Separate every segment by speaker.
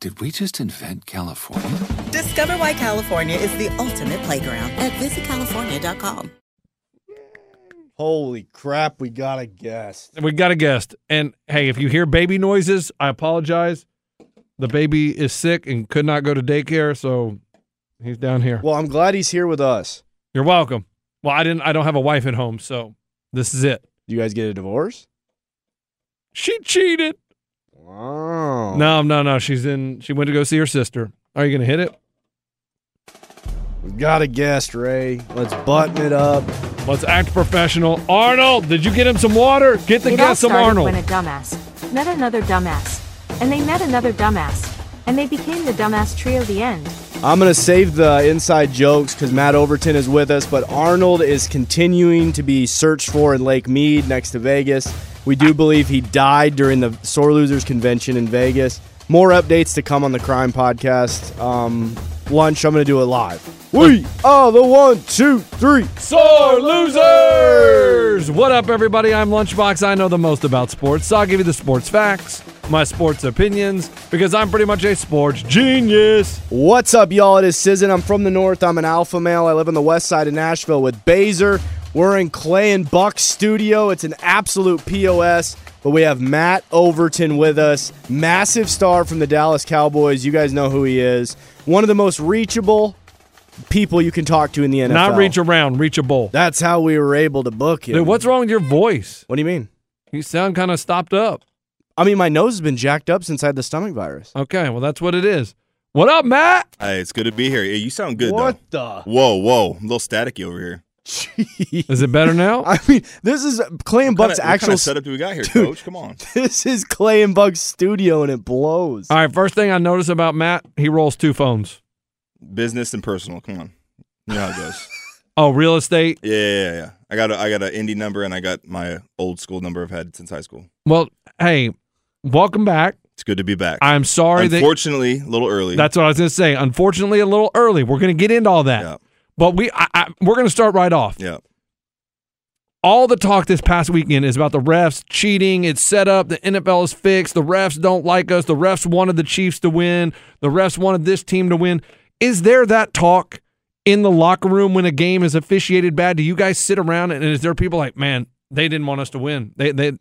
Speaker 1: Did we just invent California?
Speaker 2: Discover why California is the ultimate playground at visitcalifornia.com.
Speaker 3: Holy crap, we got a guest.
Speaker 4: We got a guest. And hey, if you hear baby noises, I apologize. The baby is sick and could not go to daycare, so he's down here.
Speaker 3: Well, I'm glad he's here with us.
Speaker 4: You're welcome. Well, I didn't I don't have a wife at home, so this is it.
Speaker 3: Do you guys get a divorce?
Speaker 4: She cheated.
Speaker 3: Wow.
Speaker 4: No, no, no. She's in she went to go see her sister. Are you gonna hit it?
Speaker 3: We got a guest, Ray. Let's button it up.
Speaker 4: Let's act professional. Arnold, did you get him some water? Get the
Speaker 5: it all
Speaker 4: guest some
Speaker 5: started
Speaker 4: Arnold.
Speaker 5: when a dumbass met another dumbass, and they met another dumbass, and they became the dumbass trio. The end.
Speaker 3: I'm going to save the inside jokes because Matt Overton is with us, but Arnold is continuing to be searched for in Lake Mead next to Vegas. We do believe he died during the Sore Losers convention in Vegas. More updates to come on the Crime Podcast. Um, lunch, I'm going to do it live. We are Oh, the one, two, three.
Speaker 4: Sore Losers! What up, everybody? I'm Lunchbox. I know the most about sports, so I'll give you the sports facts, my sports opinions, because I'm pretty much a sports genius.
Speaker 3: What's up, y'all? It is Sizzin. I'm from the north. I'm an alpha male. I live on the west side of Nashville with Baser. We're in Clay and Buck's studio. It's an absolute POS. But we have Matt Overton with us, massive star from the Dallas Cowboys. You guys know who he is. One of the most reachable people you can talk to in the NFL.
Speaker 4: Not reach around, reach a bowl.
Speaker 3: That's how we were able to book him.
Speaker 4: Dude, what's wrong with your voice?
Speaker 3: What do you mean?
Speaker 4: You sound kind of stopped up.
Speaker 3: I mean, my nose has been jacked up since I had the stomach virus.
Speaker 4: Okay, well, that's what it is. What up, Matt?
Speaker 6: Hey, it's good to be here. Yeah, you sound good
Speaker 3: what
Speaker 6: though. Whoa, whoa, a little staticky over here.
Speaker 3: the?
Speaker 4: Is it better now?
Speaker 3: I mean, this is Clay and
Speaker 6: What
Speaker 3: Buck's
Speaker 6: kinda- what
Speaker 3: actual
Speaker 6: kinda setup do we got here, Coach? Come on.
Speaker 3: This is Clay and Bug's studio, and it blows.
Speaker 4: All right, first thing I notice about Matt, he rolls two phones.
Speaker 6: Business and personal. Come on. You know how it goes.
Speaker 4: Oh, real estate.
Speaker 6: yeah, yeah, yeah. I got a, I got an indie number and I got my old school number I've had since high school.
Speaker 4: Well, hey, welcome back.
Speaker 6: It's good to be back.
Speaker 4: I'm sorry that
Speaker 6: Unfortunately, a little early.
Speaker 4: That's what I was going to say. Unfortunately, a little early. We're going to get into all that,
Speaker 6: yeah,
Speaker 4: but we I, I, we're going to start right off.
Speaker 6: yeah.
Speaker 4: All the talk this past weekend is about the refs cheating. It's set up. The NFL is fixed. The refs don't like us. The refs wanted the Chiefs to win. The refs wanted this team to win. Is there that talk in the locker room when a game is officiated bad? Do you guys sit around and is there people like, man, they didn't want us to win? They they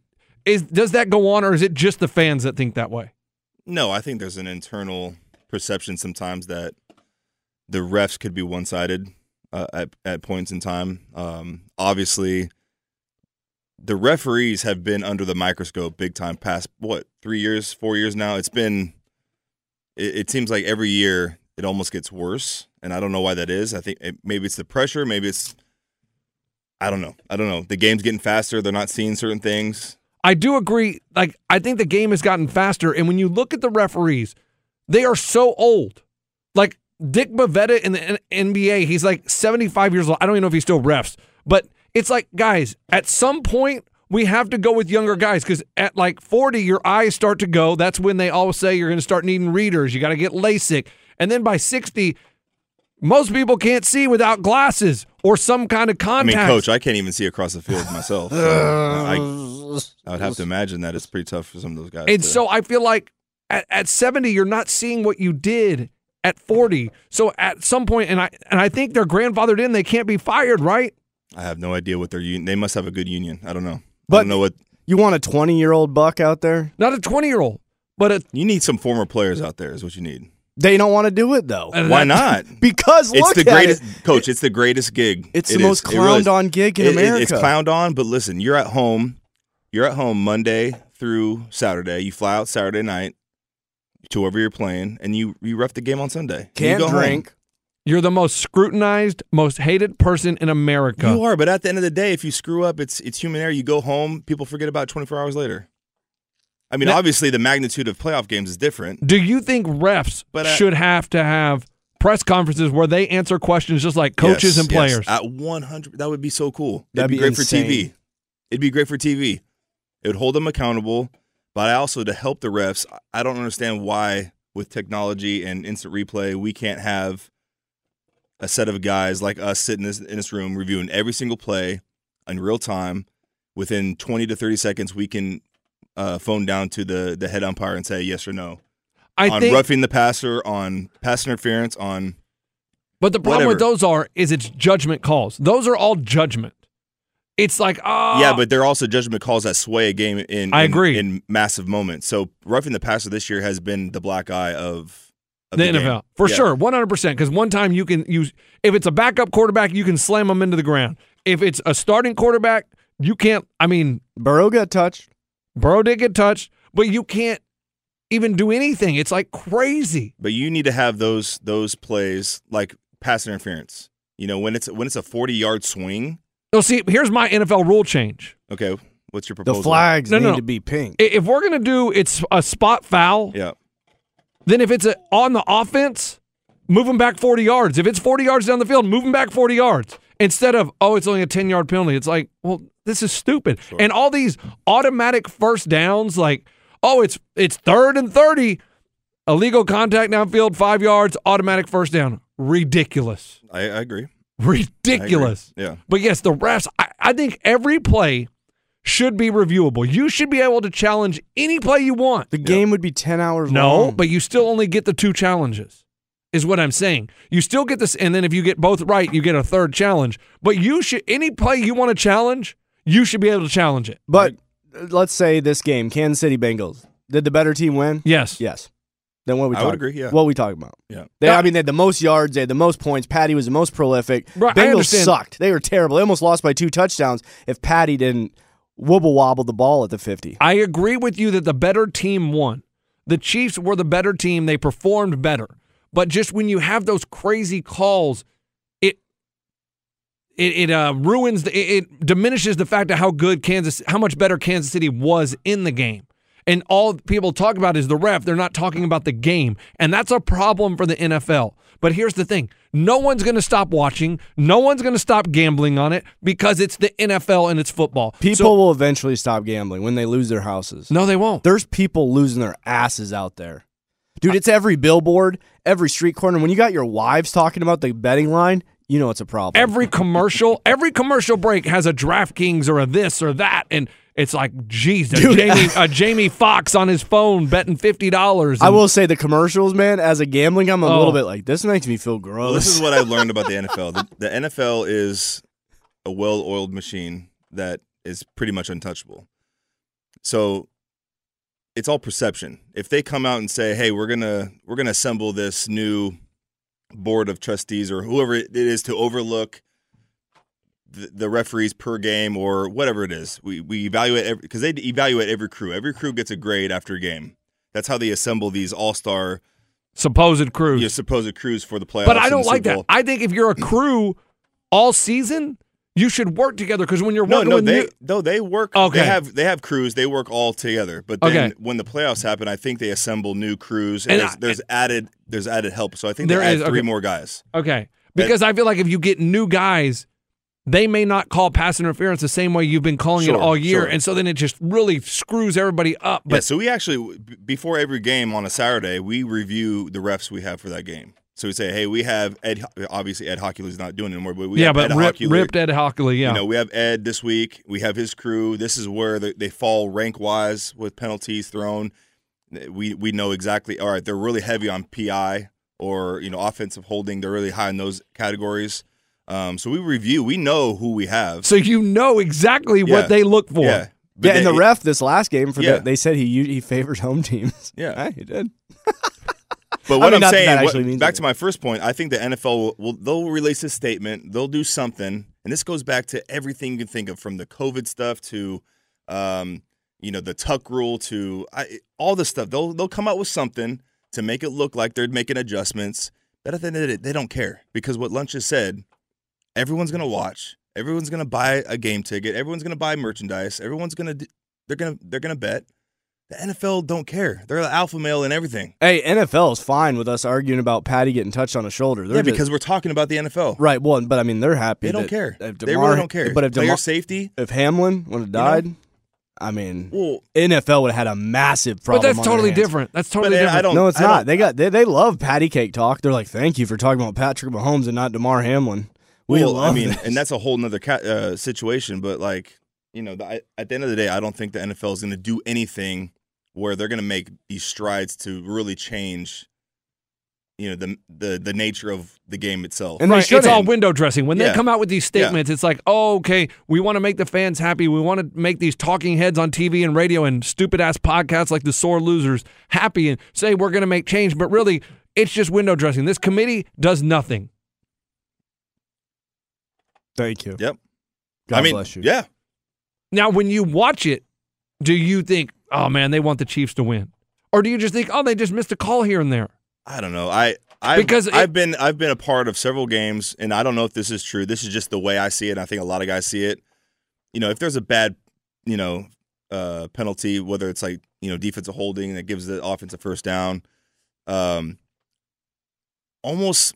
Speaker 4: is does that go on or is it just the fans that think that way?
Speaker 6: No, I think there's an internal perception sometimes that the refs could be one sided uh, at, at points in time. Um, obviously, the referees have been under the microscope big time past what, three years, four years now? It's been, it, it seems like every year it almost gets worse. And I don't know why that is. I think it, maybe it's the pressure. Maybe it's, I don't know. I don't know. The game's getting faster. They're not seeing certain things.
Speaker 4: I do agree. Like, I think the game has gotten faster. And when you look at the referees, they are so old. Like, Dick Bavetta in the N- NBA, he's like 75 years old. I don't even know if he still refs, but it's like, guys, at some point, We have to go with younger guys because at like 40, your eyes start to go. That's when they always say you're going to start needing readers. You got to get LASIK. And then by 60, most people can't see without glasses or some kind of
Speaker 6: I mean,
Speaker 4: contact.
Speaker 6: coach, I can't even see across the field myself. so I, I would have to imagine that it's pretty tough for some of those guys.
Speaker 4: And
Speaker 6: to-
Speaker 4: so I feel like at, at 70, you're not seeing what you did at 40. So at some point, and I and I think they're grandfathered in. They can't be fired, right?
Speaker 6: I have no idea what their union. They must have a good union. I don't know. I
Speaker 3: But-
Speaker 6: don't know what.
Speaker 3: You want a 20 year old buck out there?
Speaker 4: Not a 20 year old, but a,
Speaker 6: You need some former players out there. Is what you need.
Speaker 3: They don't want to do it though.
Speaker 6: Why not?
Speaker 3: because
Speaker 6: it's
Speaker 3: look
Speaker 6: the
Speaker 3: at
Speaker 6: greatest
Speaker 3: it.
Speaker 6: coach. It's the greatest gig.
Speaker 3: It's
Speaker 6: It
Speaker 3: the most
Speaker 6: is. It really
Speaker 3: clowned
Speaker 6: is.
Speaker 3: on gig in
Speaker 6: It- it- It's
Speaker 3: America.
Speaker 6: clowned on, but listen, you're at home. You're at home Monday through Saturday. You fly out Saturday night to wherever you're playing, and you you rough the game on Sunday. And you
Speaker 3: Can't
Speaker 6: go home.
Speaker 3: drink.
Speaker 4: You're the most scrutinized, most hated person in America.
Speaker 6: You are, but at the end of the day, if you screw up, it's it's human error. You go home, people forget about it 24 hours later. I mean,
Speaker 4: Now-
Speaker 6: obviously, the magnitude of playoff games is different.
Speaker 4: Do you think refs
Speaker 6: But uh, I-
Speaker 4: should have to have press conferences where they answer questions just like
Speaker 6: Yes,
Speaker 4: coaches and players?
Speaker 6: Yes. At 100, that would be so cool.
Speaker 3: That'd
Speaker 6: That'd be,
Speaker 3: be
Speaker 6: great for TV.
Speaker 3: insane.
Speaker 6: It'd be great for TV. It would hold them accountable, but I also to help the refs. I- I don't understand why with technology and instant replay we can't have a set of guys like us sitting in this, in this room reviewing every single play in real time. Within 20 to 30 seconds, we can uh, phone down to the the head umpire and say yes or no
Speaker 4: I
Speaker 6: on
Speaker 4: think,
Speaker 6: roughing the passer, on pass interference, on
Speaker 4: but the problem with
Speaker 6: whatever.
Speaker 4: those are is it's judgment calls. Those are all judgment. It's like ah,
Speaker 6: Yeah, but they're also judgment calls that sway a game in
Speaker 4: I
Speaker 6: in-
Speaker 4: agree.
Speaker 6: in massive moments. So roughing the passer this year has been the black eye of, of
Speaker 4: the
Speaker 6: game.
Speaker 4: NFL for
Speaker 6: Yeah.
Speaker 4: sure, one hundred percent. Because one time you can use if it's a backup quarterback, you can slam them into the ground. If it's a starting quarterback, you can't. I mean,
Speaker 3: Burrow got touched.
Speaker 4: Burrow did get touched, but you can't even do anything. It's like crazy.
Speaker 6: But you need to have those those plays like pass interference. You know when it's when it's a forty yard swing.
Speaker 4: No, see, here's my NFL rule change.
Speaker 6: Okay, what's your
Speaker 3: The
Speaker 6: proposal?
Speaker 3: flags
Speaker 4: No,
Speaker 3: need
Speaker 4: no,
Speaker 3: to be pink.
Speaker 4: I- If we're gonna do it's a spot foul,
Speaker 6: Yeah,
Speaker 4: then if it's a, on the offense, move them back 40 yards. If it's 40 yards down the field, move them back 40 yards. Instead of, oh, it's only a 10 yard penalty. It's like, well, this is stupid. And all these automatic first downs, like, oh, it's it's third and 30. Illegal contact downfield, five yards, automatic first down. Ridiculous.
Speaker 6: I, I agree. I agree.
Speaker 4: Ridiculous.
Speaker 6: Yeah,
Speaker 4: But yes, the refs, I, I think every play should be reviewable. You should be able to challenge any play you want.
Speaker 3: The game would be 10 hours
Speaker 4: No,
Speaker 3: long.
Speaker 4: but you still only get the two challenges, is what I'm saying. You still get this, and then if you get both right, you get a third challenge. But you should any play you want to challenge, you should be able to challenge it.
Speaker 3: But uh, let's say this game, Kansas City Bengals. Did the better team win?
Speaker 4: Yes.
Speaker 3: Yes. Then what we
Speaker 6: I would
Speaker 3: talk-
Speaker 6: agree, yeah.
Speaker 3: What we talking about?
Speaker 6: yeah.
Speaker 3: They,
Speaker 4: Yeah.
Speaker 3: I mean, they had the most yards. They had the most points. Patty was the most prolific.
Speaker 4: Right, I
Speaker 3: Bengals
Speaker 4: understand.
Speaker 3: sucked. They were terrible. They almost lost by two touchdowns if Patty didn't wobble wobble the ball at the 50.
Speaker 4: I agree with you that the better team won. The Chiefs were the better team. They performed better. But just when you have those crazy calls, it it, it uh, ruins the, it, it diminishes the fact of how good Kansas, how much better Kansas City was in the game. And all people talk about is the ref. They're not talking about the game, and that's a problem for the NFL. But here's the thing: no one's going to stop watching. No one's going to stop gambling on it because it's the NFL and it's football.
Speaker 3: People
Speaker 4: So-
Speaker 3: will eventually stop gambling when they lose their houses.
Speaker 4: no, they won't.
Speaker 3: There's people losing their asses out there. Dude, it's every billboard, every street corner. When you got your wives talking about the betting line, you know it's a problem.
Speaker 4: every commercial, every commercial break has a DraftKings or a this or that, and it's like, geez, a
Speaker 3: Dude,
Speaker 4: Jamie, a Jamie Fox on his phone betting fifty dollars.
Speaker 3: I will say the commercials, man, as a gambling, I'm a
Speaker 4: Oh.
Speaker 3: little bit like, this makes me feel gross.
Speaker 6: Well, this is what I've learned about the NFL. The, the NFL is a well-oiled machine that is pretty much untouchable. So it's all perception. If they come out and say, "Hey, we're gonna we're gonna assemble this new board of trustees or whoever it is to overlook the, the referees per game or whatever it is," we we evaluate because they evaluate every crew. Every crew gets a grade after a game. That's how they assemble these all-star,
Speaker 4: supposed crew,
Speaker 6: your supposed crews for the playoffs.
Speaker 4: but I
Speaker 6: and
Speaker 4: don't
Speaker 6: the
Speaker 4: like
Speaker 6: Super
Speaker 4: that.
Speaker 6: Bowl.
Speaker 4: I think if you're a crew all season, you should work together because when you're
Speaker 6: No,
Speaker 4: working
Speaker 6: no,
Speaker 4: with
Speaker 6: they
Speaker 4: new-
Speaker 6: no, they work.
Speaker 4: Okay.
Speaker 6: they have they have crews. They work all together. But then
Speaker 4: Okay.
Speaker 6: when the playoffs happen, I think they assemble new crews, and,
Speaker 4: And
Speaker 6: there's,
Speaker 4: I-
Speaker 6: there's added there's added help. So I think they
Speaker 4: There
Speaker 6: add
Speaker 4: is,
Speaker 6: three
Speaker 4: okay.
Speaker 6: more guys.
Speaker 4: okay, because I feel like if you get new guys, they may not call pass interference the same way you've been calling
Speaker 6: Sure,
Speaker 4: it all year,
Speaker 6: sure.
Speaker 4: and so then it just really screws everybody up. But
Speaker 6: yeah, so we actually b- before every game on a Saturday, we review the refs we have for that game. So we say, hey, we have Ed. Obviously, Ed Hockley's not doing it anymore, but we
Speaker 4: yeah,
Speaker 6: have
Speaker 4: but
Speaker 6: Ed
Speaker 4: rip,
Speaker 6: Hockley.
Speaker 4: ripped Ed Hockley, yeah,
Speaker 6: You know, we have Ed this week. We have his crew. This is where they, they fall rank wise with penalties thrown. We we know exactly. All right, they're really heavy on PI or you know offensive holding. They're really high in those categories. Um, so we review. We know who we have.
Speaker 4: so you know exactly
Speaker 6: Yeah.
Speaker 4: what they look for.
Speaker 6: Yeah.
Speaker 3: Yeah, and the
Speaker 6: they-
Speaker 3: ref this last game for
Speaker 6: Yeah.
Speaker 3: the, they said he u- he favored home teams.
Speaker 6: Yeah.
Speaker 3: he did.
Speaker 6: But
Speaker 3: I
Speaker 6: what
Speaker 3: mean,
Speaker 6: I
Speaker 3: not
Speaker 6: am
Speaker 3: that
Speaker 6: saying,
Speaker 3: that
Speaker 6: what-
Speaker 3: actually means
Speaker 6: back to my first point, I think the NFL will, will they'll release a statement, they'll do something, and this goes back to everything you can think of, from the COVID stuff to, um, you know, the tuck rule to I, all this stuff. They'll they'll come out with something to make it look like they're making adjustments. But at the end of the day, they don't care because what Lunch just said, everyone's gonna watch, everyone's gonna buy a game ticket, everyone's gonna buy merchandise, everyone's gonna d- they're gonna they're gonna bet. The NFL don't care. They're the alpha male in everything.
Speaker 3: Hey, NFL is fine with us arguing about Patty getting touched on the shoulder. They're
Speaker 6: yeah,
Speaker 3: just-
Speaker 6: because we're talking about the NFL.
Speaker 3: right. Well, but I mean, they're happy.
Speaker 6: They don't
Speaker 3: that-
Speaker 6: care.
Speaker 3: if
Speaker 6: They really
Speaker 3: DeMar-
Speaker 6: don't care.
Speaker 3: But if
Speaker 6: Player
Speaker 3: DeMar,
Speaker 6: safety-
Speaker 3: if Hamlin would have
Speaker 6: know?
Speaker 3: died, I mean,
Speaker 6: Well,
Speaker 3: NFL would have had a massive problem.
Speaker 4: but that's
Speaker 3: on their
Speaker 4: totally
Speaker 3: hands.
Speaker 4: different. That's totally
Speaker 6: then I
Speaker 4: different.
Speaker 6: don't-
Speaker 3: No, it's
Speaker 6: I
Speaker 3: not.
Speaker 6: don't-
Speaker 3: They got they, they love patty cake talk. They're like, thank you for talking about Patrick Mahomes and not Demar Hamlin. We
Speaker 6: well, I
Speaker 3: love
Speaker 6: mean,
Speaker 3: this.
Speaker 6: and that's a whole nother ca- uh, situation. But like, you know, the, I, at the end of the day, I don't think the NFL is going to do anything where they're going to make these strides to really change, you know, the the the nature of the game itself.
Speaker 3: And they
Speaker 4: right, it's all
Speaker 3: shouldn't.
Speaker 4: window dressing. When they
Speaker 6: Yeah.
Speaker 4: come out with these statements, it's like, oh, okay, we want to make the fans happy. We want to make these talking heads on TV and radio and stupid ass podcasts like the Sore Losers happy and say we're going to make change. But really, it's just window dressing. This committee does nothing.
Speaker 3: thank you.
Speaker 6: Yep.
Speaker 3: God
Speaker 6: I mean,
Speaker 3: bless you.
Speaker 6: Yeah.
Speaker 4: Now, when you watch it, do you think, oh man, they want the Chiefs to win? Or do you just think, oh, they just missed a call here and there?
Speaker 6: I don't know. I I've,
Speaker 4: Because it-
Speaker 6: I've been I've been a part of several games, and I don't know if this is true. This is just the way I see it. and I think a lot of guys see it. You know, if there's a bad, you know, uh, penalty, whether it's like you know defensive holding that gives the offense a first down, um, almost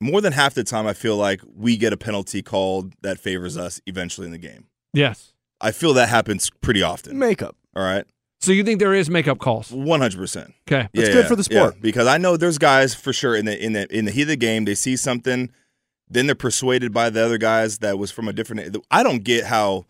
Speaker 6: more than half the time, I feel like we get a penalty called that favors us eventually in the game.
Speaker 4: Yes.
Speaker 6: I feel that happens pretty often.
Speaker 3: Makeup.
Speaker 6: All right,
Speaker 4: So you think there is makeup calls?
Speaker 6: one hundred percent.
Speaker 4: Okay.
Speaker 3: It's good for the sport.
Speaker 6: because I know there's guys for sure in the in the in the heat of the game they see something, then they're persuaded by the other guys that was from a different. I don't get how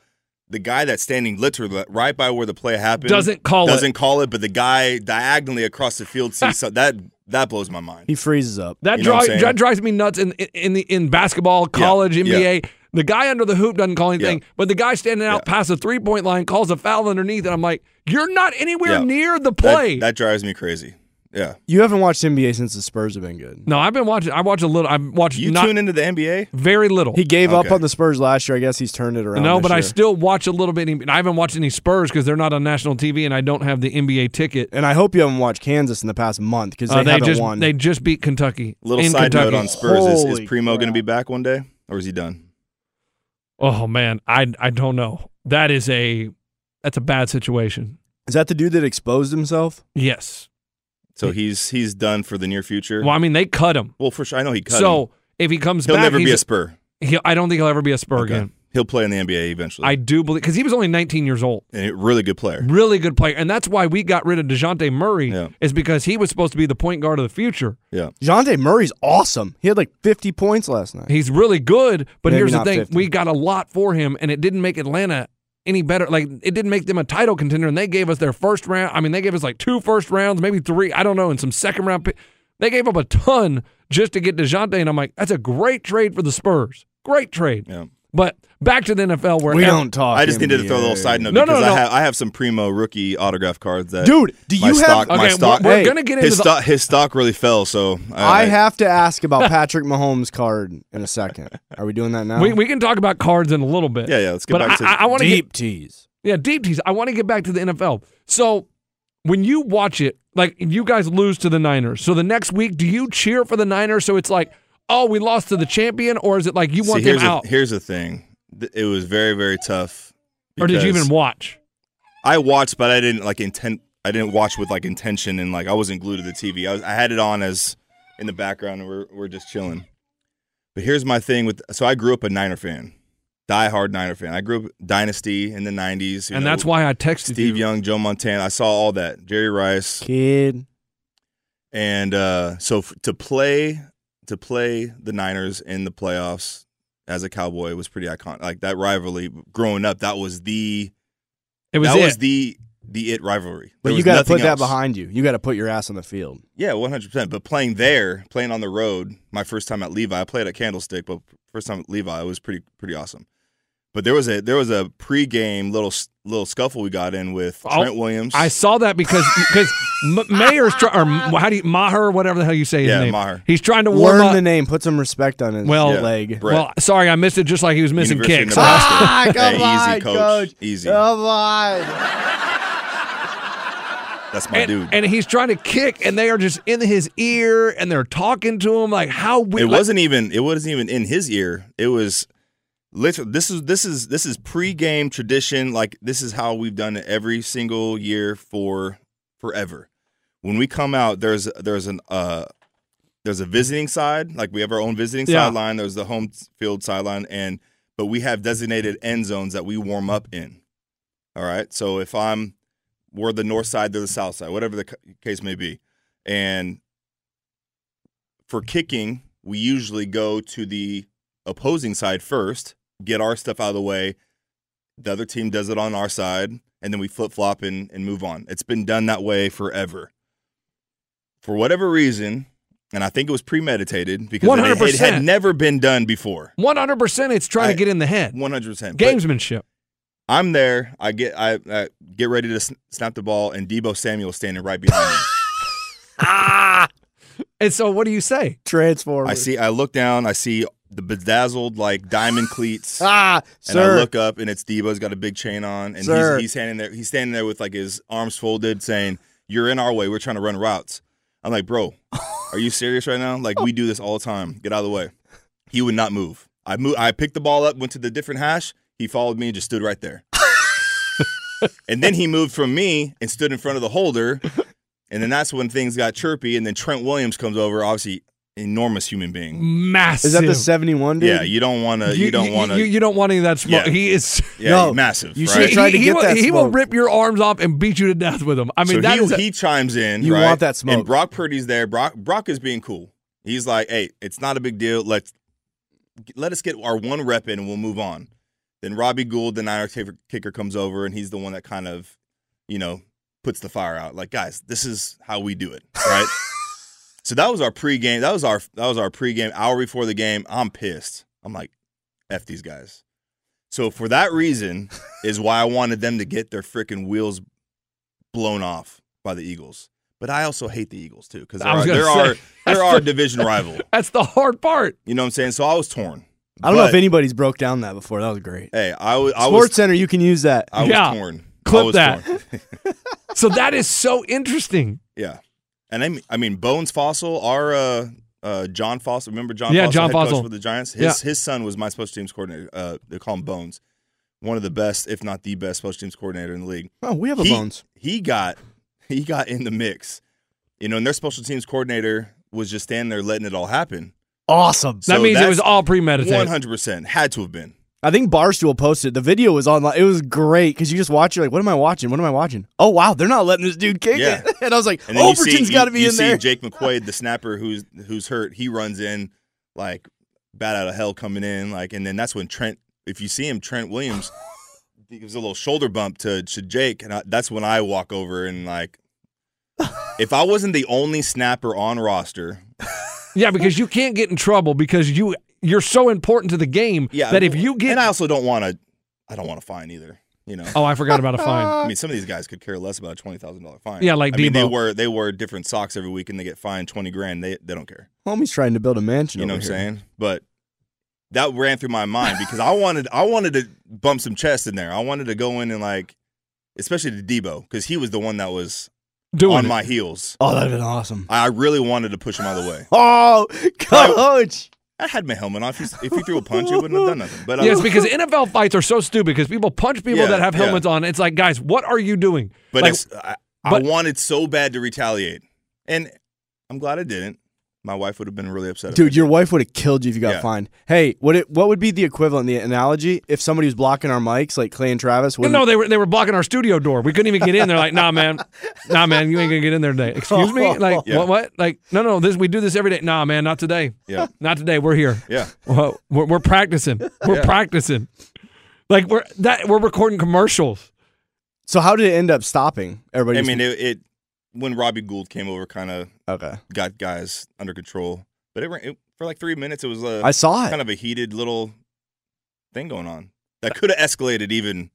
Speaker 6: the guy that's standing literally right by where the play happened
Speaker 4: Doesn't call it.
Speaker 6: doesn't call it, but the guy diagonally across the field sees so, that that blows my mind.
Speaker 3: He freezes up.
Speaker 4: That
Speaker 6: You know what
Speaker 4: drives
Speaker 6: I'm saying?
Speaker 4: that drives me nuts in in- in the in basketball, college,
Speaker 6: yeah.
Speaker 4: NBA. The guy under the hoop doesn't call anything,
Speaker 6: Yeah.
Speaker 4: but the guy standing out past the three point line calls a foul underneath, and I'm like, you're not anywhere
Speaker 6: Yeah.
Speaker 4: near the
Speaker 6: That-
Speaker 4: play.
Speaker 6: that, drives me crazy. Yeah,
Speaker 3: You haven't watched NBA since the Spurs have been good.
Speaker 4: no, I've been watching. I watch a little. I've watched
Speaker 6: you
Speaker 4: not
Speaker 6: tune into the NBA.
Speaker 4: very little.
Speaker 3: He gave up
Speaker 6: Okay.
Speaker 3: on the Spurs last year. I guess he's turned it around.
Speaker 4: no,
Speaker 3: this
Speaker 4: but I
Speaker 3: year.
Speaker 4: still watch a little bit. And I haven't watched any Spurs because they're not on national TV, and I don't have the NBA ticket.
Speaker 3: And I hope you haven't watched Kansas in the past month because they,
Speaker 4: Uh,
Speaker 3: haven't
Speaker 4: just
Speaker 3: won.
Speaker 4: they just beat Kentucky.
Speaker 6: Little
Speaker 4: in
Speaker 6: side
Speaker 4: Kentucky.
Speaker 6: note on Spurs: is,
Speaker 3: Holy
Speaker 6: is Primo going to
Speaker 3: crap.
Speaker 6: be back one day, or is he done?
Speaker 4: Oh man, I I don't know. That is a that's a bad situation.
Speaker 3: Is that the dude that exposed himself?
Speaker 4: Yes.
Speaker 6: So he's he's done for the near future.
Speaker 4: Well, I mean, they cut him.
Speaker 6: Well, for sure, I know he cut.
Speaker 4: so
Speaker 6: him.
Speaker 4: if he comes
Speaker 6: he'll
Speaker 4: back,
Speaker 6: never be a
Speaker 4: he's-
Speaker 6: Spur.
Speaker 4: he- I don't think he'll ever be a Spur
Speaker 6: Okay.
Speaker 4: again.
Speaker 6: He'll play in the NBA eventually.
Speaker 4: I do believe because he was only 19 years old,
Speaker 6: and a really good player.
Speaker 4: really good player, and that's why we got rid of Dejounte Murray
Speaker 6: Yeah.
Speaker 4: is because he was supposed to be the point guard of the future.
Speaker 6: Yeah.
Speaker 3: Jonte Murray's awesome. He had like 50 points last night.
Speaker 4: He's really good, but
Speaker 3: Maybe
Speaker 4: here's the
Speaker 3: not
Speaker 4: thing:
Speaker 3: 50.
Speaker 4: we got a lot for him, and it didn't make Atlanta any better. Like it didn't make them a title contender, and they gave us their first round. I mean, they gave us like two first rounds, maybe three. I don't know, and some second round. Pick. They gave up a ton just to get Dejounte, and I'm like, that's a great trade for the Spurs. Great trade.
Speaker 6: Yeah.
Speaker 4: But back to the NFL, where
Speaker 3: we
Speaker 4: ev-
Speaker 3: don't talk.
Speaker 6: I just needed to throw a
Speaker 3: NBA.
Speaker 6: little side note
Speaker 4: No, no,
Speaker 6: because
Speaker 4: no.
Speaker 6: I have I have some primo rookie autograph cards that
Speaker 3: Dude, do
Speaker 6: my
Speaker 3: you have-
Speaker 6: stock, my
Speaker 4: Okay,
Speaker 6: stock
Speaker 4: we're, we're
Speaker 3: Hey,
Speaker 4: gonna get into
Speaker 6: his
Speaker 4: the.
Speaker 6: stock his stock really fell so
Speaker 3: I have to ask about Patrick Mahomes' card in a second. Are we doing that now?
Speaker 4: we, we can talk about cards in a little bit.
Speaker 6: Yeah, yeah, let's get
Speaker 4: but
Speaker 6: back
Speaker 4: I,
Speaker 6: to-
Speaker 4: I, I want to
Speaker 3: deep tease.
Speaker 4: Yeah, deep tease. I want to get back to the NFL. So when you watch it, like you guys lose to the Niners. So the next week, do you cheer for the Niners? So it's like, oh, we lost to the champion, or is it like you want
Speaker 6: See, here's
Speaker 4: them
Speaker 6: the-
Speaker 4: out,
Speaker 6: here's the thing. Th- It was very very tough.
Speaker 4: or did you
Speaker 6: because
Speaker 4: even watch?
Speaker 6: I watched but I didn't like intent I didn't watch with like intention and like I wasn't glued to the TV. I was I had it on as in the background and we're we're just chilling. But here's my thing with so I grew up a Niner fan, diehard Niner fan. I grew up dynasty in the '90s, you
Speaker 4: and
Speaker 6: know,
Speaker 4: that's why I texted
Speaker 6: Steve
Speaker 4: you.
Speaker 6: Young, Joe Montana. I saw all that. Jerry Rice,
Speaker 3: kid,
Speaker 6: and uh, so f- to play to play the Niners in the playoffs as a Cowboy was pretty iconic. Like that rivalry growing up, that was the
Speaker 4: It was
Speaker 6: that
Speaker 4: it.
Speaker 6: was the the it rivalry.
Speaker 3: But
Speaker 6: There
Speaker 3: you
Speaker 6: was
Speaker 3: got to
Speaker 6: nothing
Speaker 3: put that
Speaker 6: else.
Speaker 3: behind you. You got to put your ass on the field.
Speaker 6: Yeah, one hundred percent. But playing there, playing on the road, my first time at Levi, I played at Candlestick, but first time at Levi, it was pretty pretty awesome. But there was a there was a pregame little s- little scuffle we got in with
Speaker 4: Oh,
Speaker 6: Trent Williams.
Speaker 4: I saw that because because M- Mayer's try, or M- how do you Maher whatever the hell you say his
Speaker 6: Yeah,
Speaker 4: name.
Speaker 6: Maher.
Speaker 4: He's trying to warm
Speaker 3: Learn
Speaker 4: up.
Speaker 3: the name. Put some respect on his
Speaker 4: well,
Speaker 3: leg.
Speaker 4: well, sorry, I missed it. Just like he was missing
Speaker 6: University of
Speaker 4: kicks.
Speaker 6: Nebraska.
Speaker 3: Ah, come
Speaker 6: Hey,
Speaker 3: on,
Speaker 6: easy, coach.
Speaker 3: coach. Oh.
Speaker 6: Easy.
Speaker 3: Come on.
Speaker 6: That's my dude.
Speaker 4: And, and he's trying to kick, and they are just in his ear, and they're talking to him like how weird.
Speaker 6: it wasn't even it wasn't even in his ear. It was literally this is this is this is pregame tradition. Like this is how we've done it every single year for forever. When we come out, there's there's an uh there's a visiting side. Like we have our own visiting
Speaker 4: Yeah.
Speaker 6: sideline. There's the home field sideline, and but we have designated end zones that we warm up in. All right. So if I'm we're the north side, they're the south side, whatever the c- case may be, and for kicking, we usually go to the opposing side first, get our stuff out of the way. The other team does it on our side, and then we flip flop and, and move on. It's been done that way forever. For whatever reason, and I think it was premeditated because it- it, had
Speaker 4: 100%.
Speaker 6: never been done before.
Speaker 4: one hundred percent. It's trying
Speaker 6: I-
Speaker 4: to get in the head.
Speaker 6: 100%. But
Speaker 4: Gamesmanship.
Speaker 6: I'm there. I get I, I get ready to sn- snap the ball, and Debo Samuel's standing right behind me.
Speaker 4: Ah. And so, what do you say?
Speaker 3: Transform.
Speaker 6: I see. I look down. I see the bedazzled like diamond cleats.
Speaker 3: Ah,
Speaker 6: And
Speaker 3: sir.
Speaker 6: I look up, and it's Debo's got a big chain on, and
Speaker 3: Sir.
Speaker 6: he's, he's standing there. He's standing there with like his arms folded, saying, "You're in our way. We're trying to run routes." I'm like, "Bro, are you serious right now? Like, we do this all the time. Get out of the way." He would not move. I moved. I picked the ball up, went to the different hash. He followed me and just stood right there. and then he moved from me and stood in front of the holder. And then that's when things got chirpy. And then Trent Williams comes over, obviously enormous human being.
Speaker 4: Massive. Uh,
Speaker 3: Is that the 71 Mm, dude?
Speaker 6: Yeah, you don't want to. You, don't want to.
Speaker 4: You, you don't want any of that smoke.
Speaker 6: Yeah.
Speaker 4: He is.
Speaker 6: yeah,
Speaker 3: No,
Speaker 6: massive.
Speaker 3: you
Speaker 6: right?
Speaker 3: should I tried to
Speaker 4: he
Speaker 3: get
Speaker 4: will,
Speaker 3: that
Speaker 4: he will
Speaker 3: smoke.
Speaker 4: rip your arms off and beat you to death with them. I mean,
Speaker 6: so
Speaker 4: that
Speaker 6: he,
Speaker 4: is a-
Speaker 6: he chimes in.
Speaker 3: You
Speaker 6: right?
Speaker 3: want that smoke.
Speaker 6: And Brock Purdy's there. Brock Brock is being cool. He's like, hey, it's not a big deal. Let's let us get our one rep in, and we'll move on. Then Robbie Gould, the Niner kicker- kicker, comes over, and he's the one that kind of, you know, puts the fire out. Like, guys, this is how we do it, right? so that was our pregame. That was our that was our pregame hour before the game. I'm pissed. I'm like, f these guys. So for that reason is why I wanted them to get their freaking wheels blown off by the Eagles. But I also hate the Eagles too because there
Speaker 4: I was
Speaker 6: are
Speaker 4: gonna
Speaker 6: there
Speaker 4: say,
Speaker 6: are there are a division rival.
Speaker 4: that's the hard part.
Speaker 6: You know what I'm saying? So I was torn.
Speaker 3: I don't know if
Speaker 6: But,
Speaker 3: anybody's broke down that before. That was great.
Speaker 6: Hey, I was I
Speaker 3: Sports
Speaker 6: was
Speaker 3: Center, you can use that.
Speaker 6: I was
Speaker 4: Yeah.
Speaker 6: torn.
Speaker 4: Clip
Speaker 6: I was
Speaker 4: that.
Speaker 6: Torn.
Speaker 4: So that is so interesting.
Speaker 6: Yeah, and I mean, I mean Bones Fossil, our uh, uh, John Fossil. Remember John?
Speaker 4: Yeah,
Speaker 6: Fossil,
Speaker 4: John
Speaker 6: head coach
Speaker 4: Fossil.
Speaker 6: for the Giants. His his son was my special teams coordinator. Uh, they call him Bones. One of the best, if not the best, special teams coordinator in the league.
Speaker 3: Oh, we have a
Speaker 6: he,
Speaker 3: bones.
Speaker 6: He got he got in the mix, you know, and their special teams coordinator was just standing there letting it all happen.
Speaker 3: Awesome.
Speaker 6: So
Speaker 4: that means it was
Speaker 6: that's
Speaker 4: all premeditated.
Speaker 6: One hundred percent had to have been.
Speaker 3: I think Barstool posted the video was online. It was great because you just watch. You're like, what am I watching? What am I watching? Oh wow, they're not letting this dude kick
Speaker 6: Yeah.
Speaker 3: it. And I was like,
Speaker 6: And then you
Speaker 3: Overton's
Speaker 6: see-
Speaker 3: got to
Speaker 6: you-
Speaker 3: be
Speaker 6: you
Speaker 3: in
Speaker 6: see
Speaker 3: there.
Speaker 6: Jake McQuaid, the snapper who's who's hurt, he runs in like bat out of hell coming in, like, and then that's when Trent. If you see him, Trent Williams gives a little shoulder bump to to Jake, and I, that's when I walk over and like, if I wasn't the only snapper on roster,
Speaker 4: Yeah, because you can't get in trouble because you you're so important to the game
Speaker 6: yeah,
Speaker 4: that if you get
Speaker 6: and I also don't want to, I don't want to fine either, you know.
Speaker 4: oh I forgot about a fine.
Speaker 6: I mean, some of these guys could care less about a twenty thousand dollar fine.
Speaker 4: Yeah, like
Speaker 6: I mean, they
Speaker 4: Debo.
Speaker 6: wear they wear different socks every week, and they get fined twenty grand. They they don't care.
Speaker 3: Homie's trying to build a mansion.
Speaker 6: You know what I'm
Speaker 3: over here.
Speaker 6: saying? But that ran through my mind because I wanted I wanted to bump some chest in there. I wanted to go in and like especially to Debo because he was the one that was
Speaker 4: Doing
Speaker 6: on
Speaker 4: it.
Speaker 6: my heels.
Speaker 3: Oh, that'd been awesome.
Speaker 6: I really wanted to push him out of the way.
Speaker 3: Oh, coach.
Speaker 6: I had my helmet on. If he, if he threw a punch, he wouldn't have done nothing. But uh,
Speaker 4: yes, because NFL fights are so stupid because people punch people
Speaker 6: Yeah,
Speaker 4: that have
Speaker 6: yeah.
Speaker 4: helmets on. It's like, guys, what are you doing?
Speaker 6: but
Speaker 4: like,
Speaker 6: it's, I, I
Speaker 4: but-
Speaker 6: wanted so bad to retaliate, and I'm glad I didn't. My wife would have been really upset. if I
Speaker 3: Dude,
Speaker 6: did.
Speaker 3: your wife would have killed you if you got
Speaker 6: Yeah.
Speaker 3: fined. Hey, what it, what would be the equivalent, the analogy, if somebody was blocking our mics, like Clay and Travis?
Speaker 4: No, no, they were they were blocking our studio door. We couldn't even get in. They're like, "Nah, man, nah, man, you ain't gonna get in there today." Excuse me, like
Speaker 6: Yeah.
Speaker 4: what? What? Like, no, no, this we do this every day. Nah, man, not today.
Speaker 6: Yeah.
Speaker 4: not today. We're here.
Speaker 6: Yeah.
Speaker 4: Well, we're, we're practicing. We're
Speaker 6: Yeah.
Speaker 4: practicing. Like we're that we're recording commercials.
Speaker 3: So how did it end up stopping? Everybody.
Speaker 6: I
Speaker 3: was-
Speaker 6: mean, it, it when Robbie Gould came over, kind of
Speaker 3: okay,
Speaker 6: got guys under control. But it, ran- it for like three minutes. It was a
Speaker 3: I saw it.
Speaker 6: kind of a heated little thing going on that could have escalated. Even,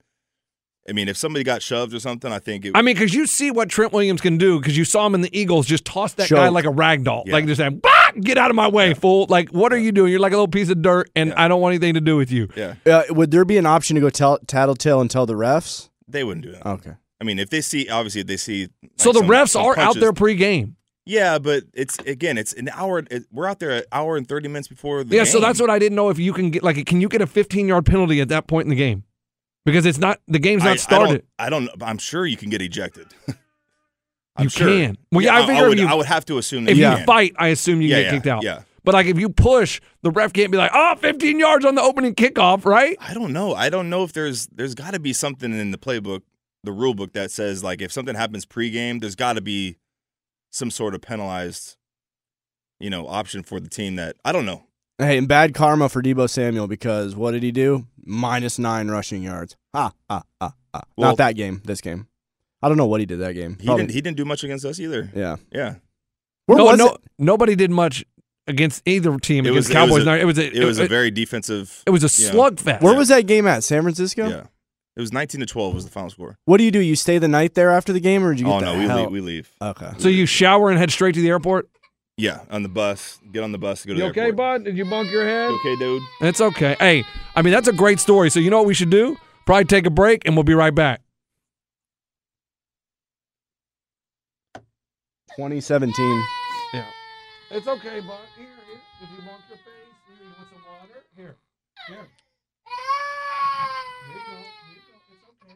Speaker 6: I mean, if somebody got shoved or something, I think it.
Speaker 4: I mean, because you see what Trent Williams can do. Because you saw him in the Eagles just toss that guy
Speaker 3: Choke.
Speaker 4: like a rag doll,
Speaker 6: Yeah.
Speaker 4: like just saying, "Bah, "Get out of my way, fool!" Like, what are you doing? You're like a little piece of dirt, and I don't want anything to do with you.
Speaker 6: yeah,
Speaker 3: Uh, would there be an option to go tell, tattletale and tell the refs?
Speaker 6: they wouldn't do that.
Speaker 3: Okay.
Speaker 6: I mean, if they see, obviously, if they see. like,
Speaker 4: Oh. so the
Speaker 6: some-
Speaker 4: refs
Speaker 6: some
Speaker 4: are out
Speaker 6: punches-
Speaker 4: there pregame.
Speaker 6: Yeah, but it's again, it's an hour. It, we're out there an hour and thirty minutes before the
Speaker 4: yeah, so
Speaker 6: game.
Speaker 4: that's what I didn't know if you can get like can you get a 15 yard penalty at that point in the game because it's not the game's
Speaker 6: I-
Speaker 4: not started.
Speaker 6: I don't, I don't. I'm sure you can get ejected.
Speaker 4: You can. Well, yeah, I figure
Speaker 6: I
Speaker 4: if
Speaker 6: would,
Speaker 4: you-
Speaker 6: I would have to assume that
Speaker 4: if
Speaker 6: you
Speaker 4: you
Speaker 6: can.
Speaker 4: fight, I assume you
Speaker 6: Yeah,
Speaker 4: get
Speaker 6: yeah,
Speaker 4: kicked out.
Speaker 6: yeah.
Speaker 4: But like if you push, the ref can't be like, oh, 15 yards on the opening kickoff, right?
Speaker 6: I don't know. I don't know if there's there's got to be something in the playbook, the rule book that says like if something happens pregame, there's got to be some sort of penalized, you know, option for the team. That I don't know.
Speaker 3: Hey, and bad karma for Debo Samuel because what did he do? Minus nine rushing yards. Ha ha ha ha.
Speaker 6: Well-
Speaker 3: Not that game. This game. I don't know what he did that game.
Speaker 6: He
Speaker 3: Probably-
Speaker 6: didn't. He didn't do much against us either.
Speaker 3: yeah.
Speaker 6: Yeah.
Speaker 3: Where
Speaker 4: no,
Speaker 3: was
Speaker 4: no,
Speaker 3: it?
Speaker 4: nobody did much against either team against
Speaker 6: It was
Speaker 4: Cowboys.
Speaker 6: a,
Speaker 4: it was a,
Speaker 6: it was a very defensive.
Speaker 4: it was a
Speaker 6: you know,
Speaker 4: slugfest.
Speaker 3: Where was that game at? San Francisco.
Speaker 6: Yeah. It was 19 to 12 was the final score.
Speaker 3: What do you do? You stay the night there after the game, or did you get
Speaker 6: Oh
Speaker 3: the
Speaker 6: no, we
Speaker 3: hell?
Speaker 6: leave, we leave.
Speaker 3: Okay.
Speaker 4: So you shower and head straight to the airport.
Speaker 6: Yeah, on the bus. Get on the bus to go to
Speaker 4: You
Speaker 6: the
Speaker 4: okay,
Speaker 6: airport.
Speaker 4: bud? Did you bump your head?
Speaker 6: You okay, dude.
Speaker 4: It's okay. Hey, I mean that's a great story. So you know what we should do? Probably take a break and we'll be right back.
Speaker 3: 2017.
Speaker 4: Yeah. It's okay, bud. Here, here. If you want your face, here, you want some water? Here. Here. Here you go. Here you go. It's okay.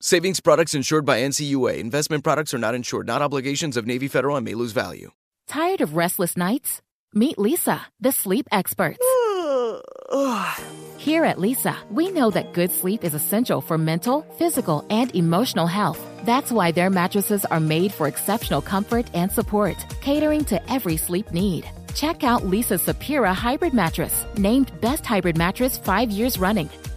Speaker 7: Savings products insured by NCUA. Investment products are not insured, not obligations of Navy Federal and may lose value.
Speaker 8: Tired of restless nights? Meet Lisa, the sleep experts. Here at Lisa, we know that good sleep is essential for mental, physical, and emotional health. That's why their mattresses are made for exceptional comfort and support, catering to every sleep need. Check out Lisa's Sapira Hybrid Mattress, named Best Hybrid Mattress five years running.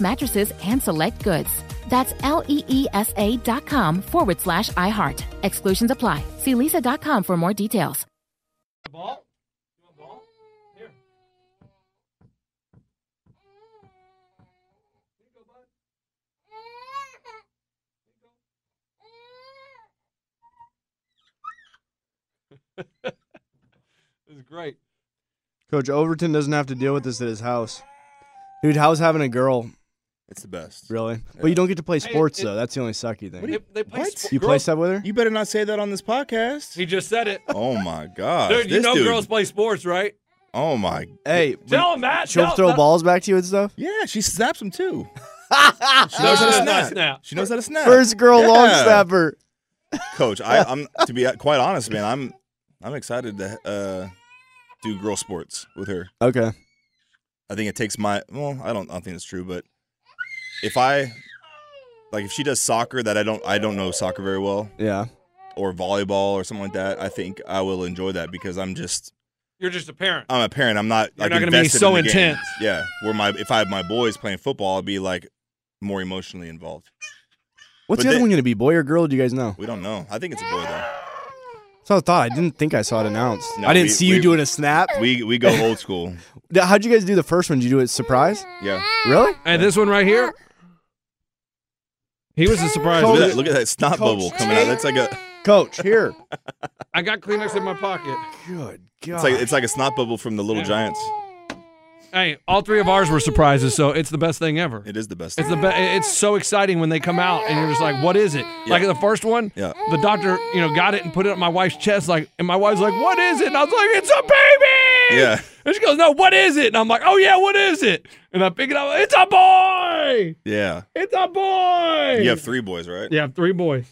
Speaker 8: mattresses and select goods. That's L E E S A dot com forward slash iHeart. Exclusions apply. See lisa.com for more details.
Speaker 4: Ball? This is great.
Speaker 3: Coach Overton doesn't have to deal with this at his house. Dude, how's having a girl
Speaker 6: It's the best.
Speaker 3: Really? But you don't get to play sports though. That's the only sucky thing.
Speaker 4: They, they play sp-
Speaker 3: You play
Speaker 4: girls-
Speaker 3: sub with her?
Speaker 6: You better not say that on this podcast.
Speaker 4: He just said it.
Speaker 6: Oh my god,
Speaker 4: Dude, you know girls play sports, right?
Speaker 6: Oh my.
Speaker 3: Hey,
Speaker 4: Tell him that.
Speaker 3: She'll
Speaker 4: tell-
Speaker 3: throw
Speaker 4: tell-
Speaker 3: balls back to you and stuff.
Speaker 6: Yeah, she snaps them too.
Speaker 4: she
Speaker 6: knows how to snap.
Speaker 4: snap.
Speaker 6: She knows how to snap.
Speaker 3: First girl
Speaker 6: Yeah.
Speaker 3: long snapper.
Speaker 6: Coach, I, I'm to be quite honest, man. I'm I'm excited to uh, do girl sports with her.
Speaker 3: Okay.
Speaker 6: I think it takes my well, I don't I don't think it's true, but if I like if she does soccer that I don't I don't know soccer very well
Speaker 3: Yeah.
Speaker 6: or volleyball or something like that, I think I will enjoy that because I'm just
Speaker 4: You're just a parent.
Speaker 6: I'm a parent. I'm not
Speaker 4: You're
Speaker 6: like
Speaker 4: not gonna
Speaker 6: going
Speaker 4: be
Speaker 6: to
Speaker 4: so
Speaker 6: in the game.
Speaker 4: intense.
Speaker 6: Yeah, where my if I had my boys playing football, I'd be like more emotionally involved.
Speaker 3: What's
Speaker 6: But
Speaker 3: the other
Speaker 6: they-
Speaker 3: one gonna be? Boy or girl? Do you guys know?
Speaker 6: We don't know. I think it's a boy though.
Speaker 3: So I thought I didn't think I saw it announced.
Speaker 6: No,
Speaker 3: I didn't
Speaker 6: we-
Speaker 3: see you
Speaker 6: we-
Speaker 3: doing a snap.
Speaker 6: We we go old school.
Speaker 3: Now, How'd you guys do the first one? Did you do it surprise?
Speaker 6: Yeah.
Speaker 3: Really?
Speaker 4: And this one right here. He was a surprise.
Speaker 6: Look at
Speaker 4: Look
Speaker 6: that, look at that snot bubble coming out. That's like a
Speaker 3: Coach, here.
Speaker 4: I got Kleenex in my pocket.
Speaker 3: Good
Speaker 6: it's like it's like a snot bubble from the Little Giants.
Speaker 4: Hey, all three of ours were surprises, so it's the best thing ever.
Speaker 6: It is the best.
Speaker 4: It's the be- It's so exciting when they come out, and you're just like, "What is it?" Like the first one,
Speaker 6: Yeah.
Speaker 4: the doctor, you know, got it and put it on my wife's chest, like, and my wife's like, "What is it?" And I was like, "It's a baby."
Speaker 6: Yeah.
Speaker 4: And she goes, "No, what is it?" And I'm like, "Oh yeah, what is it?" And I pick it up. It's a boy.
Speaker 6: Yeah.
Speaker 4: It's a boy.
Speaker 6: You have three boys, right?
Speaker 4: You have three boys.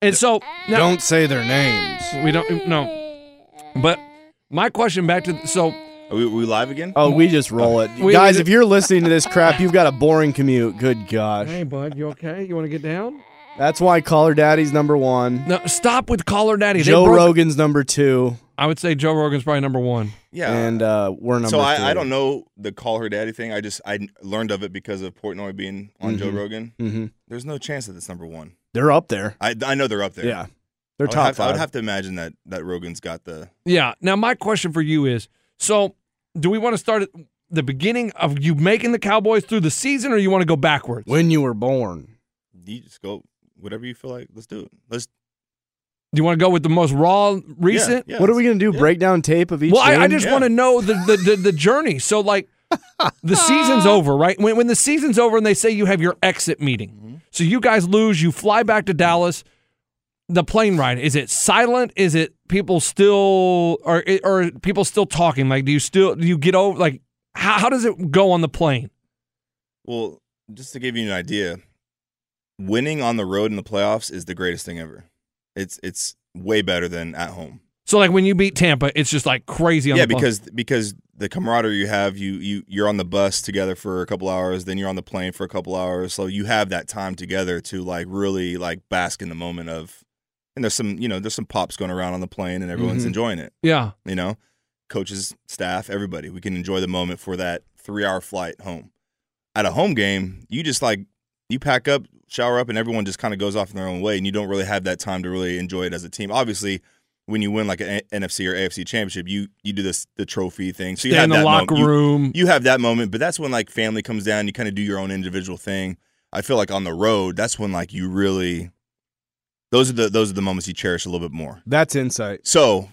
Speaker 4: And so now,
Speaker 3: Don't say their names.
Speaker 4: we don't no. But my question back to so
Speaker 6: Are we, we live again?
Speaker 3: Oh, we just roll it.
Speaker 4: We-
Speaker 3: guys,
Speaker 4: we-
Speaker 3: if you're listening to this crap, you've got a boring commute. Good gosh.
Speaker 4: Hey bud, you okay? You want to get down?
Speaker 3: That's why Caller Daddy's number one.
Speaker 4: No, stop with caller daddy. They
Speaker 3: Joe
Speaker 4: broke-
Speaker 3: Rogan's number two.
Speaker 4: I would say Joe Rogan's probably number one.
Speaker 6: Yeah.
Speaker 3: And uh, we're number
Speaker 6: so
Speaker 3: three.
Speaker 6: I, I don't know the call her daddy thing. I just I learned of it because of Portnoy being on Joe
Speaker 3: Mhm.
Speaker 6: Rogan.
Speaker 3: Mhm.
Speaker 6: There's no chance that it's number one.
Speaker 3: They're up there.
Speaker 6: I I know they're up there.
Speaker 3: Yeah. They're
Speaker 6: I would
Speaker 3: top
Speaker 6: have- I would
Speaker 3: five.
Speaker 6: have to imagine that that Rogan's got the
Speaker 4: Yeah. Now my question for you is: so, do we want to start at the beginning of you making the Cowboys through the season, or you want to go backwards?
Speaker 3: When you were born.
Speaker 6: you just go whatever you feel like. Let's do it. Let's
Speaker 4: Do you want to go with the most raw recent?
Speaker 6: Yeah,
Speaker 3: what are we going to do? Breakdown tape of each
Speaker 4: Well,
Speaker 3: game?
Speaker 4: I, I just want to know the, the the the journey. So, like, the season's over, right? When when the season's over and they say you have your exit meeting,
Speaker 6: Mm-hmm.
Speaker 4: so you guys lose, you fly back to Dallas. The plane ride is it silent? Is it people still or or people still talking? Like, do you still do you get over? Like, how how does it go on the plane?
Speaker 6: Well, just to give you an idea, winning on the road in the playoffs is the greatest thing ever. It's it's way better than at home.
Speaker 4: So like when you beat Tampa, it's just like crazy on
Speaker 6: yeah,
Speaker 4: the plane.
Speaker 6: because because the camaraderie you have, you you you're on the bus together for a couple hours, then you're on the plane for a couple hours, so you have that time together to like really like bask in the moment of. And there's some you know there's some pops going around on the plane, and everyone's
Speaker 4: Mhm.
Speaker 6: enjoying it.
Speaker 4: yeah,
Speaker 6: You know, coaches, staff, everybody, we can enjoy the moment for that three hour flight home. At a home game, you just like you pack up, shower up, and everyone just kind of goes off in their own way, and you don't really have that time to really enjoy it as a team. Obviously, when you win like an A- NFC or AFC championship, you you do this the trophy thing, so you
Speaker 4: Stay
Speaker 6: have
Speaker 4: in the
Speaker 6: that
Speaker 4: locker
Speaker 6: moment. You-
Speaker 4: room.
Speaker 6: You, have that moment, but that's when like family comes down. You kind of do your own individual thing. I feel like on the road, that's when like you really those are the those are the moments you cherish a little bit more.
Speaker 3: That's insight.
Speaker 6: So,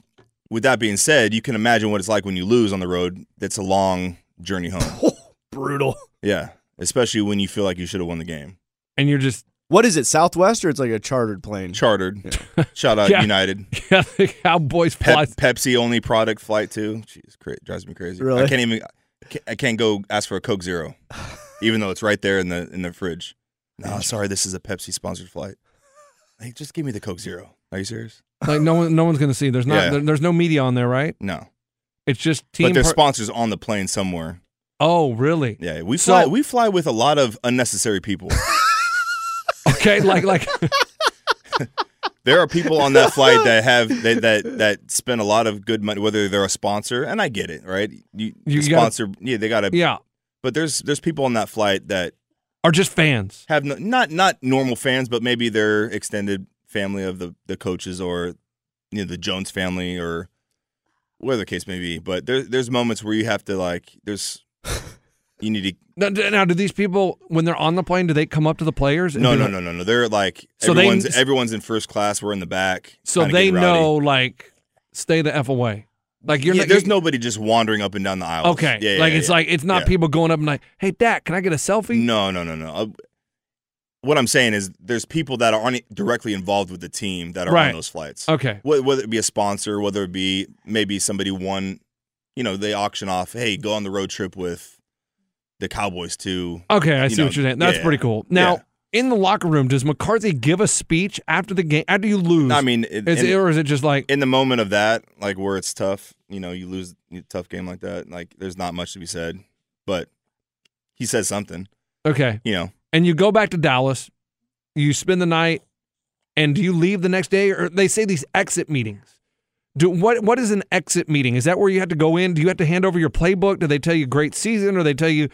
Speaker 6: with that being said, you can imagine what it's like when you lose on the road. That's a long journey home.
Speaker 3: Brutal.
Speaker 6: yeah, especially when you feel like you should have won the game.
Speaker 4: and you're just
Speaker 3: What is it, Southwest or it's like a chartered plane?
Speaker 6: Chartered. Shout out
Speaker 4: Yeah.
Speaker 6: United.
Speaker 4: yeah, the Cowboys
Speaker 6: Pep-
Speaker 4: fly.
Speaker 6: Pepsi only product flight too. Jeez, cra- drives me crazy.
Speaker 3: Really?
Speaker 6: I can't even. I can't- I can't go ask for a Coke Zero, even though it's right there in the in the fridge. No, sorry, this is a Pepsi sponsored flight. Like, just give me the Coke Zero. Are you serious?
Speaker 4: Like no one, no one's gonna see. There's not.
Speaker 6: Yeah.
Speaker 4: there- there's no media on there, right?
Speaker 6: No,
Speaker 4: It's just team.
Speaker 6: but there's
Speaker 4: per-
Speaker 6: sponsors on the plane somewhere.
Speaker 4: oh, really?
Speaker 6: Yeah, we
Speaker 4: So-
Speaker 6: fly. we fly with a lot of unnecessary people.
Speaker 4: Okay, like like
Speaker 6: There are people on that flight that have that that that spend a lot of good money, whether they're a sponsor, and I get it, right? You,
Speaker 4: You
Speaker 6: the
Speaker 4: gotta-
Speaker 6: sponsor, yeah, they gotta,
Speaker 4: yeah,
Speaker 6: But there's there's people on that flight that
Speaker 4: are just fans.
Speaker 6: have no, not not normal fans, but maybe their extended family of the the coaches or you know the Jones family or whatever the case may be. But there, there's moments where you have to like, there's you need
Speaker 4: Now, d- now, do these people when they're on the plane, do they come up to the players?
Speaker 6: to
Speaker 4: and
Speaker 6: no
Speaker 4: be
Speaker 6: no
Speaker 4: like-
Speaker 6: no no no. They're like
Speaker 4: So they-
Speaker 6: everyone's everyone's in first class. We're in the back.
Speaker 4: So
Speaker 6: kinda getting
Speaker 4: they
Speaker 6: rowdy.
Speaker 4: know like stay the f away. Like you're
Speaker 6: Yeah,
Speaker 4: not,
Speaker 6: there's nobody just wandering up and down the aisle.
Speaker 4: Okay. like it's like it's not people going up and like, hey Dak, can I get a selfie?
Speaker 6: No, no, no, no. Uh, What I'm saying is, there's people that aren't directly involved with the team that are
Speaker 4: Right.
Speaker 6: on those flights.
Speaker 4: Okay.
Speaker 6: Wh- whether it be a sponsor, whether it be maybe somebody won, you know, they auction off. Hey, go on the road trip with the Cowboys too.
Speaker 4: Okay, I see what you're saying. That's pretty cool. Now, in the locker room, does McCarthy give a speech after the game? After you lose?
Speaker 6: I mean, it-
Speaker 4: is
Speaker 6: in-
Speaker 4: it, or is it just like
Speaker 6: in the moment of that, like where it's tough, you know, you lose a tough game like that. Like there's not much to be said, but he says something.
Speaker 4: okay?
Speaker 6: You know,
Speaker 4: And you go back to Dallas, you spend the night, and do you leave the next day? Or they say these exit meetings. Do what? What is an exit meeting? Is that where you have to go in? Do you have to hand over your playbook? Do they tell you great season, or they tell you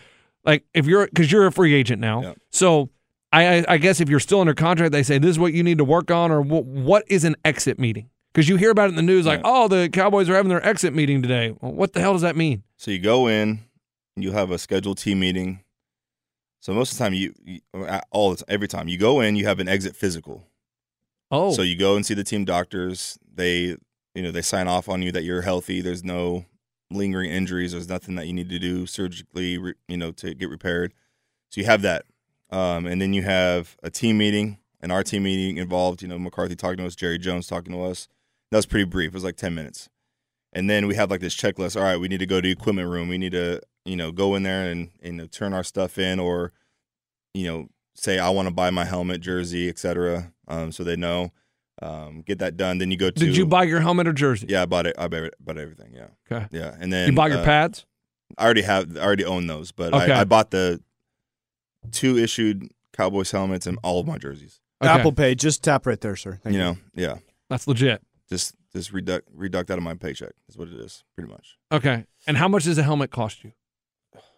Speaker 4: like if you're because you're a free agent now? So I, I I guess if you're still under contract, they say this is what you need to work on, or what, what is an exit meeting? Because you hear about it in the news, like oh the Cowboys are having their exit meeting today. Well, what the hell does that mean?
Speaker 6: So you go in, you have a scheduled team meeting. So most of the time, you, you uh, all the time, every time you go in, you have an exit physical.
Speaker 4: Oh,
Speaker 6: So you go and see the team doctors. They, you know, they sign off on you that you're healthy. There's no lingering injuries. There's nothing that you need to do surgically, re- you know, to get repaired. So you have that, um, and then you have a team meeting. And our team meeting involved, you know, McCarthy talking to us, Jerry Jones talking to us. That was pretty brief. It was like ten minutes. And then we have like this checklist. All right, we need to go to the equipment room. We need to, you know, go in there and and turn our stuff in, or, you know, say I want to buy my helmet, jersey, etc. Um, so they know. Um, get that done. Then you go to.
Speaker 4: Did you buy your helmet or jersey?
Speaker 6: Yeah, I bought it. I bought, it- bought everything. Yeah.
Speaker 4: Okay.
Speaker 6: Yeah, and then uh,
Speaker 4: You bought your pads?
Speaker 6: I already have. I already own those, but
Speaker 4: Okay.
Speaker 6: I, I bought the two issued Cowboys helmets and all of my jerseys.
Speaker 3: Apple Pay, just tap right there, sir. Thank
Speaker 6: you know, yeah,
Speaker 4: that's legit.
Speaker 6: Just just reduct reduct out of my paycheck is what it is, pretty much.
Speaker 4: Okay. And how much does a helmet cost you?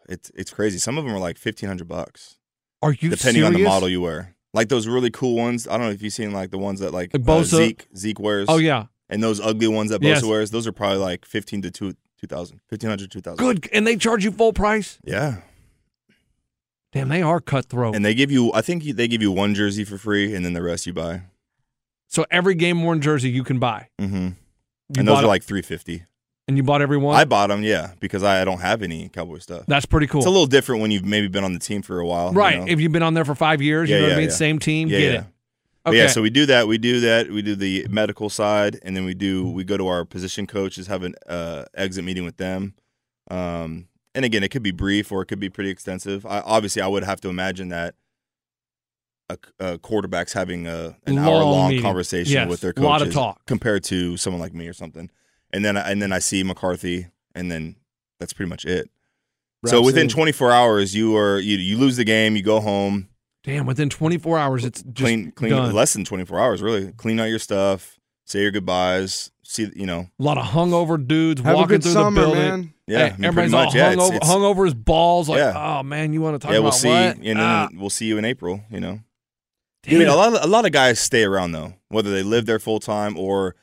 Speaker 6: It's it's crazy. Some of them are like fifteen hundred bucks.
Speaker 4: Are you
Speaker 6: depending on the
Speaker 4: serious?
Speaker 6: model you wear? Like those really cool ones. I don't know if you've seen like the ones that like
Speaker 4: Like
Speaker 6: uh,
Speaker 4: Bosa?
Speaker 6: Zeke Zeke wears.
Speaker 4: Oh, yeah.
Speaker 6: and those ugly ones that Bosa
Speaker 4: Yes.
Speaker 6: wears. Those are probably like fifteen to two two thousand, fifteen hundred two thousand.
Speaker 4: Good. And they charge you full price?
Speaker 6: Yeah.
Speaker 4: Damn, they are cutthroat.
Speaker 6: And they give you, I think you- they give you one jersey for free, and then the rest you buy.
Speaker 4: So every game worn jersey you can buy.
Speaker 6: Mm-hmm.
Speaker 4: You
Speaker 6: and those
Speaker 4: bought
Speaker 6: are
Speaker 4: it-
Speaker 6: like three fifty.
Speaker 4: And you bought every one?
Speaker 6: I bought them, yeah, because I, I don't have any cowboy stuff.
Speaker 4: That's pretty cool.
Speaker 6: It's a little different when you've maybe been on the team for a while, you
Speaker 4: right.
Speaker 6: know?
Speaker 4: If you've been on there for five years, you know what I mean? Same team,
Speaker 6: Yeah,
Speaker 4: get
Speaker 6: yeah.
Speaker 4: it.
Speaker 6: But Yeah,
Speaker 4: Okay.
Speaker 6: so we do that. We do that. We do the medical side, and then we do we go to our position coaches, have an uh, exit meeting with them. Um, and again, it could be brief or it could be pretty extensive. I, obviously, I would have to imagine that a, a quarterback's having a an
Speaker 4: Long
Speaker 6: hour long
Speaker 4: meeting.
Speaker 6: conversation
Speaker 4: Yes,
Speaker 6: with their coaches,
Speaker 4: lot of talk.
Speaker 6: compared to someone like me or something. And then I- and then I see McCarthy, and then that's pretty much it. so
Speaker 4: Wraps it
Speaker 6: within
Speaker 4: in.
Speaker 6: 24 hours, you are you you lose the game, you go home,
Speaker 4: Damn, within 24 hours, it's just
Speaker 6: clean clean
Speaker 4: done.
Speaker 6: less than 24 hours really clean out your stuff say your goodbyes see you know
Speaker 4: a lot of hungover dudes
Speaker 6: Have a
Speaker 4: walking
Speaker 6: good
Speaker 4: through
Speaker 6: summer,
Speaker 4: the building.
Speaker 6: man. Yeah,
Speaker 4: Hey,
Speaker 6: I mean, pretty
Speaker 4: everybody's
Speaker 6: much,
Speaker 4: all
Speaker 6: yeah,
Speaker 4: hungover,
Speaker 6: it's- it's-
Speaker 4: hungover as balls. Like,
Speaker 6: Yeah.
Speaker 4: oh man, you want to talk
Speaker 6: yeah
Speaker 4: about
Speaker 6: we'll see
Speaker 4: what?
Speaker 6: and then
Speaker 4: Ah.
Speaker 6: we'll see you in april you know i mean a lot, of, a lot of guys stay around though whether they live there full time or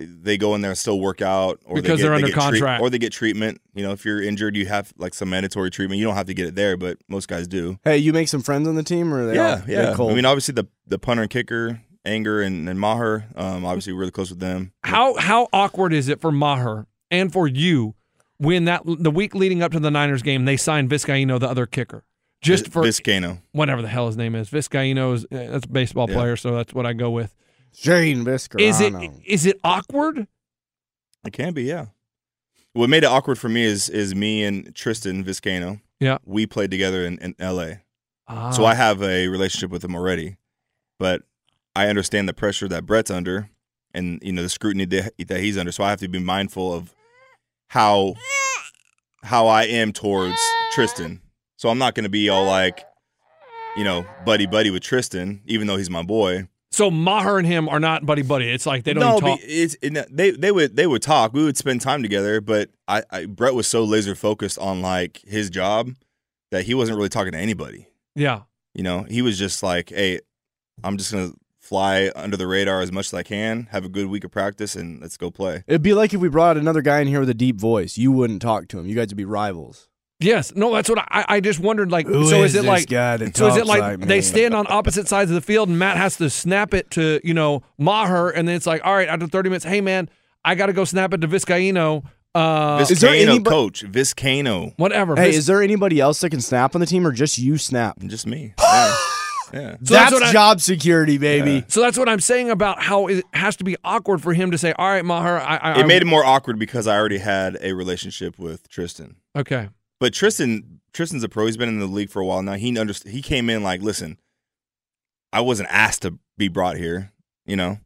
Speaker 6: they go in there and still work out or
Speaker 4: Because
Speaker 6: they get,
Speaker 4: they're
Speaker 6: they
Speaker 4: under
Speaker 6: get treat-
Speaker 4: contract.
Speaker 6: or they get treatment you know if you're injured you have like some mandatory treatment you don't have to get it there but most guys do
Speaker 3: Hey, you make some friends on the team, or are they
Speaker 6: yeah
Speaker 3: all- they
Speaker 6: yeah
Speaker 3: cold?
Speaker 6: i mean obviously the the punter and kicker anger and, and maher um, obviously we're really close with them
Speaker 4: How how awkward is it for Maher and for you when that the week leading up to the Niners game they signed Vizcaino, the other kicker, just
Speaker 6: Vis-
Speaker 4: for
Speaker 6: Vizcaino.
Speaker 4: whatever the hell his name is. Vizcaino is uh, that's a baseball
Speaker 6: Yeah.
Speaker 4: player, so that's what I go with.
Speaker 3: Jane
Speaker 4: Is it is it awkward?
Speaker 6: It can be, yeah. What made it awkward for me is is me and Tristan Viscano.
Speaker 4: Yeah.
Speaker 6: We played together in, in LA.
Speaker 4: Ah.
Speaker 6: So I have a relationship with him already. But I understand the pressure that Brett's under and you know the scrutiny that that he's under. So I have to be mindful of how how I am towards Tristan. So I'm not gonna be all like, you know, buddy buddy with Tristan, even though he's my boy.
Speaker 4: So Maher and him are not buddy buddy. It's like they don't
Speaker 6: no,
Speaker 4: even talk.
Speaker 6: but it's it, no, they they would they would talk. We would spend time together, but I, I Brett was so laser focused on like his job that he wasn't really talking to anybody.
Speaker 4: yeah.
Speaker 6: You know, he was just like, "Hey, I'm just gonna fly under the radar as much as I can. Have a good week of practice, and let's go play."
Speaker 3: It'd be like if we brought another guy in here with a deep voice. You wouldn't talk to him. You guys would be rivals.
Speaker 4: Yes. No, that's what I, I just wondered. Like,
Speaker 3: Who
Speaker 4: so
Speaker 3: is
Speaker 4: is, it
Speaker 3: this
Speaker 4: like,
Speaker 3: guy that
Speaker 4: so is it
Speaker 3: talks
Speaker 4: like,
Speaker 3: like me?
Speaker 4: they stand on opposite sides of the field and Matt has to snap it to, you know, Maher. And then it's like, all right, after 30 minutes, hey, man, I got to go snap it to Vizcaino. Uh,
Speaker 6: Viscano
Speaker 3: Is there anybo-
Speaker 6: coach Viscano.
Speaker 4: Whatever.
Speaker 3: Hey, is there anybody else that can snap on the team, or just you snap?
Speaker 6: Just me. yeah.
Speaker 4: So that's
Speaker 3: that's
Speaker 4: what I-
Speaker 3: job security, baby.
Speaker 4: So that's what I'm saying about how it has to be awkward for him to say, "All right, Maher, I." I
Speaker 6: It made it more awkward because I already had a relationship with Tristan.
Speaker 4: Okay.
Speaker 6: But Tristan, Tristan's a pro. He's been in the league for a while now. He underst- He came in like, listen, I wasn't asked to be brought here. You know,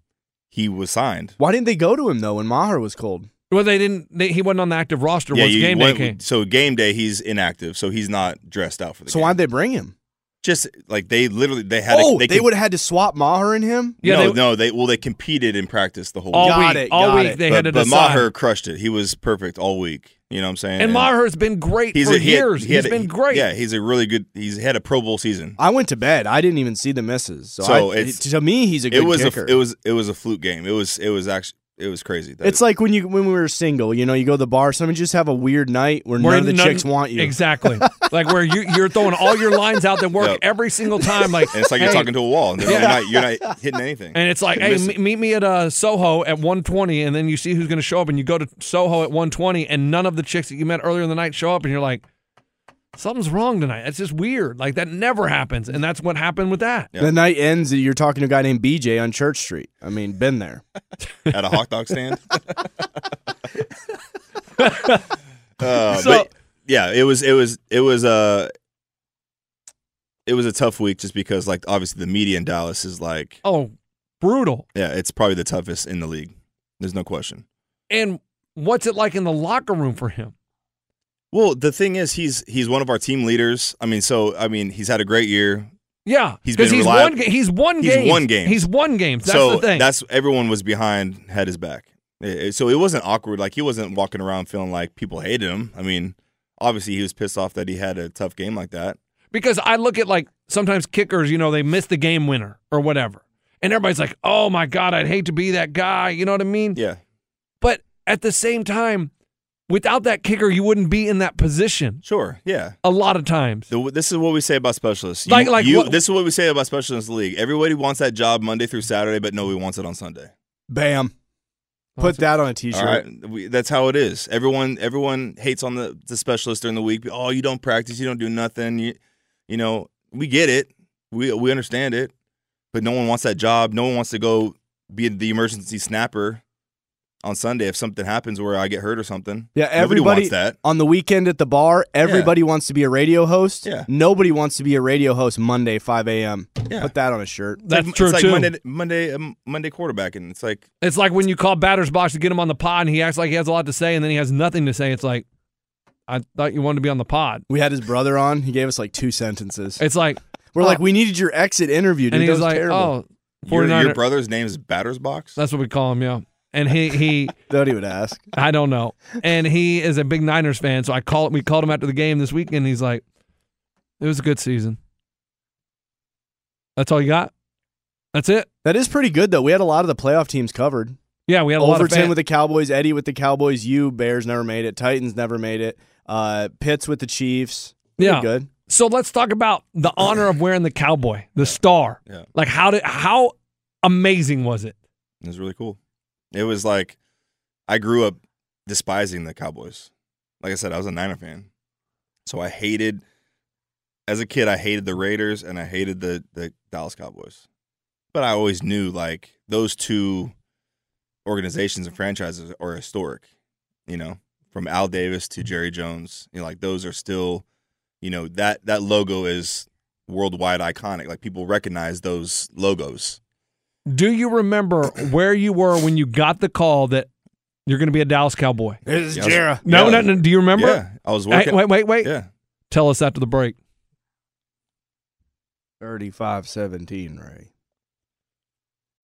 Speaker 6: he was signed.
Speaker 3: Why didn't they go to him though when Maher was cold?
Speaker 4: Well, they didn't. They, he wasn't on the active roster once
Speaker 6: you-
Speaker 4: game day
Speaker 6: when-
Speaker 4: came.
Speaker 6: So game day, he's inactive, so he's not dressed out for the.
Speaker 3: So why'd they bring him?
Speaker 6: Just like they literally, they had.
Speaker 3: oh,
Speaker 6: a, they,
Speaker 3: they,
Speaker 6: com-
Speaker 3: would have had to swap Maher and him.
Speaker 6: no, no, they well, they competed in practice the whole
Speaker 3: All
Speaker 6: week.
Speaker 3: Got week, it, all got week it. they
Speaker 6: but,
Speaker 3: had to
Speaker 6: But
Speaker 3: decide.
Speaker 6: Maher crushed it. He was perfect all week. You know what I'm saying?
Speaker 4: and Maher's been great
Speaker 6: he's
Speaker 4: for
Speaker 6: a- he had-
Speaker 4: years.
Speaker 6: he had
Speaker 4: has
Speaker 6: a-
Speaker 4: been great.
Speaker 6: Yeah, he's a really good. He's had a Pro Bowl season.
Speaker 3: I went to bed. I didn't even see the misses. So,
Speaker 6: So
Speaker 3: I-
Speaker 6: it's-
Speaker 3: to me, he's a good
Speaker 6: it was
Speaker 3: kicker.
Speaker 6: A, it was it was a fluke game. It was it was actually it was crazy. That
Speaker 3: it's like when you when we were single. You know, you go to the bar. Some just have a weird night where, none of the
Speaker 4: none-
Speaker 3: chicks want you.
Speaker 4: Exactly. like where you, you're throwing all your lines out that work every single time. Like
Speaker 6: and it's like you're
Speaker 4: hey,
Speaker 6: talking to a wall. And then
Speaker 4: Yeah.
Speaker 6: you're, not, you're not hitting anything.
Speaker 4: And it's like,
Speaker 6: You're
Speaker 4: hey,
Speaker 6: missing-
Speaker 4: me- meet me at uh, Soho at 120, and then you see who's going to show up, and you go to Soho at 120, and none of the chicks that you met earlier in the night show up, and you're like, something's wrong tonight. That's just weird. Like that never happens, and that's what happened with that.
Speaker 3: The night ends and you're talking to a guy named BJ on Church Street. I mean, been there.
Speaker 6: at a hot dog stand. Uh,
Speaker 3: So-
Speaker 6: but yeah, it was it was it was uh it was a tough week just because like obviously the media in Dallas is like
Speaker 4: Oh, brutal.
Speaker 6: yeah, it's probably the toughest in the league. There's no question.
Speaker 4: And what's it like in the locker room for him?
Speaker 6: Well, the thing is he's he's one of our team leaders. I mean, so I mean, he's had a great year.
Speaker 4: Yeah,
Speaker 6: He's
Speaker 4: 'cause
Speaker 6: been
Speaker 4: he's
Speaker 6: reliable.
Speaker 4: won. ga- He's won
Speaker 6: He's
Speaker 4: games.
Speaker 6: won games.
Speaker 4: He's won games. That's
Speaker 6: so
Speaker 4: the thing.
Speaker 6: that's everyone was behind had his back. Eh, eh, So it wasn't awkward. Like he wasn't walking around feeling like people hated him. I mean, obviously he was pissed off that he had a tough game like that.
Speaker 4: because I look at like sometimes kickers, you know, they miss the game winner or whatever. And everybody's like, oh my God, I'd hate to be that guy. You know what I mean?
Speaker 6: Yeah.
Speaker 4: But at the same time, without that kicker, you wouldn't be in that position.
Speaker 6: Sure. Yeah.
Speaker 4: A lot of times.
Speaker 6: The, this is what we say about specialists.
Speaker 4: Like- like
Speaker 6: you,
Speaker 4: what-
Speaker 6: this is what we say about specialists in the league. Everybody wants that job Monday through Saturday, but nobody wants it on Sunday.
Speaker 3: Bam. Put that on a t
Speaker 6: All
Speaker 3: shirt.
Speaker 6: right? We- that's how it is. Everyone, everyone hates on the, the specialist during the week. Oh, you don't practice, you don't do nothing. You, you know, we get it. We we understand it, but no one wants that job. No one wants to go be the emergency snapper on Sunday if something happens where I get hurt or something.
Speaker 3: Yeah,
Speaker 6: Nobody
Speaker 3: everybody
Speaker 6: wants that.
Speaker 3: on the weekend at the bar. Everybody wants to be a radio host. Yeah. Nobody wants to be a radio host Monday five a.m.
Speaker 6: Yeah.
Speaker 3: Put that on a shirt.
Speaker 6: It's like- it's like Monday, Monday, um, Monday quarterback, and it's like
Speaker 4: It's like when you call batter's box to get him on the pod and he acts like he has a lot to say and then he has nothing to say. It's like, I thought you wanted to be on the pod.
Speaker 3: We had his brother on. He gave us like two sentences.
Speaker 4: It's like
Speaker 3: We're
Speaker 4: oh.
Speaker 3: like, we needed your exit interview, dude.
Speaker 4: And he
Speaker 3: that
Speaker 4: was like,
Speaker 3: terrible.
Speaker 4: oh,
Speaker 6: your,
Speaker 4: 49er
Speaker 6: your brother's name is Batters Box.
Speaker 4: That's what we call him, yeah. And he he
Speaker 3: thought he would ask.
Speaker 4: I don't know. And he is a big Niners fan, so I call we called him after the game this weekend. He's like, "It was a good season. That's all you got. That's it.
Speaker 3: That is pretty good though. We had a lot of the playoff teams covered.
Speaker 4: Yeah, we had a lot of
Speaker 3: Overton
Speaker 4: fan-
Speaker 3: with the Cowboys, Eddie with the Cowboys, you Bears never made it, Titans never made it, uh, Pitts with the Chiefs. Pretty
Speaker 4: yeah,
Speaker 3: good.
Speaker 4: So let's talk about the honor of wearing the cowboy, the star.
Speaker 6: Yeah.
Speaker 4: Like how did how amazing was it?
Speaker 6: It was really cool. It was like I grew up despising the Cowboys. Like I said, I was a Niner fan, so I hated. As a kid, I hated the Raiders and I hated the the Dallas Cowboys, but I always knew like those two organizations and franchises are historic. You know, from Al Davis to Jerry Jones, you know, like those are still, you know, that that logo is worldwide iconic. Like people recognize those logos.
Speaker 4: Do you remember where you were when you got the call that you're going to be a Dallas Cowboy?
Speaker 3: This
Speaker 6: Yeah, I was-
Speaker 4: No,
Speaker 6: yeah.
Speaker 4: no, no. Do you remember?
Speaker 6: Yeah, I was
Speaker 4: Hey,
Speaker 6: working.
Speaker 4: wait, wait, wait.
Speaker 6: Yeah.
Speaker 4: Tell us after the break.
Speaker 3: 35 17, Ray.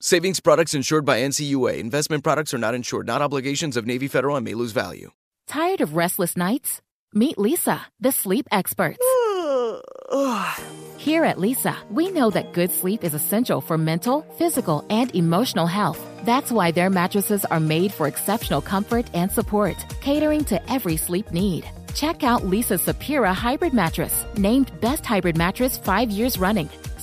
Speaker 7: Savings products insured by NCUA. Investment products are not insured, not obligations of Navy Federal and may lose value.
Speaker 8: Tired of restless nights? Meet Lisa, the sleep experts. Here at Lisa, we know that good sleep is essential for mental, physical, and emotional health. That's why their mattresses are made for exceptional comfort and support, catering to every sleep need. Check out Lisa's Sapira hybrid mattress, named Best Hybrid Mattress 5 years running.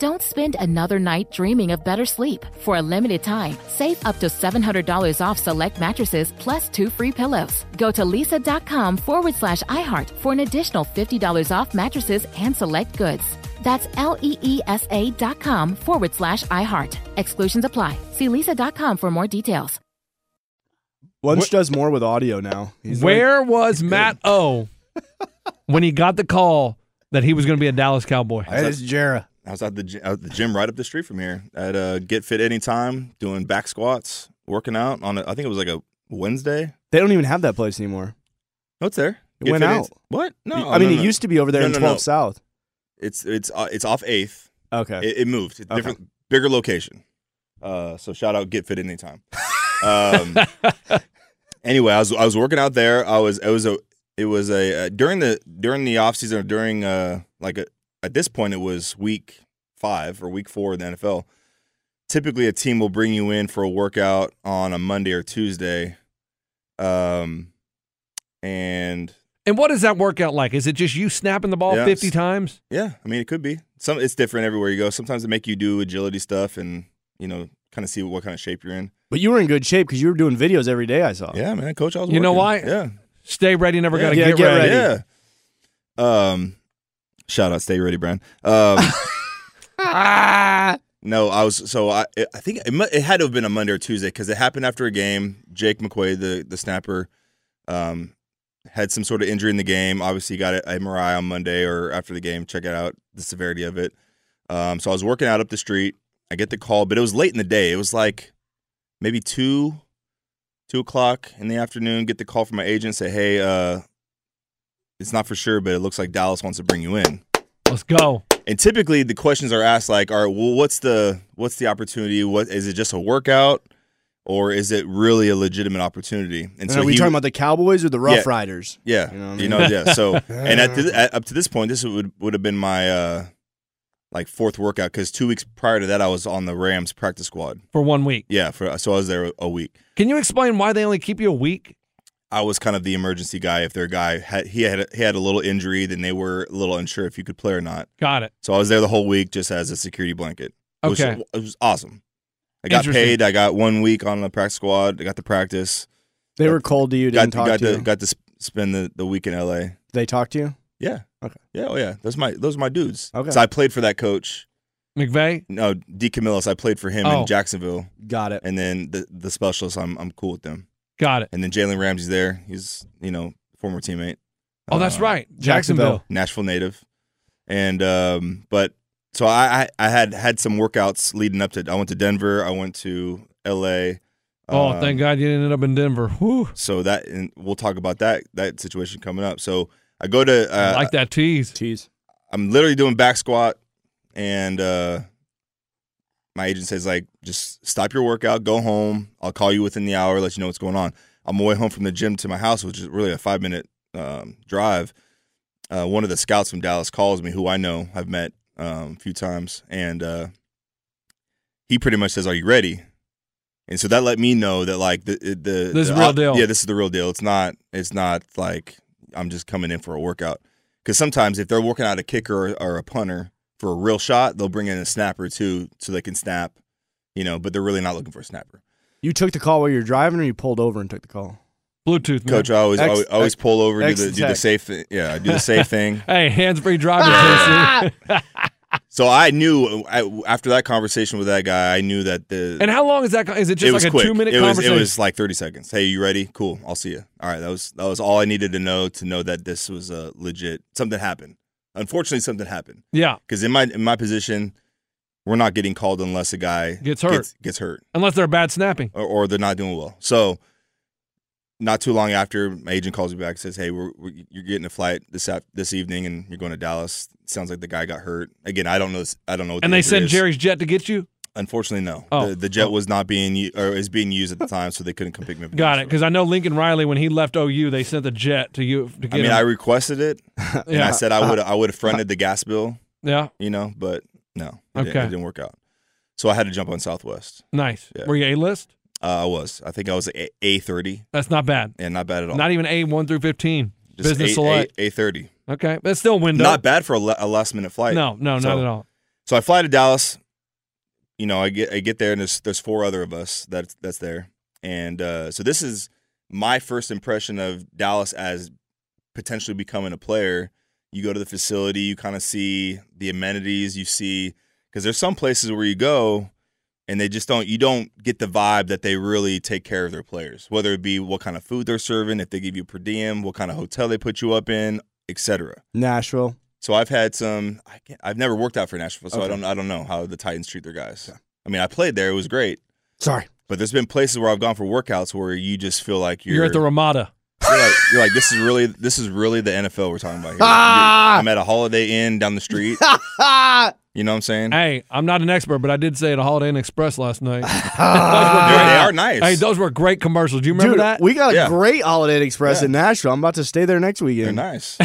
Speaker 8: Don't spend another night dreaming of better sleep. For a limited time, save up to $700 off select mattresses plus two free pillows. Go to lisa.com forward slash iHeart for an additional $50 off mattresses and select goods. That's L E E S A dot com forward slash iHeart. Exclusions apply. See lisa.com for more details.
Speaker 3: Lunch does more with audio now. He's
Speaker 4: Where was Matt O when he got the call that he was going to be a Dallas Cowboy?
Speaker 3: Jera.
Speaker 6: I was at the gy- at the gym right up the street from here at uh, Get Fit Anytime, doing back squats, working out on. A, I think it was like a Wednesday.
Speaker 3: They don't even have that place anymore.
Speaker 6: No, it's there.
Speaker 3: It
Speaker 6: Get
Speaker 3: went
Speaker 6: Fit
Speaker 3: out.
Speaker 6: Any- What? No,
Speaker 3: I mean,
Speaker 6: no,
Speaker 3: it
Speaker 6: no.
Speaker 3: used to be over there
Speaker 6: No,
Speaker 3: in
Speaker 6: no,
Speaker 3: 12
Speaker 6: no.
Speaker 3: South.
Speaker 6: It's it's uh, it's off Eighth.
Speaker 3: Okay.
Speaker 6: It, it moved. It's
Speaker 3: Okay.
Speaker 6: Different, bigger location. Uh, so shout out Get Fit Anytime. Um, anyway, I was I was working out there. I was it was a it was a uh, during the during the off season or during uh like a, at this point it was week five or week four in the NFL. Typically, a team will bring you in for a workout on a Monday or Tuesday, um, and
Speaker 4: And what is that workout like? Is it just you snapping the ball
Speaker 6: Yeah,
Speaker 4: 50
Speaker 6: it's-
Speaker 4: times?
Speaker 6: yeah, I mean it could be. Some it's different everywhere you go. Sometimes they make you do agility stuff and you know kind of see what kind of shape you're in.
Speaker 3: But you were in good shape because you were doing videos every day, I saw.
Speaker 6: Yeah, man. Coach, I was
Speaker 4: You know why?
Speaker 6: working. Yeah.
Speaker 4: Stay ready, never got to
Speaker 3: Yeah,
Speaker 4: get,
Speaker 3: get
Speaker 4: ready.
Speaker 3: ready.
Speaker 6: Yeah. Um, shout out, stay ready, Brian. Um, no, I was so I I think it, mu- it had to have been a Monday or Tuesday because it happened after a game. Jake McQuaid, the the snapper, um, had some sort of injury in the game. Obviously, he got an MRI on Monday or after the game. Check it out the severity of it. Um, so I was working out up the street. I get the call, but it was late in the day. It was like maybe two, two o'clock in the afternoon. Get the call from my agent. Say, hey, uh, it's not for sure, but it looks like Dallas wants to bring you in.
Speaker 4: Let's go.
Speaker 6: And typically, the questions are asked like, "All right, well, what's the what's the opportunity? What is it? Just a workout, or is it really a legitimate opportunity?"
Speaker 3: And are we
Speaker 6: he-
Speaker 3: talking about the Cowboys or the Rough
Speaker 6: Yeah.
Speaker 3: Riders?
Speaker 6: Yeah,
Speaker 3: You know what I
Speaker 6: you
Speaker 3: mean?
Speaker 6: know, yeah. So, and at, the, at up to this point, this would would have been my uh like fourth workout because two weeks prior to that, I was on the Rams practice squad.
Speaker 4: For one week.
Speaker 6: Yeah, for so I was there a week.
Speaker 4: Can you explain why they only keep you a week?
Speaker 6: I was kind of the emergency guy. If their guy had he had he had a little injury, then they were a little unsure if you could play or not.
Speaker 4: Got it.
Speaker 6: So I was there the whole week just as a security blanket. Which
Speaker 4: Okay.
Speaker 6: it was awesome. I got
Speaker 3: Interesting.
Speaker 6: paid. I got one week on the practice squad. I got the practice.
Speaker 3: They were cold to you,
Speaker 6: got
Speaker 3: didn't talk
Speaker 6: got
Speaker 3: to you.
Speaker 6: to got to sp- spend the, the week in LA.
Speaker 3: They talked to you?
Speaker 6: Yeah.
Speaker 3: Okay.
Speaker 6: Yeah. Oh yeah. Those my those are my dudes.
Speaker 3: Okay.
Speaker 6: So I played for that coach.
Speaker 4: McVay?
Speaker 6: No, D. Camillus. I played for him
Speaker 4: Oh.
Speaker 6: in Jacksonville.
Speaker 3: Got it.
Speaker 6: And then the the specialists. I'm I'm cool with them.
Speaker 4: Got it.
Speaker 6: And then Jalen Ramsey's there. He's you know former teammate.
Speaker 4: Oh, that's
Speaker 6: Uh,
Speaker 4: right. Jacksonville.
Speaker 6: Nashville native, and um, but so I, I I had had some workouts leading up to. I went to Denver. I went to L.A.
Speaker 4: Oh,
Speaker 6: um,
Speaker 4: thank God you ended up in Denver. Whew.
Speaker 6: So that and we'll talk about that that situation coming up. So I go to
Speaker 4: I
Speaker 6: uh,
Speaker 4: like that tease.
Speaker 3: Tease.
Speaker 6: I'm literally doing back squat, and uh, my agent says like, just stop your workout, go home. I'll call you within the hour, let you know what's going on. I'm on my way home from the gym to my house, which is really a five minute um, drive. Uh, one of the scouts from Dallas calls me, who I know, I've met um, a few times, and uh, he pretty much says, "Are you ready?" And so that let me know that like the the
Speaker 4: This is
Speaker 6: the-
Speaker 4: real deal.
Speaker 6: Yeah, this is the real deal. It's not it's not like I'm just coming in for a workout. Because sometimes if they're working out a kicker or, or a punter for a real shot, they'll bring in a snapper too, so they can snap. You know, but they're really not looking for a snapper.
Speaker 3: You took the call while you were driving, or you pulled over and took the call?
Speaker 4: Bluetooth,
Speaker 6: Coach, uh, I always, I
Speaker 3: Ex-
Speaker 6: always, I always
Speaker 3: ex-
Speaker 6: pull over, do
Speaker 3: ex-
Speaker 6: the, do the
Speaker 3: tech.
Speaker 6: safe thing. Yeah, I do the safe thing.
Speaker 4: Hey, hands free driving.
Speaker 6: Ah!
Speaker 4: Tennessee.
Speaker 6: So I knew I, after that conversation with that guy, I knew that the
Speaker 4: And how long is that? con- Is it just
Speaker 6: it was
Speaker 4: like a
Speaker 6: quick.
Speaker 4: two minute
Speaker 6: it
Speaker 4: conversation?
Speaker 6: Was, it was like thirty seconds. Hey, you ready? Cool. I'll see you. All right. That was that was all I needed to know to know that this was a legit something happened. Unfortunately, something happened.
Speaker 4: yeah,
Speaker 6: Because in my in my position, we're not getting called unless a guy
Speaker 4: Gets hurt.
Speaker 6: Gets, gets hurt
Speaker 4: unless they're bad snapping.
Speaker 6: or, or they're not doing well. So, not too long after, my agent calls me back and says, "Hey, we're, we you're getting a flight this af- this evening, and you're going to Dallas. Sounds like the guy got hurt again. I don't know. this- I don't know. What
Speaker 4: And
Speaker 6: the
Speaker 4: they
Speaker 6: injury
Speaker 4: sent
Speaker 6: is.
Speaker 4: Jerry's jet to get you.
Speaker 6: Unfortunately, no.
Speaker 4: Oh.
Speaker 6: The, the jet was not being u- or is being used at the time, so they couldn't come pick me up.
Speaker 4: Got it. Because I know Lincoln Riley when he left OU, they sent the jet to you to get
Speaker 6: I mean,
Speaker 4: him.
Speaker 6: I requested it, and
Speaker 4: Yeah.
Speaker 6: I said I would I would have fronted the gas bill.
Speaker 4: Yeah.
Speaker 6: you know, but no, it, didn't,
Speaker 4: Okay.
Speaker 6: it didn't work out. So I had to jump on Southwest.
Speaker 4: nice.
Speaker 6: Yeah.
Speaker 4: Were you a list?
Speaker 6: Uh, I was. I think I was a A thirty.
Speaker 4: That's not bad.
Speaker 6: Yeah, not bad at all.
Speaker 4: Not even a one through fifteen.
Speaker 6: Just
Speaker 4: Business
Speaker 6: A-
Speaker 4: select.
Speaker 6: A thirty.
Speaker 4: Okay, that's still a window.
Speaker 6: Not bad for a, la- a last minute flight.
Speaker 4: No, no,
Speaker 6: So-
Speaker 4: not at all.
Speaker 6: So I fly to Dallas. You know, I get I get there and there's there's four other of us that's that's there, and uh, so this is my first impression of Dallas as potentially becoming a player. You go to the facility, you kind of see the amenities, you see because there's some places where you go and they just don't you don't get the vibe that they really take care of their players whether it be what kind of food they're serving if they give you per diem what kind of hotel they put you up in etc
Speaker 3: Nashville.
Speaker 6: so I've had some. I can't, I've never worked out for Nashville, so I
Speaker 3: Okay.
Speaker 6: don't. I don't know how the Titans treat their guys. I mean, I played there; it was great.
Speaker 3: Sorry.
Speaker 6: But there's been places where I've gone for workouts where you just feel like you're,
Speaker 4: You're, at the Ramada.
Speaker 6: You're like, you're like, this is really this is really the NFL we're talking about here.
Speaker 4: Ah!
Speaker 6: You're- I'm at a Holiday Inn down the street. you know what I'm saying?
Speaker 4: Hey, I'm not an expert, but I did say at a Holiday Inn Express last night. Those were
Speaker 6: They're- they
Speaker 4: great-
Speaker 6: are nice.
Speaker 4: Hey, those were great commercials. Do you remember
Speaker 3: Dude,
Speaker 4: that?
Speaker 3: we got a
Speaker 6: Yeah.
Speaker 3: great Holiday Inn Express
Speaker 6: Yeah.
Speaker 3: in Nashville. I'm about to stay there next
Speaker 6: They're
Speaker 3: weekend.
Speaker 6: nice.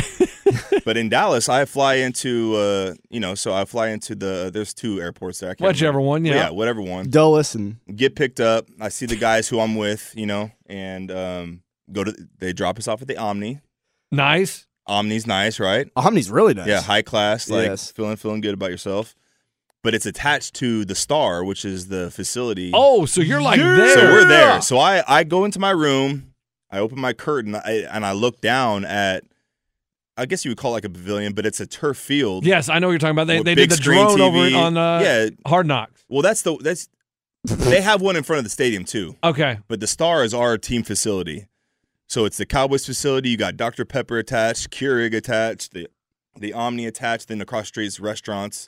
Speaker 6: but in Dallas, I fly into uh, you know, so I fly into the there's two airports there. I can't
Speaker 4: Whichever
Speaker 6: remember.
Speaker 4: one, yeah.
Speaker 6: yeah, whatever one.
Speaker 3: Dulles and
Speaker 6: get picked up. I see the guys who I'm with, you know, and um, go to. They drop us off at the Omni.
Speaker 4: Nice.
Speaker 6: Omni's nice, right?
Speaker 3: Omni's really nice.
Speaker 6: Yeah, high class, like
Speaker 3: Yes.
Speaker 6: feeling feeling good about yourself. But it's attached to the Star, which is the facility.
Speaker 4: Oh, so you're like there.
Speaker 6: So we're there. So I I go into my room, I open my curtain, I, and I look down at. I guess you would call it like a pavilion, but it's a turf field.
Speaker 4: Yes, I know what you're talking about. They,
Speaker 6: With
Speaker 4: they did
Speaker 6: big
Speaker 4: the
Speaker 6: screen
Speaker 4: drone over
Speaker 6: TV.
Speaker 4: on uh,
Speaker 6: Yeah.
Speaker 4: Hard Knocks.
Speaker 6: Well, that's the that's they have one in front of the stadium too.
Speaker 4: Okay.
Speaker 6: But the Star is our team facility. So it's the Cowboys facility. You got Dr. Pepper attached, Keurig attached, the the Omni attached, then across the streets, restaurants,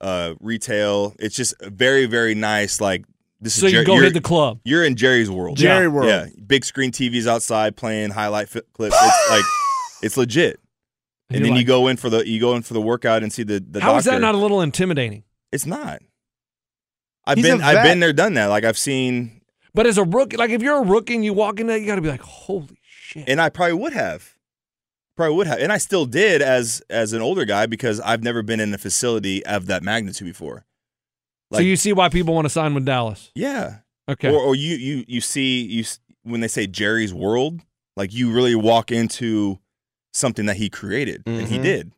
Speaker 6: uh, retail. It's just very, very nice. Like this
Speaker 4: So
Speaker 6: is
Speaker 4: you
Speaker 6: Jer-
Speaker 4: go
Speaker 6: you're-
Speaker 4: hit the club.
Speaker 6: You're in Jerry's world.
Speaker 3: Jerry
Speaker 6: yeah.
Speaker 3: World.
Speaker 6: Yeah. Big screen TVs outside playing highlight fi- clips. It's like it's legit. And,
Speaker 4: You're
Speaker 6: then you
Speaker 4: like-
Speaker 6: go in for the you go in for the workout and see the the
Speaker 4: How is
Speaker 6: doctor.
Speaker 4: that not a little intimidating?
Speaker 6: it's not. I've
Speaker 3: He's
Speaker 6: been
Speaker 3: a
Speaker 6: I've
Speaker 3: vet.
Speaker 6: been there, done that. Like I've seen
Speaker 4: But as a rookie, like if you're a rookie and you walk in there, you got to be like, holy shit.
Speaker 6: and I probably would have, probably would have, and I still did as as an older guy because I've never been in a facility of that magnitude before.
Speaker 4: so you see why people want to sign with Dallas.
Speaker 6: yeah,
Speaker 4: Okay.
Speaker 6: or, or you you you see you s- when they say Jerry's World, like you really walk into something that he created and he
Speaker 3: Mhm.
Speaker 6: did.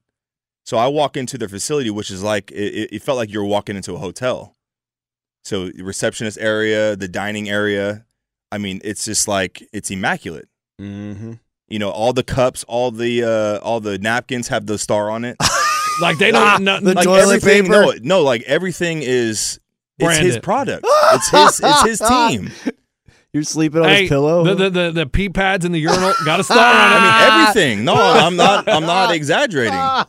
Speaker 6: So I walk into their facility, which is like it- it, it felt like you're walking into a hotel. So receptionist area, the dining area, I mean, it's just like it's immaculate.
Speaker 3: Mm-hmm.
Speaker 6: You know, all the cups, all the uh, all the napkins have the star on it.
Speaker 4: like they don't. no,
Speaker 3: the
Speaker 6: like
Speaker 3: toilet
Speaker 6: everything,
Speaker 3: paper.
Speaker 6: No, no, like everything is it's his
Speaker 4: Branded.
Speaker 6: product. it's his it's his team.
Speaker 3: You're sleeping on
Speaker 4: hey,
Speaker 3: his pillow.
Speaker 4: The, the, the, the pee pads in the urinal got a star on it.
Speaker 6: I mean everything. No, I'm not I'm not exaggerating.
Speaker 3: Ah.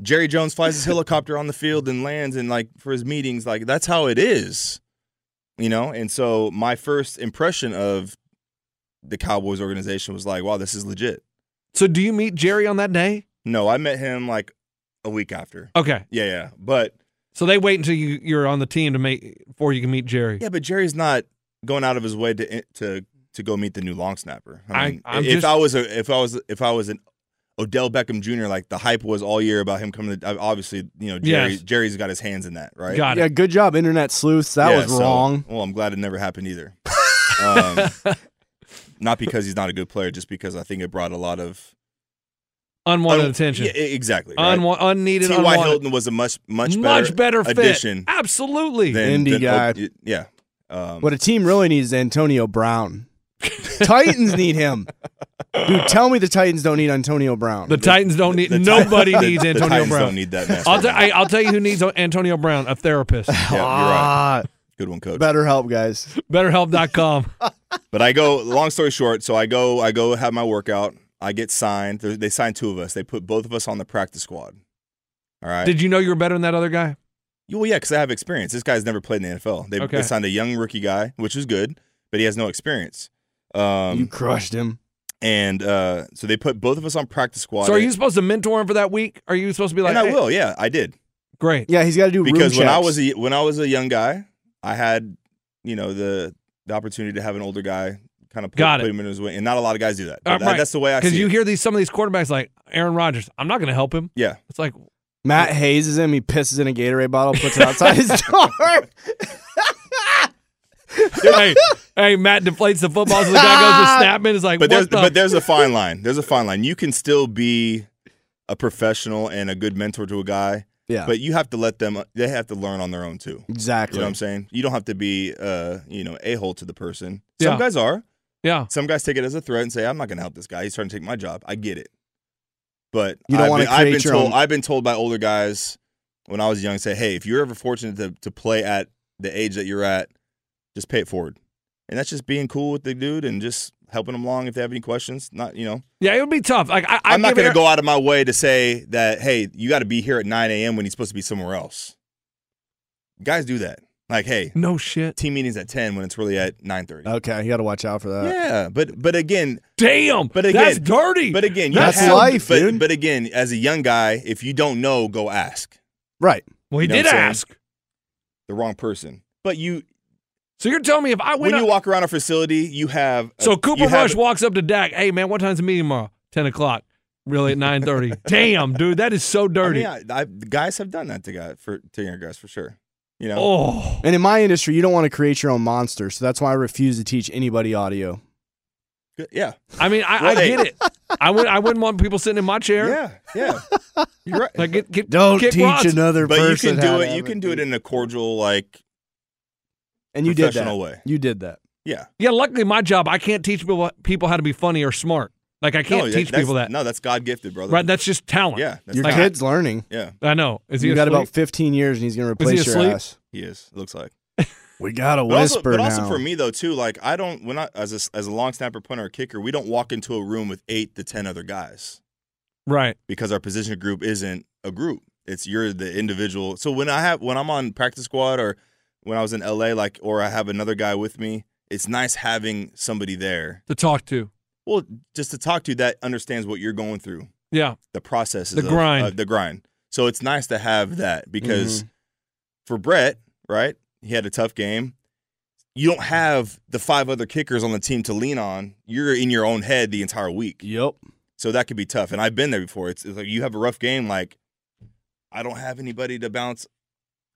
Speaker 6: Jerry Jones flies his helicopter on the field and lands and like for his meetings, like that's how it is. You know? And so my first impression of the Cowboys organization was like, wow, this is legit.
Speaker 4: So do you meet Jerry on that day?
Speaker 6: No, I met him like a week after.
Speaker 4: Okay.
Speaker 6: Yeah, yeah. But
Speaker 4: So they wait until you, you're on the team to make before you can meet Jerry.
Speaker 6: Yeah, but Jerry's not going out of his way to eh, to to go meet the new long snapper.
Speaker 4: I-
Speaker 6: I mean,
Speaker 4: I'm
Speaker 6: if
Speaker 4: just-
Speaker 6: I was a, if I was if I was an Odell Beckham Jr. like the hype was all year about him coming to obviously, you know, Jerry
Speaker 4: Yes.
Speaker 6: Jerry's got his hands in that, right?
Speaker 4: Got
Speaker 3: yeah,
Speaker 4: it.
Speaker 3: good job, internet sleuths. That
Speaker 6: Yeah,
Speaker 3: was
Speaker 6: so-
Speaker 3: wrong.
Speaker 6: Well, I'm glad it never happened either. um, not because he's not a good player, just because I think it brought a lot of
Speaker 4: Unwanted attention.
Speaker 6: Yeah, e- exactly. Right?
Speaker 4: Unwa- unneeded,
Speaker 6: T.Y.
Speaker 4: unwanted.
Speaker 6: Hilton was a much much better,
Speaker 4: much better fit.
Speaker 6: addition
Speaker 4: Absolutely.
Speaker 6: than than-
Speaker 3: Indie guy.
Speaker 6: yeah, Um,
Speaker 3: What a team really needs is Antonio Brown. Titans need him. Dude, tell me the Titans don't need Antonio Brown.
Speaker 4: The Titans don't need. nobody needs Antonio Brown.
Speaker 6: mess
Speaker 4: I'll,
Speaker 6: right
Speaker 4: t-
Speaker 6: now.
Speaker 4: I, I'll tell you who needs Antonio Brown: a therapist.
Speaker 6: Yeah, you're right. Good one, coach.
Speaker 3: Better help, guys.
Speaker 4: BetterHelp.com.
Speaker 6: But I go. Long story short, so I go. I go have my workout. I get signed. They they signed two of us. They put both of us on the practice squad. All right.
Speaker 4: Did you know you were better than that other guy?
Speaker 6: You- Well, yeah, because I have experience. This guy's never played in the NFL. They, they
Speaker 4: Okay.
Speaker 6: signed a young rookie guy, which is good, but he has no experience. Um,
Speaker 3: you crushed him.
Speaker 6: And uh, so they put both of us on practice squad.
Speaker 4: So are you supposed to mentor him for that week? Are you supposed to be like?
Speaker 6: and I
Speaker 4: "Hey,
Speaker 6: will. Yeah, I did.
Speaker 4: Great.
Speaker 3: Yeah, he's got to do room
Speaker 6: because when I
Speaker 3: checks.
Speaker 6: was a, when I was a young guy, I had you know the the opportunity to have an older guy kind of put,
Speaker 4: Got it.
Speaker 6: put him in his way, and not a lot of guys do that.
Speaker 4: Uh,
Speaker 6: But that-
Speaker 4: right.
Speaker 6: That's the way I
Speaker 4: Because
Speaker 6: see
Speaker 4: you
Speaker 6: it.
Speaker 4: hear these some of these quarterbacks like Aaron Rodgers. I'm not going to help him.
Speaker 6: Yeah.
Speaker 4: It's like
Speaker 3: Matt hazes him. He pisses in a Gatorade bottle, puts it outside his door.
Speaker 4: hey, hey, Matt deflates the football, so the guy goes to snap it. It's like,
Speaker 6: but
Speaker 4: what
Speaker 6: there's
Speaker 4: the-
Speaker 6: but there's a fine line. There's a fine line. You can still be a professional and a good mentor to a guy.
Speaker 3: Yeah.
Speaker 6: But you have to let them. They have to learn on their own too.
Speaker 3: Exactly.
Speaker 6: You know what I'm saying? You don't have to be, uh, you know, a hole to the person.
Speaker 4: Yeah.
Speaker 6: Some guys are.
Speaker 4: Yeah.
Speaker 6: Some guys take it as a threat and say, "I'm not going to help this guy. He's trying to take my job." I get it. But
Speaker 3: You don't
Speaker 6: I've
Speaker 3: wanna
Speaker 6: been, I've
Speaker 3: create
Speaker 6: been
Speaker 3: your
Speaker 6: told
Speaker 3: own-
Speaker 6: I've been told by older guys when I was young, say, "Hey, if you're ever fortunate to to play at the age that you're at, just pay it forward." And that's just being cool with the dude and just helping them along if they have any questions. Not you know.
Speaker 4: yeah, it would be tough. Like I, I
Speaker 6: I'm not
Speaker 4: give
Speaker 6: going to
Speaker 4: Aaron-
Speaker 6: go out of my way to say that, hey, you got to be here at 9 a.m. when he's supposed to be somewhere else. Guys do that. Like, hey,
Speaker 4: no shit.
Speaker 6: Team meetings at 10 when it's really at 9:30.
Speaker 3: Okay, you got to watch out for that.
Speaker 6: Yeah, but but again,
Speaker 4: damn.
Speaker 6: But again,
Speaker 4: that's dirty.
Speaker 6: But again, you
Speaker 4: That's
Speaker 6: have-
Speaker 4: life,
Speaker 6: but,
Speaker 4: dude.
Speaker 6: But again, as a young guy, if you don't know, go ask.
Speaker 3: Right.
Speaker 4: Well, he
Speaker 6: You know
Speaker 4: did
Speaker 6: what I'm saying?
Speaker 4: ask.
Speaker 6: The wrong person. But you.
Speaker 4: So you're telling me if I went
Speaker 6: when you
Speaker 4: up-
Speaker 6: walk around a facility, you have a-
Speaker 4: So Cooper
Speaker 6: Uh, you have-
Speaker 4: Rush walks up to Dak. Hey man, what time's the meeting tomorrow? Ten o'clock. Really at nine thirty. Damn, dude, that is so
Speaker 6: I mean,
Speaker 4: dirty.
Speaker 6: I- I- the guys have done that to guy for to younger guys for sure. You know.
Speaker 4: Oh.
Speaker 3: And in my industry, you don't want to create your own monster, so that's why I refuse to teach anybody audio.
Speaker 6: Good- Yeah.
Speaker 4: I mean, I,
Speaker 6: Well,
Speaker 4: I
Speaker 6: hey.
Speaker 4: get it. I would. I wouldn't want people sitting in my chair.
Speaker 6: Yeah, yeah. You're right.
Speaker 4: Like get, get
Speaker 3: Don't
Speaker 4: get
Speaker 3: teach
Speaker 4: rods.
Speaker 3: another
Speaker 6: but you can
Speaker 3: person how
Speaker 6: do
Speaker 3: to
Speaker 6: it.
Speaker 3: have
Speaker 6: You can
Speaker 3: it
Speaker 6: do it in a cordial, like,
Speaker 3: And you did that.
Speaker 6: professional way.
Speaker 3: You did that.
Speaker 6: Yeah.
Speaker 4: Yeah, luckily my job, I can't teach people people how to be funny or smart. Like I
Speaker 6: no,
Speaker 4: can't teach
Speaker 6: Oh, that's-
Speaker 4: people that.
Speaker 6: No, that's God gifted, brother.
Speaker 4: Right, that's just talent.
Speaker 6: Yeah, that's
Speaker 3: Your
Speaker 6: talent.
Speaker 3: kid's learning.
Speaker 6: Yeah,
Speaker 4: I know. Is he
Speaker 3: you got
Speaker 4: asleep?
Speaker 3: about 15 years, and he's going to
Speaker 4: Is he
Speaker 3: replace your
Speaker 4: asleep?
Speaker 3: ass.
Speaker 6: he is. It looks like.
Speaker 3: We got to
Speaker 6: But also,
Speaker 3: whisper
Speaker 6: but also
Speaker 3: now.
Speaker 6: for me though too, like I don't when I as a, as a long snapper, punter, or kicker, we don't walk into a room with eight to ten other guys
Speaker 4: Right.
Speaker 6: because our position group isn't a group. It's you're the individual. So when I have when I'm on practice squad or when I was in LA, like or I have another guy with me, it's nice having somebody there
Speaker 4: To talk to.
Speaker 6: Well, just to talk to that understands what you're going through.
Speaker 4: Yeah.
Speaker 6: the processes,
Speaker 4: The
Speaker 6: of-
Speaker 4: grind.
Speaker 6: of the grind. So it's nice to have that
Speaker 3: Mm-hmm.
Speaker 6: because for Brett, right, he had a tough game. You don't have the five other kickers on the team to lean on. You're in your own head the entire week.
Speaker 3: Yep.
Speaker 6: So that could be tough, and I've been there before. It's, it's like you have a rough game, like I don't have anybody to bounce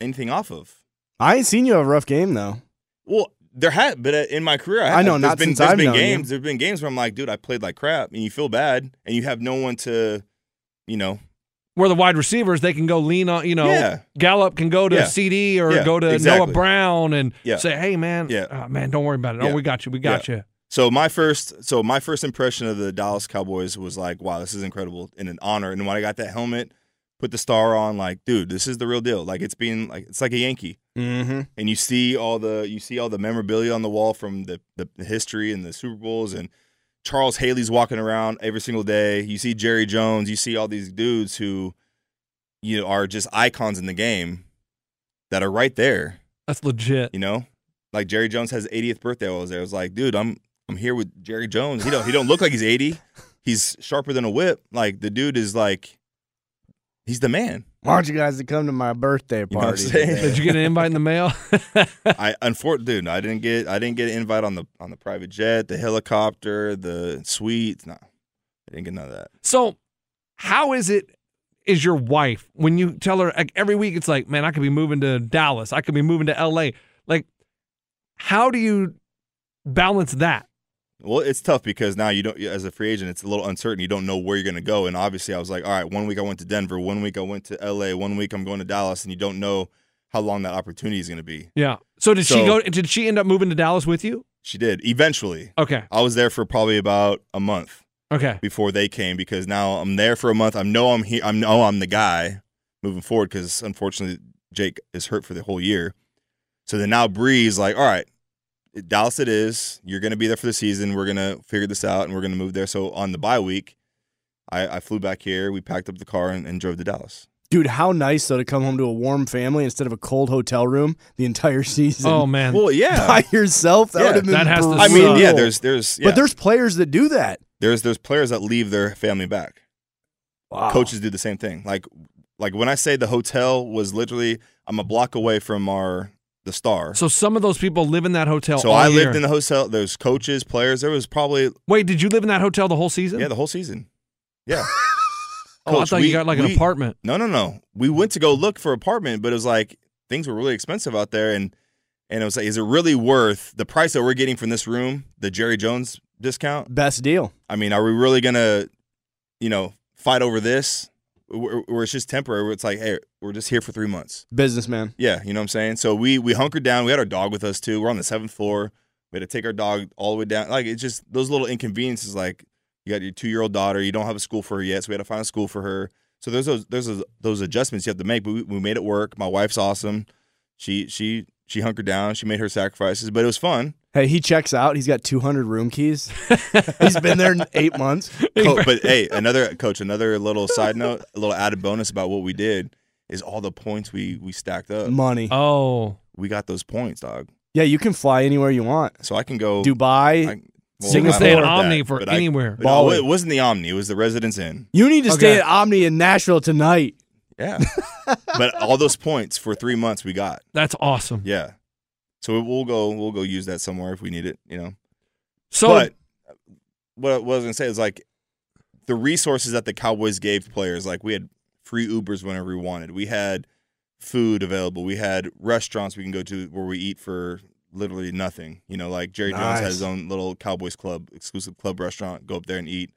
Speaker 6: anything off of.
Speaker 3: I ain't seen you have a rough game though.
Speaker 6: Well, there had, but uh, in my career, I,
Speaker 3: I
Speaker 6: have.
Speaker 3: know,
Speaker 6: There's
Speaker 3: not
Speaker 6: been,
Speaker 3: since
Speaker 6: there's
Speaker 3: I've
Speaker 6: been
Speaker 3: known you.
Speaker 6: games. There've been games where I'm like, dude, I played like crap, and you feel bad, and you have no one to, you know,
Speaker 4: Where the wide receivers, they can go lean on, you know,
Speaker 6: Yeah.
Speaker 4: Gallup can go to
Speaker 6: Yeah.
Speaker 4: CD or
Speaker 6: Yeah,
Speaker 4: go to
Speaker 6: exactly.
Speaker 4: Noah Brown and
Speaker 6: Yeah.
Speaker 4: say, hey, man,
Speaker 6: Yeah.
Speaker 4: uh, man, don't worry about it.
Speaker 6: Yeah.
Speaker 4: Oh, we got you. We got you.
Speaker 6: So my first, so my first impression of the Dallas Cowboys was like, wow, this is incredible and an honor. And when I got that helmet, put the star on, like, dude, this is the real deal. Like it's being like it's like a Yankee,
Speaker 3: Mm-hmm.
Speaker 6: and you see all the you see all the memorabilia on the wall from the the, the history and the Super Bowls and. Charles Haley's walking around every single day. You see Jerry Jones. You see all these dudes who, you know, are just icons in the game, that are right there.
Speaker 4: That's legit.
Speaker 6: You know, like Jerry Jones has 80th birthday. I was there. I was like, dude, I'm I'm here with Jerry Jones. He don't he don't look like he's 80. He's sharper than a whip. Like the dude is like, he's the man.
Speaker 3: Why don't you guys to come to my birthday
Speaker 6: You know what I'm
Speaker 3: party?
Speaker 6: saying?
Speaker 4: Did you get an invite in the mail?
Speaker 6: I unfortunately, dude, I didn't get I didn't get an invite on the on the private jet, the helicopter, the suite. No, I didn't get none of that.
Speaker 4: So, how is it? Is your wife when you tell her like, every week? It's like, man, I could be moving to Dallas. I could be moving to L.A. Like, how do you balance that?
Speaker 6: Well, it's tough because now you don't, as a free agent, it's a little uncertain. You don't know where you're going to go. And obviously, I was like, all right, one week I went to Denver, one week I went to LA, one week I'm going to Dallas, and you don't know how long that opportunity is going to be.
Speaker 4: Yeah. So did she go? Did she end up moving to Dallas with you?
Speaker 6: She did eventually.
Speaker 4: Okay.
Speaker 6: I was there for probably about a month.
Speaker 4: Okay.
Speaker 6: Before they came, because now I'm there for a month. I know I'm here. I know I'm the guy moving forward. Because unfortunately, Jake is hurt for the whole year. So then now Bree's like, all right, Dallas it is. You're going to be there for the season. We're going to figure this out and we're going to move there. So on the bye week, I, I flew back here. We packed up the car and, and drove to Dallas.
Speaker 3: Dude, how nice though to come home to a warm family instead of a cold hotel room the entire season.
Speaker 4: Oh, man.
Speaker 6: Well, yeah.
Speaker 3: by yourself that
Speaker 6: Yeah,
Speaker 3: would have been.
Speaker 6: that has to
Speaker 3: brutal.
Speaker 6: I mean, yeah, there's- there's- yeah.
Speaker 3: but there's players that do that.
Speaker 6: There's there's players that leave their family back. Coaches do the same thing. Like like when I say the hotel was literally I'm a block away from our the star.
Speaker 4: So some of those people live in that hotel.
Speaker 6: So
Speaker 4: all
Speaker 6: I lived
Speaker 4: year.
Speaker 6: in the hotel. There's coaches, players. There was probably
Speaker 4: Wait, did you live in that hotel the whole season?
Speaker 6: yeah the whole season. Yeah.
Speaker 4: Oh, I thought you got, like, an apartment.
Speaker 6: No, no, no. We went to go look for apartment, but it was like things were really expensive out there, and and it was like, is it really worth the price that we're getting from this room, the Jerry Jones discount?
Speaker 3: Best deal.
Speaker 6: I mean, are we really gonna, you know, fight over this? Where where it's just temporary. Where it's like, hey, we're just here for three months.
Speaker 3: Businessman.
Speaker 6: Yeah, you know what I'm saying. So we we hunkered down. We had our dog with us too. We're on the seventh floor. We had to take our dog all the way down. Like it's just those little inconveniences. Like you got your two year old daughter. You don't have a school for her yet, so we had to find a school for her. So there's those there's those, those adjustments you have to make. But we, we made it work. My wife's awesome. She she she hunkered down. She made her sacrifices, but it was fun.
Speaker 3: Hey, he checks out. He's got 200 room keys. He's been there in eight months.
Speaker 6: Co- but hey, another coach, another little side note, a little added bonus about what we did is all the points we we stacked up.
Speaker 3: Money.
Speaker 4: Oh,
Speaker 6: we got those points, dog.
Speaker 3: Yeah, you can fly anywhere you want.
Speaker 6: So I can go
Speaker 3: Dubai.
Speaker 6: Well,
Speaker 3: Singapore.
Speaker 6: I don't know about that, but I- No,
Speaker 3: Bali.
Speaker 6: it wasn't the Omni. It was the Residence Inn.
Speaker 3: You need to
Speaker 6: Okay.
Speaker 3: stay at Omni in Nashville tonight.
Speaker 6: Yeah. but all those points for three months we got.
Speaker 4: That's awesome.
Speaker 6: Yeah. So we'll go. We'll go use that somewhere if we need it. You know.
Speaker 4: So-
Speaker 6: But what I was gonna say is like the resources that the Cowboys gave players. Like we had free Ubers whenever we wanted. We had food available. We had restaurants we can go to where we eat for literally nothing. You know, like Jerry Jones
Speaker 3: Nice.
Speaker 6: has his own little Cowboys Club exclusive club restaurant. Go up there and eat.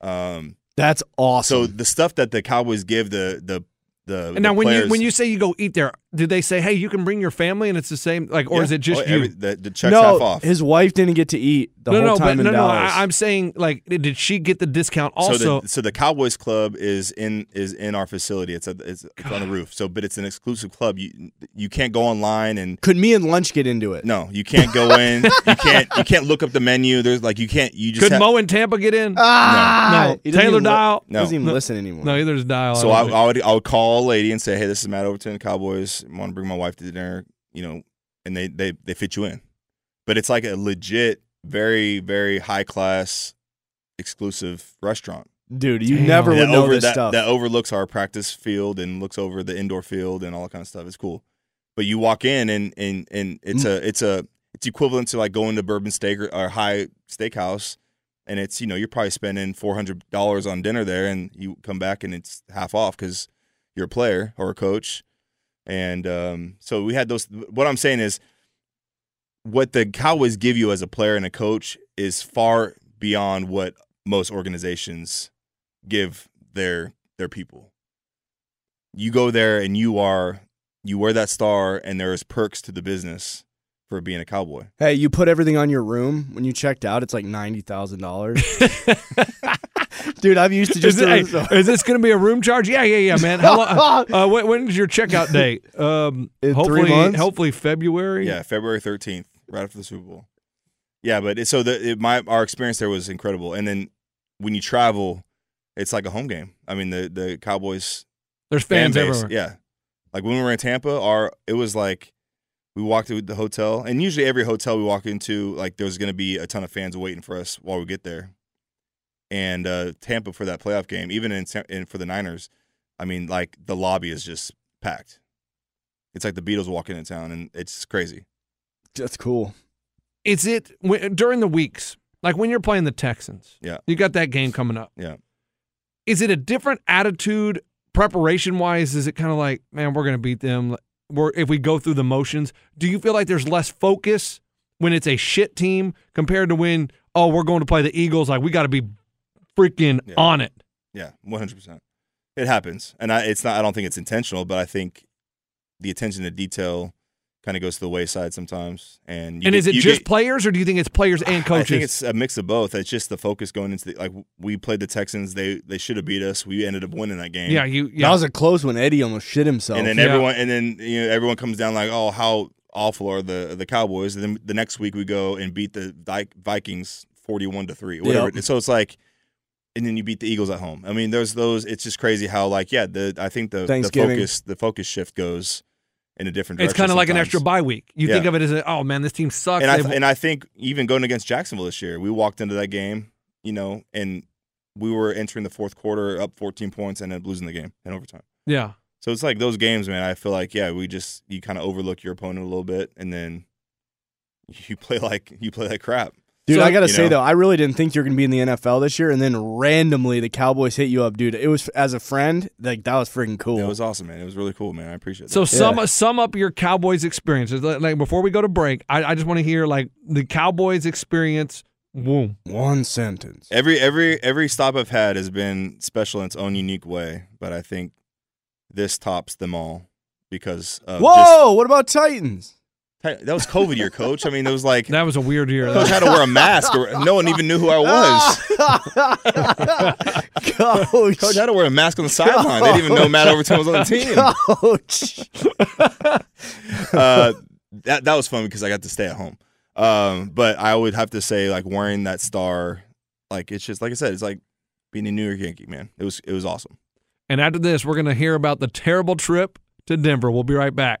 Speaker 6: Um,
Speaker 3: That's awesome.
Speaker 6: so the stuff that the Cowboys give the the the
Speaker 4: And now,
Speaker 6: the
Speaker 4: when you
Speaker 6: players-
Speaker 4: when you say you go eat there, do they say, "Hey, you can bring your family," and it's the same, like, or
Speaker 6: Yeah.
Speaker 4: is it just
Speaker 6: Oh,
Speaker 4: you?
Speaker 6: every- the, the checks
Speaker 3: no,
Speaker 6: half off.
Speaker 3: his wife didn't get to eat the
Speaker 4: no,
Speaker 3: whole
Speaker 4: no,
Speaker 3: time
Speaker 4: but
Speaker 3: in
Speaker 4: no, no.
Speaker 3: Dallas.
Speaker 4: I, I'm saying, like, did she get the discount
Speaker 6: so
Speaker 4: also?
Speaker 6: the, so the Cowboys Club is in is in our facility. It's at, it's, it's on the roof. So, but it's an exclusive club. You you can't go online and
Speaker 3: Could me and Lunch get into it?
Speaker 6: no, you can't go in. you can't you can't look up the menu. There's like you can't you just
Speaker 4: Could
Speaker 6: have-
Speaker 4: Mo and Tampa get in?
Speaker 3: Ah,
Speaker 4: no, Taylor Dial.
Speaker 6: No. doesn't even
Speaker 3: listen anymore.
Speaker 4: No, either is Dial.
Speaker 6: So
Speaker 4: don't
Speaker 6: I,
Speaker 4: think.
Speaker 6: I would I would call a lady and say, hey, this is Matt Overton, Cowboys. I want to bring my wife to dinner, you know, and they they they fit you in. But it's like a legit, very very high class, exclusive restaurant.
Speaker 3: Dude, you never would
Speaker 6: Um, that
Speaker 3: know
Speaker 6: over-
Speaker 3: this
Speaker 6: that,
Speaker 3: stuff.
Speaker 6: that overlooks our practice field and looks over the indoor field and all that kind of stuff. It's cool. But you walk in and and and
Speaker 3: Mm.
Speaker 6: it's a it's a it's equivalent to like going to Bourbon Steak or, or High Steakhouse, and it's you know you're probably spending four hundred dollars on dinner there, and you come back and it's half off because you're a player or a coach, and um, so we had those. What I'm saying is, what the Cowboys give you as a player and a coach is far beyond what most organizations give their their people. You go there and you are you wear that star and there is perks to the business for being a cowboy.
Speaker 3: Hey, you put everything on your room. When you checked out, it's like $90,000. Dude, I've used to
Speaker 4: Is,
Speaker 3: just.
Speaker 4: it- hey, is this going to be a room charge? Yeah, yeah, yeah, man. How long, uh, when, when is your checkout date? Um,
Speaker 6: In three
Speaker 4: hopefully,
Speaker 6: months?
Speaker 4: hopefully February.
Speaker 6: Yeah, February 13th, right after the Super Bowl. Yeah, but it, so the it, my our experience there was incredible. And then when you travel, it's like a home game. I mean, the the Cowboys
Speaker 4: There's fans everywhere.
Speaker 6: Yeah. Like when we were in Tampa, our it was like we walked to the hotel, and usually every hotel we walk into, like there's going to be a ton of fans waiting for us while we get there. And uh, Tampa for that playoff game, even in, Sa- in for the Niners, I mean, like the lobby is just packed. It's like the Beatles walking in town, and it's crazy.
Speaker 3: That's cool.
Speaker 4: Is it when, during the weeks? Like when you're playing the Texans?
Speaker 6: Yeah.
Speaker 4: You got that game coming up.
Speaker 6: Yeah.
Speaker 4: Is it a different attitude preparation wise? Is it kind of like, man, we're going to beat them? We're, if we go through the motions, do you feel like there's less focus when it's a shit team compared to when, oh, we're going to play the Eagles? Like we got to be freaking on it.
Speaker 6: Yeah, one hundred percent. It happens, and I, it's not. I don't think it's intentional, but I think the attention to detail kind of goes to the wayside sometimes. And you
Speaker 4: and
Speaker 6: get-
Speaker 4: is it
Speaker 6: you
Speaker 4: just
Speaker 6: get-
Speaker 4: players, or do you think it's players and coaches?
Speaker 6: I think it's a mix of both. It's just the focus going into the, like we played the Texans. They they should have beat us. We ended up winning that game.
Speaker 3: That was a close one. Eddie almost shit himself.
Speaker 6: And then everyone, and then you know, everyone comes down like, oh, how awful are the the Cowboys? And then the next week we go and beat the Vi- Vikings forty-one to three, whatever.
Speaker 3: Yep.
Speaker 6: So it's like, and then you beat the Eagles at home. I mean, there's those. It's just crazy how like yeah, the I think the, the
Speaker 3: Thanksgiving.
Speaker 6: focus the focus shift goes in a different. direction
Speaker 4: It's kind of like an
Speaker 6: sometimes.
Speaker 4: extra bye week. You
Speaker 6: Yeah.
Speaker 4: think of it as, a, oh man, this team sucks.
Speaker 6: And I,
Speaker 4: They've-
Speaker 6: th- and I think even going against Jacksonville this year, we walked into that game, you know, and we were entering the fourth quarter up 14 points and then losing the game in overtime.
Speaker 4: Yeah.
Speaker 6: So it's like those games, man. I feel like yeah, we just you kind of overlook your opponent a little bit, and then you play like you play like crap.
Speaker 3: Dude, I gotta
Speaker 6: You
Speaker 3: say
Speaker 6: know?
Speaker 3: though, I really didn't think you were gonna be in the NFL this year, and then randomly the Cowboys hit you up, dude. It was as a friend, like that was freaking cool.
Speaker 6: It was awesome, man. It was really cool, man. I appreciate it.
Speaker 4: so sum sum up your Cowboys experiences. Like, like, before we go to break, I, I just want to hear like the Cowboys experience. Boom.
Speaker 3: One sentence.
Speaker 6: Every every every stop I've had has been special in its own unique way, but I think this tops them all because of
Speaker 3: Whoa!
Speaker 6: just
Speaker 3: what about Titans?
Speaker 6: Hey, that was COVID year, coach. I mean, it was like
Speaker 4: that was a weird year.
Speaker 6: Coach had to wear a mask. Or, no one even knew who I
Speaker 3: Ah.
Speaker 6: was.
Speaker 3: coach,
Speaker 6: coach had to wear a mask on the sideline. They didn't even know Matt Overton was on the team.
Speaker 3: Coach.
Speaker 6: Uh, that that was fun because I got to stay at home. Um, but I would have to say, like wearing that star, like it's just like I said, it's like being a New York Yankee man. It was it was awesome.
Speaker 4: And after this, we're going to hear about the terrible trip to Denver. We'll be right back.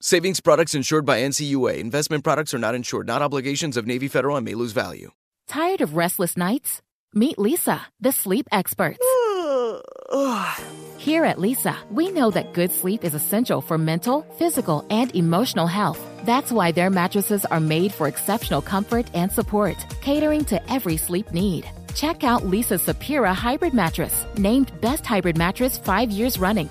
Speaker 7: Savings products insured by NCUA. Investment products are not insured, not obligations of Navy Federal and may lose value.
Speaker 8: Tired of restless nights? Meet Lisa, the sleep experts. Here at Lisa, we know that good sleep is essential for mental, physical, and emotional health. That's why their mattresses are made for exceptional comfort and support, catering to every sleep need. Check out Lisa's Sapira hybrid mattress, named Best Hybrid Mattress 5 years running.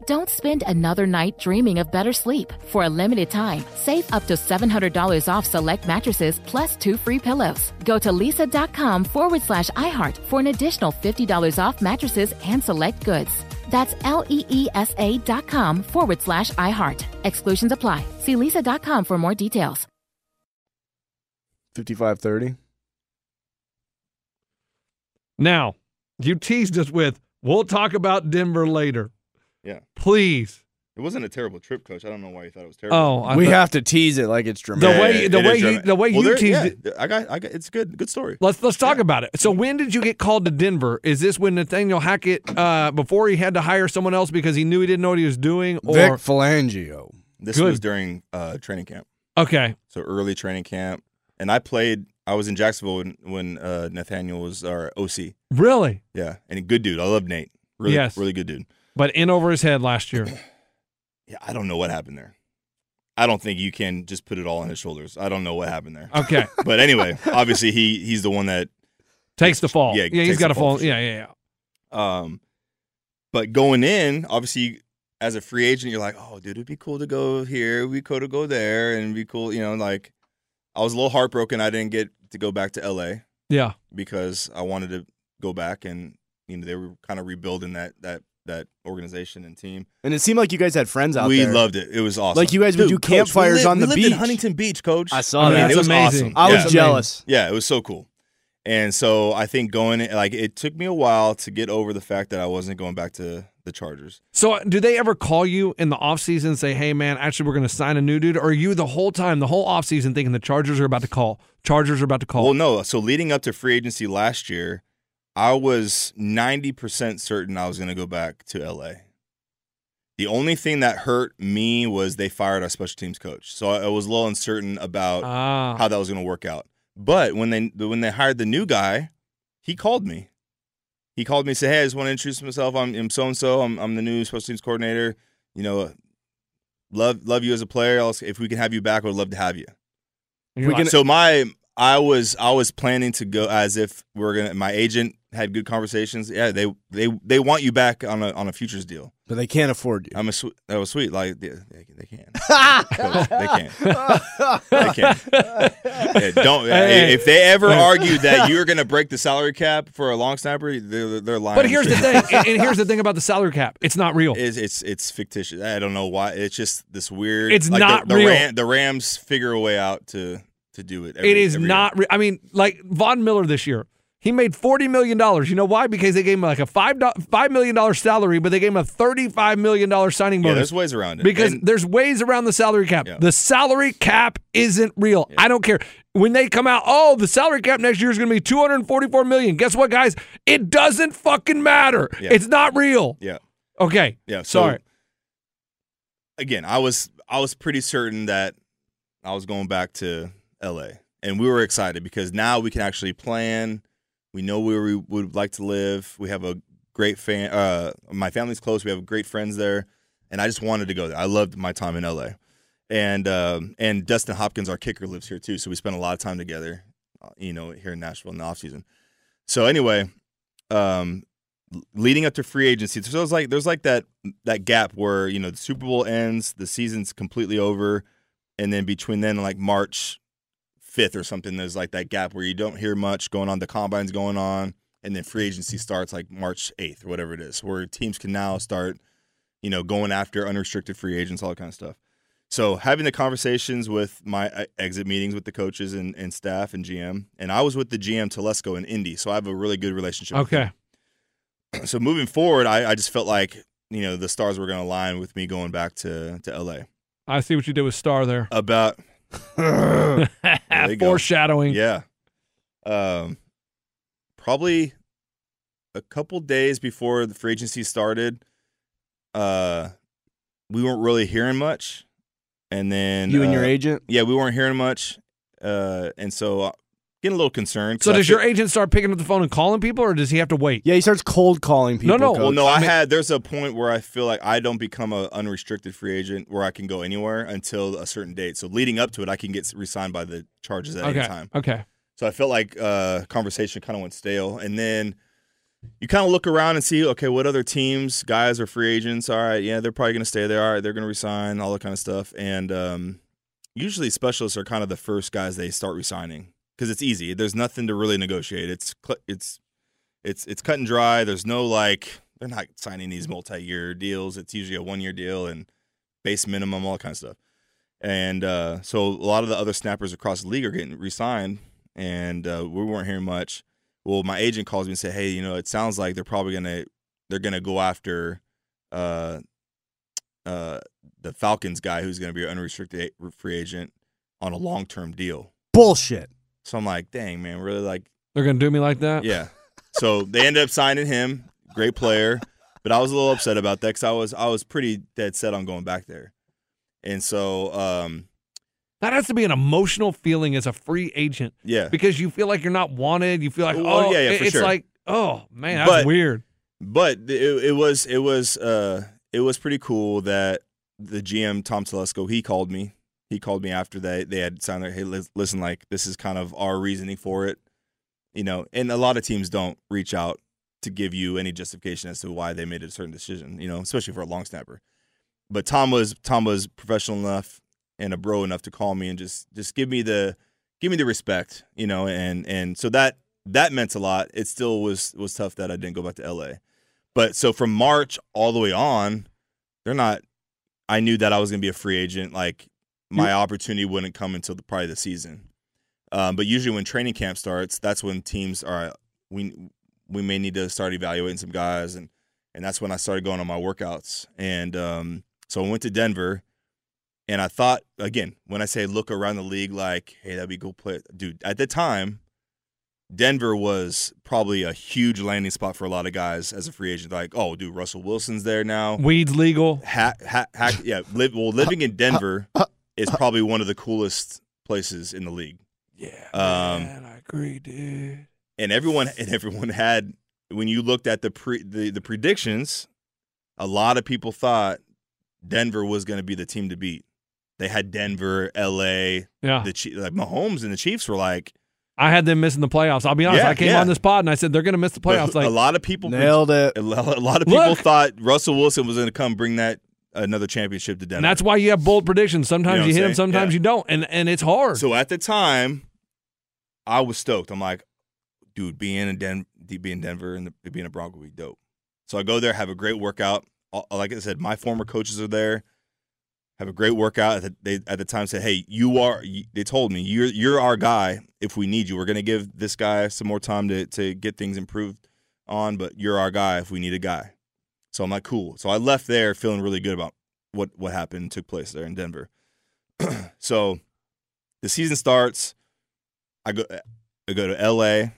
Speaker 8: Don't spend another night dreaming of better sleep. For a limited time, save up to $700 off select mattresses plus two free pillows. Go to lisa.com forward slash iHeart for an additional $50 off mattresses and select goods. That's L E E S A dot com forward slash iHeart. Exclusions apply. See lisa.com for more details.
Speaker 3: Fifty-five thirty.
Speaker 4: Now, you teased us with, we'll talk about Denver later.
Speaker 6: Yeah.
Speaker 4: Please.
Speaker 6: It wasn't a terrible trip, coach. I don't know why you thought it was terrible.
Speaker 4: Oh, I
Speaker 3: We
Speaker 4: thought-
Speaker 3: have to tease it like it's dramatic.
Speaker 4: way- the
Speaker 6: it is
Speaker 4: way you-
Speaker 6: dramatic.
Speaker 4: the way
Speaker 6: Well,
Speaker 4: you
Speaker 6: there-
Speaker 4: teased
Speaker 6: yeah,
Speaker 4: it-
Speaker 6: th- I got, I got. It's good. Good story.
Speaker 4: Let's let's talk about it. So when did you get called to Denver? Is this when Nathaniel Hackett uh, before he had to hire someone else because he knew he didn't know what he was doing? Or
Speaker 3: Vic Falangio.
Speaker 6: This
Speaker 4: Good.
Speaker 6: was during uh, training camp.
Speaker 4: okay,
Speaker 6: So early training camp, and I played. I was in Jacksonville when, when uh, Nathaniel was our OC.
Speaker 4: really?
Speaker 6: Yeah, and a good dude. I love Nate. Really,
Speaker 4: Yes.
Speaker 6: really good dude.
Speaker 4: But in over his head last year.
Speaker 6: Yeah, I don't know what happened there. I don't think you can just put it all on his shoulders. I don't know what happened there.
Speaker 4: Okay.
Speaker 6: but anyway, obviously he he's the one that
Speaker 4: Takes the fall.
Speaker 6: Yeah,
Speaker 4: yeah, he's
Speaker 6: takes
Speaker 4: got
Speaker 6: the
Speaker 4: to fall.
Speaker 6: fall for
Speaker 4: Yeah, yeah, yeah.
Speaker 6: Um, but going in, obviously, as a free agent, you're like, oh, dude, it'd be cool to go here, it'd be cool to go there, and it'd be cool, you know. Like, I was a little heartbroken. I didn't get to go back to LA
Speaker 4: Yeah.
Speaker 6: because I wanted to go back, and you know, they were kind of rebuilding that that that organization and team.
Speaker 3: And it seemed like you guys had friends out
Speaker 6: we
Speaker 3: there.
Speaker 6: loved it. It was awesome.
Speaker 3: Like you guys would do
Speaker 6: Dude, coach, we
Speaker 3: campfires
Speaker 6: lived-
Speaker 3: on
Speaker 6: we
Speaker 3: the
Speaker 6: lived
Speaker 3: beach.
Speaker 6: in Huntington Beach, coach.
Speaker 3: I saw that.
Speaker 6: it was awesome.
Speaker 3: I
Speaker 6: Yeah.
Speaker 3: was jealous.
Speaker 6: Yeah, it was so cool. And so I think going like it took me a while to get over the fact that I wasn't going back to the Chargers.
Speaker 4: So, uh, do they ever call you in the offseason and say, hey, man, actually, we're going to sign a new dude? Or are you the whole time, the whole offseason, thinking the Chargers are about to call? Chargers are about to call.
Speaker 6: Well, no. So leading up to free agency last year, I was 90% certain I was going to go back to LA. The only thing that hurt me was they fired our special teams coach. So I I was a little uncertain about
Speaker 4: Ah.
Speaker 6: how that was going to work out. But when they when they hired the new guy, he called me. He called me and said, "Hey, I just want to introduce myself. I'm I'm so and so. I'm I'm the new special teams coordinator. You know, love love you as a player. Also, If we can have you back, I would love to have you."
Speaker 4: And you're like-
Speaker 6: so my I was I was planning to go as if we are gonna. My agent had good conversations. Yeah, they they they want you back on a on a futures deal.
Speaker 3: But they can't afford you.
Speaker 6: I'm a sweet. That was sweet. Like they, they, they can't. Coach, they can't. They can't. Yeah, don't.
Speaker 4: Hey.
Speaker 6: If they ever
Speaker 4: Hey.
Speaker 6: argue that you're gonna break the salary cap for a long snapper, they're, they're lying.
Speaker 4: But here's the thing, and, and here's the thing about the salary cap: it's not real.
Speaker 6: It's, it's it's fictitious. I don't know why. It's just this weird.
Speaker 4: It's
Speaker 6: like,
Speaker 4: not
Speaker 6: the, the
Speaker 4: real.
Speaker 6: Ram- the Rams figure a way out to to do it. every-
Speaker 4: it is
Speaker 6: every year.
Speaker 4: not. Re- I mean, like Von Miller this year, he made forty million dollars. You know why? Because they gave him like a five do- five million dollar salary, but they gave him a thirty five million dollar signing
Speaker 6: Yeah,
Speaker 4: bonus.
Speaker 6: there's ways around it.
Speaker 4: Because
Speaker 6: And-
Speaker 4: there's ways around the salary cap. The salary cap isn't real. I don't care when they come out. Oh, the salary cap next year is going to be two hundred forty four million. Guess what, guys? It doesn't fucking matter.
Speaker 6: Yeah.
Speaker 4: It's not real.
Speaker 6: Yeah.
Speaker 4: Okay.
Speaker 6: Yeah. So,
Speaker 4: Sorry.
Speaker 6: Again, I was I was pretty certain that I was going back to LA, and we were excited because now we can actually plan. We know where we would like to live. We have a great fan. Uh, my family's close. We have great friends there, and I just wanted to go there. I loved my time in LA, and um, and Dustin Hopkins, our kicker, lives here too. So we spent a lot of time together, uh, you know, here in Nashville in the off season. So anyway, um, l- leading up to free agency, so there's like there's like that that gap where you know the Super Bowl ends, the season's completely over, and then between then and like March fifth or something, there's like that gap where you don't hear much going on. The combine's going on, and then free agency starts like March eighth or whatever it is, where teams can now start, you know, going after unrestricted free agents, all that kind of stuff. So having the conversations with my uh, exit meetings with the coaches and, and staff and GM, and I was with the GM Telesco in Indy, so I have a really good relationship. with
Speaker 4: Okay.
Speaker 6: so moving forward, I, I just felt like you know the stars were going to align with me going back to to LA.
Speaker 4: I see what you did with Star there.
Speaker 6: About
Speaker 4: Foreshadowing.
Speaker 6: Yeah. Um, probably a couple days before the free agency started, uh, we weren't really hearing much, and then
Speaker 3: You and your
Speaker 6: uh,
Speaker 3: agent?
Speaker 6: yeah, we weren't hearing much, uh, and so uh, getting a little concerned. 'cause
Speaker 4: So
Speaker 6: I
Speaker 4: does
Speaker 6: feel-
Speaker 4: your agent start picking up the phone and calling people, or does he have to wait?
Speaker 3: Yeah, he starts cold calling people.
Speaker 4: no.
Speaker 6: Well, no,
Speaker 4: coach.
Speaker 6: I,
Speaker 4: uh, I mean-
Speaker 6: had. There's a point where I feel like I don't become an unrestricted free agent where I can go anywhere until a certain date. So leading up to it, I can get re-signed by the Chargers at
Speaker 4: Okay,
Speaker 6: any time.
Speaker 4: okay.
Speaker 6: So I felt like uh, conversation kind of went stale, and then you kind of look around and see, okay, what other teams, guys are free agents? All right, yeah, they're probably going to stay there. All right, they're going to resign, all that kind of stuff. And um, usually specialists are kind of the first guys they start resigning because it's easy. There's nothing to really negotiate. It's cl- it's it's it's cut and dry. There's no like they're not signing these multi-year deals. It's usually a one-year deal and base minimum, all that kind of stuff. And uh, so a lot of the other snappers across the league are getting re-signed, and uh, we weren't hearing much. Well, my agent calls me and said, "Hey, you know, it sounds like they're probably gonna they're gonna go after uh, uh, the Falcons guy who's gonna be an unrestricted a- free agent on a long-term deal."
Speaker 3: Bullshit.
Speaker 6: So I'm like, "Dang, man, really like."
Speaker 4: They're gonna do me like that.
Speaker 6: Yeah. So they ended up signing him. Great player, but I was a little upset about that because I was I was pretty dead set on going back there, and so um,
Speaker 4: That has to be an emotional feeling as a free agent.
Speaker 6: Yeah.
Speaker 4: Because you feel like you're not wanted. You feel like
Speaker 6: Well,
Speaker 4: oh
Speaker 6: yeah, yeah,
Speaker 4: it-
Speaker 6: for
Speaker 4: it's
Speaker 6: sure.
Speaker 4: like oh man that's
Speaker 6: But-
Speaker 4: weird.
Speaker 6: But th- it, it was it was uh it was pretty cool that the GM Tom Telesco he called me. He called me after they they had signed their hey lis- listen like this is kind of our reasoning for it, you know. And a lot of teams don't reach out to give you any justification as to why they made a certain decision, you know, especially for a long snapper. But Tom was Tom was professional enough and a bro enough to call me and just just give me the give me the respect, you know, and and so that that meant a lot. It still was was tough that I didn't go back to LA. But so from March all the way on, they're not. I knew that I was going to be a free agent. Like my opportunity wouldn't come until the, probably the season. Um, but usually when training camp starts, that's when teams are we we may need to start evaluating some guys, and and that's when I started going on my workouts. And um, so I went to Denver, and I thought again when I say look around the league, like hey, that'd be a cool play, dude. At the time, Denver was probably a huge landing spot for a lot of guys as a free agent. Like, oh, dude, Russell Wilson's there now.
Speaker 4: Weed's legal.
Speaker 6: Ha- ha- ha- yeah, live, well, living in Denver is probably one of the coolest places in the league.
Speaker 4: Yeah,
Speaker 6: um,
Speaker 4: I agree, dude.
Speaker 6: and everyone and everyone had when you looked at the pre the, the predictions, a lot of people thought Denver was going to be the team to beat. They had Denver, L.A.
Speaker 4: Yeah.
Speaker 6: the Chie- like Mahomes and the Chiefs were like
Speaker 4: I had them missing the playoffs. I'll be honest.
Speaker 6: Yeah,
Speaker 4: I came
Speaker 6: yeah.
Speaker 4: on this pod and I said they're going to miss the
Speaker 6: But
Speaker 4: playoffs. Like
Speaker 6: a lot of people
Speaker 4: Nailed
Speaker 3: it.
Speaker 6: A lo- a lot of people
Speaker 4: Look.
Speaker 6: thought Russell Wilson was going to come bring that another championship to Denver.
Speaker 4: And that's why you have bold predictions.
Speaker 6: You know
Speaker 4: Sometimes you,
Speaker 6: what
Speaker 4: hit
Speaker 6: I'm
Speaker 4: them,
Speaker 6: saying?
Speaker 4: sometimes
Speaker 6: Yeah.
Speaker 4: you don't, and and it's hard.
Speaker 6: So at the time, I was stoked. I'm like, dude, being in Den- being in Denver and the, being a Bronco would be dope. So I go there, have a great workout. All- Like I said, my former coaches are there. Have a great workout. At the- They at the time said, "Hey, you are." you- They told me, "You're you're our guy. If we need you, we're gonna give this guy some more time to to get things improved on. But you're our guy if we need a guy." So I'm like, "Cool." So I left there feeling really good about what what happened, took place there in Denver. so the season starts. I go I go to LA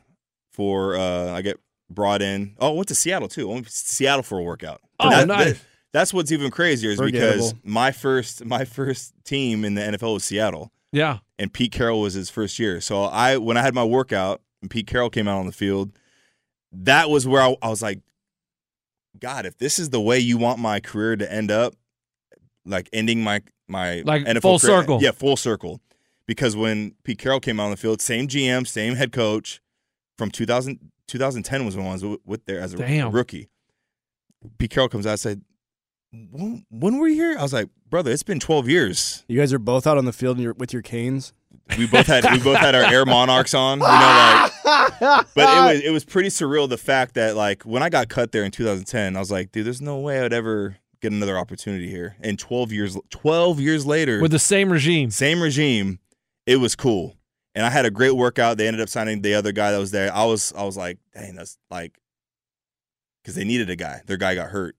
Speaker 6: for uh I get brought in. Oh, I went to Seattle too. I went to Seattle for a workout.
Speaker 4: Oh,
Speaker 6: That-
Speaker 4: nice.
Speaker 6: that- that's what's even crazier is because
Speaker 4: Forgettable.
Speaker 6: my first my first team in the NFL was Seattle
Speaker 4: yeah,
Speaker 6: and Pete Carroll was his first year. So I when I had my workout and Pete Carroll came out on the field, that was where I, I was like, God, if this is the way you want my career to end up, like ending my my
Speaker 4: Like
Speaker 6: NFL
Speaker 4: full
Speaker 6: career-
Speaker 4: circle.
Speaker 6: yeah, full circle. Because when Pete Carroll came out on the field, same GM, same head coach, from 2000, 2010 was when I was with- with there as a
Speaker 4: Damn.
Speaker 6: rookie. Pete Carroll comes out and said, when, when were you here? I was like, brother, it's been 12 years
Speaker 3: You guys are both out on the field in your, with your canes.
Speaker 6: we both had we both had our air monarchs on, you know, like. But
Speaker 3: Uh,
Speaker 6: it was it was pretty surreal the fact that like when I got cut there in 2010, I was like, dude, there's no way I'd ever get another opportunity here. And 12 years 12 years later,
Speaker 4: with the same regime.
Speaker 6: same regime, it was cool. And I had a great workout. They ended up signing the other guy that was there. I was I was like, dang, that's like, because they needed a guy. Their guy got hurt,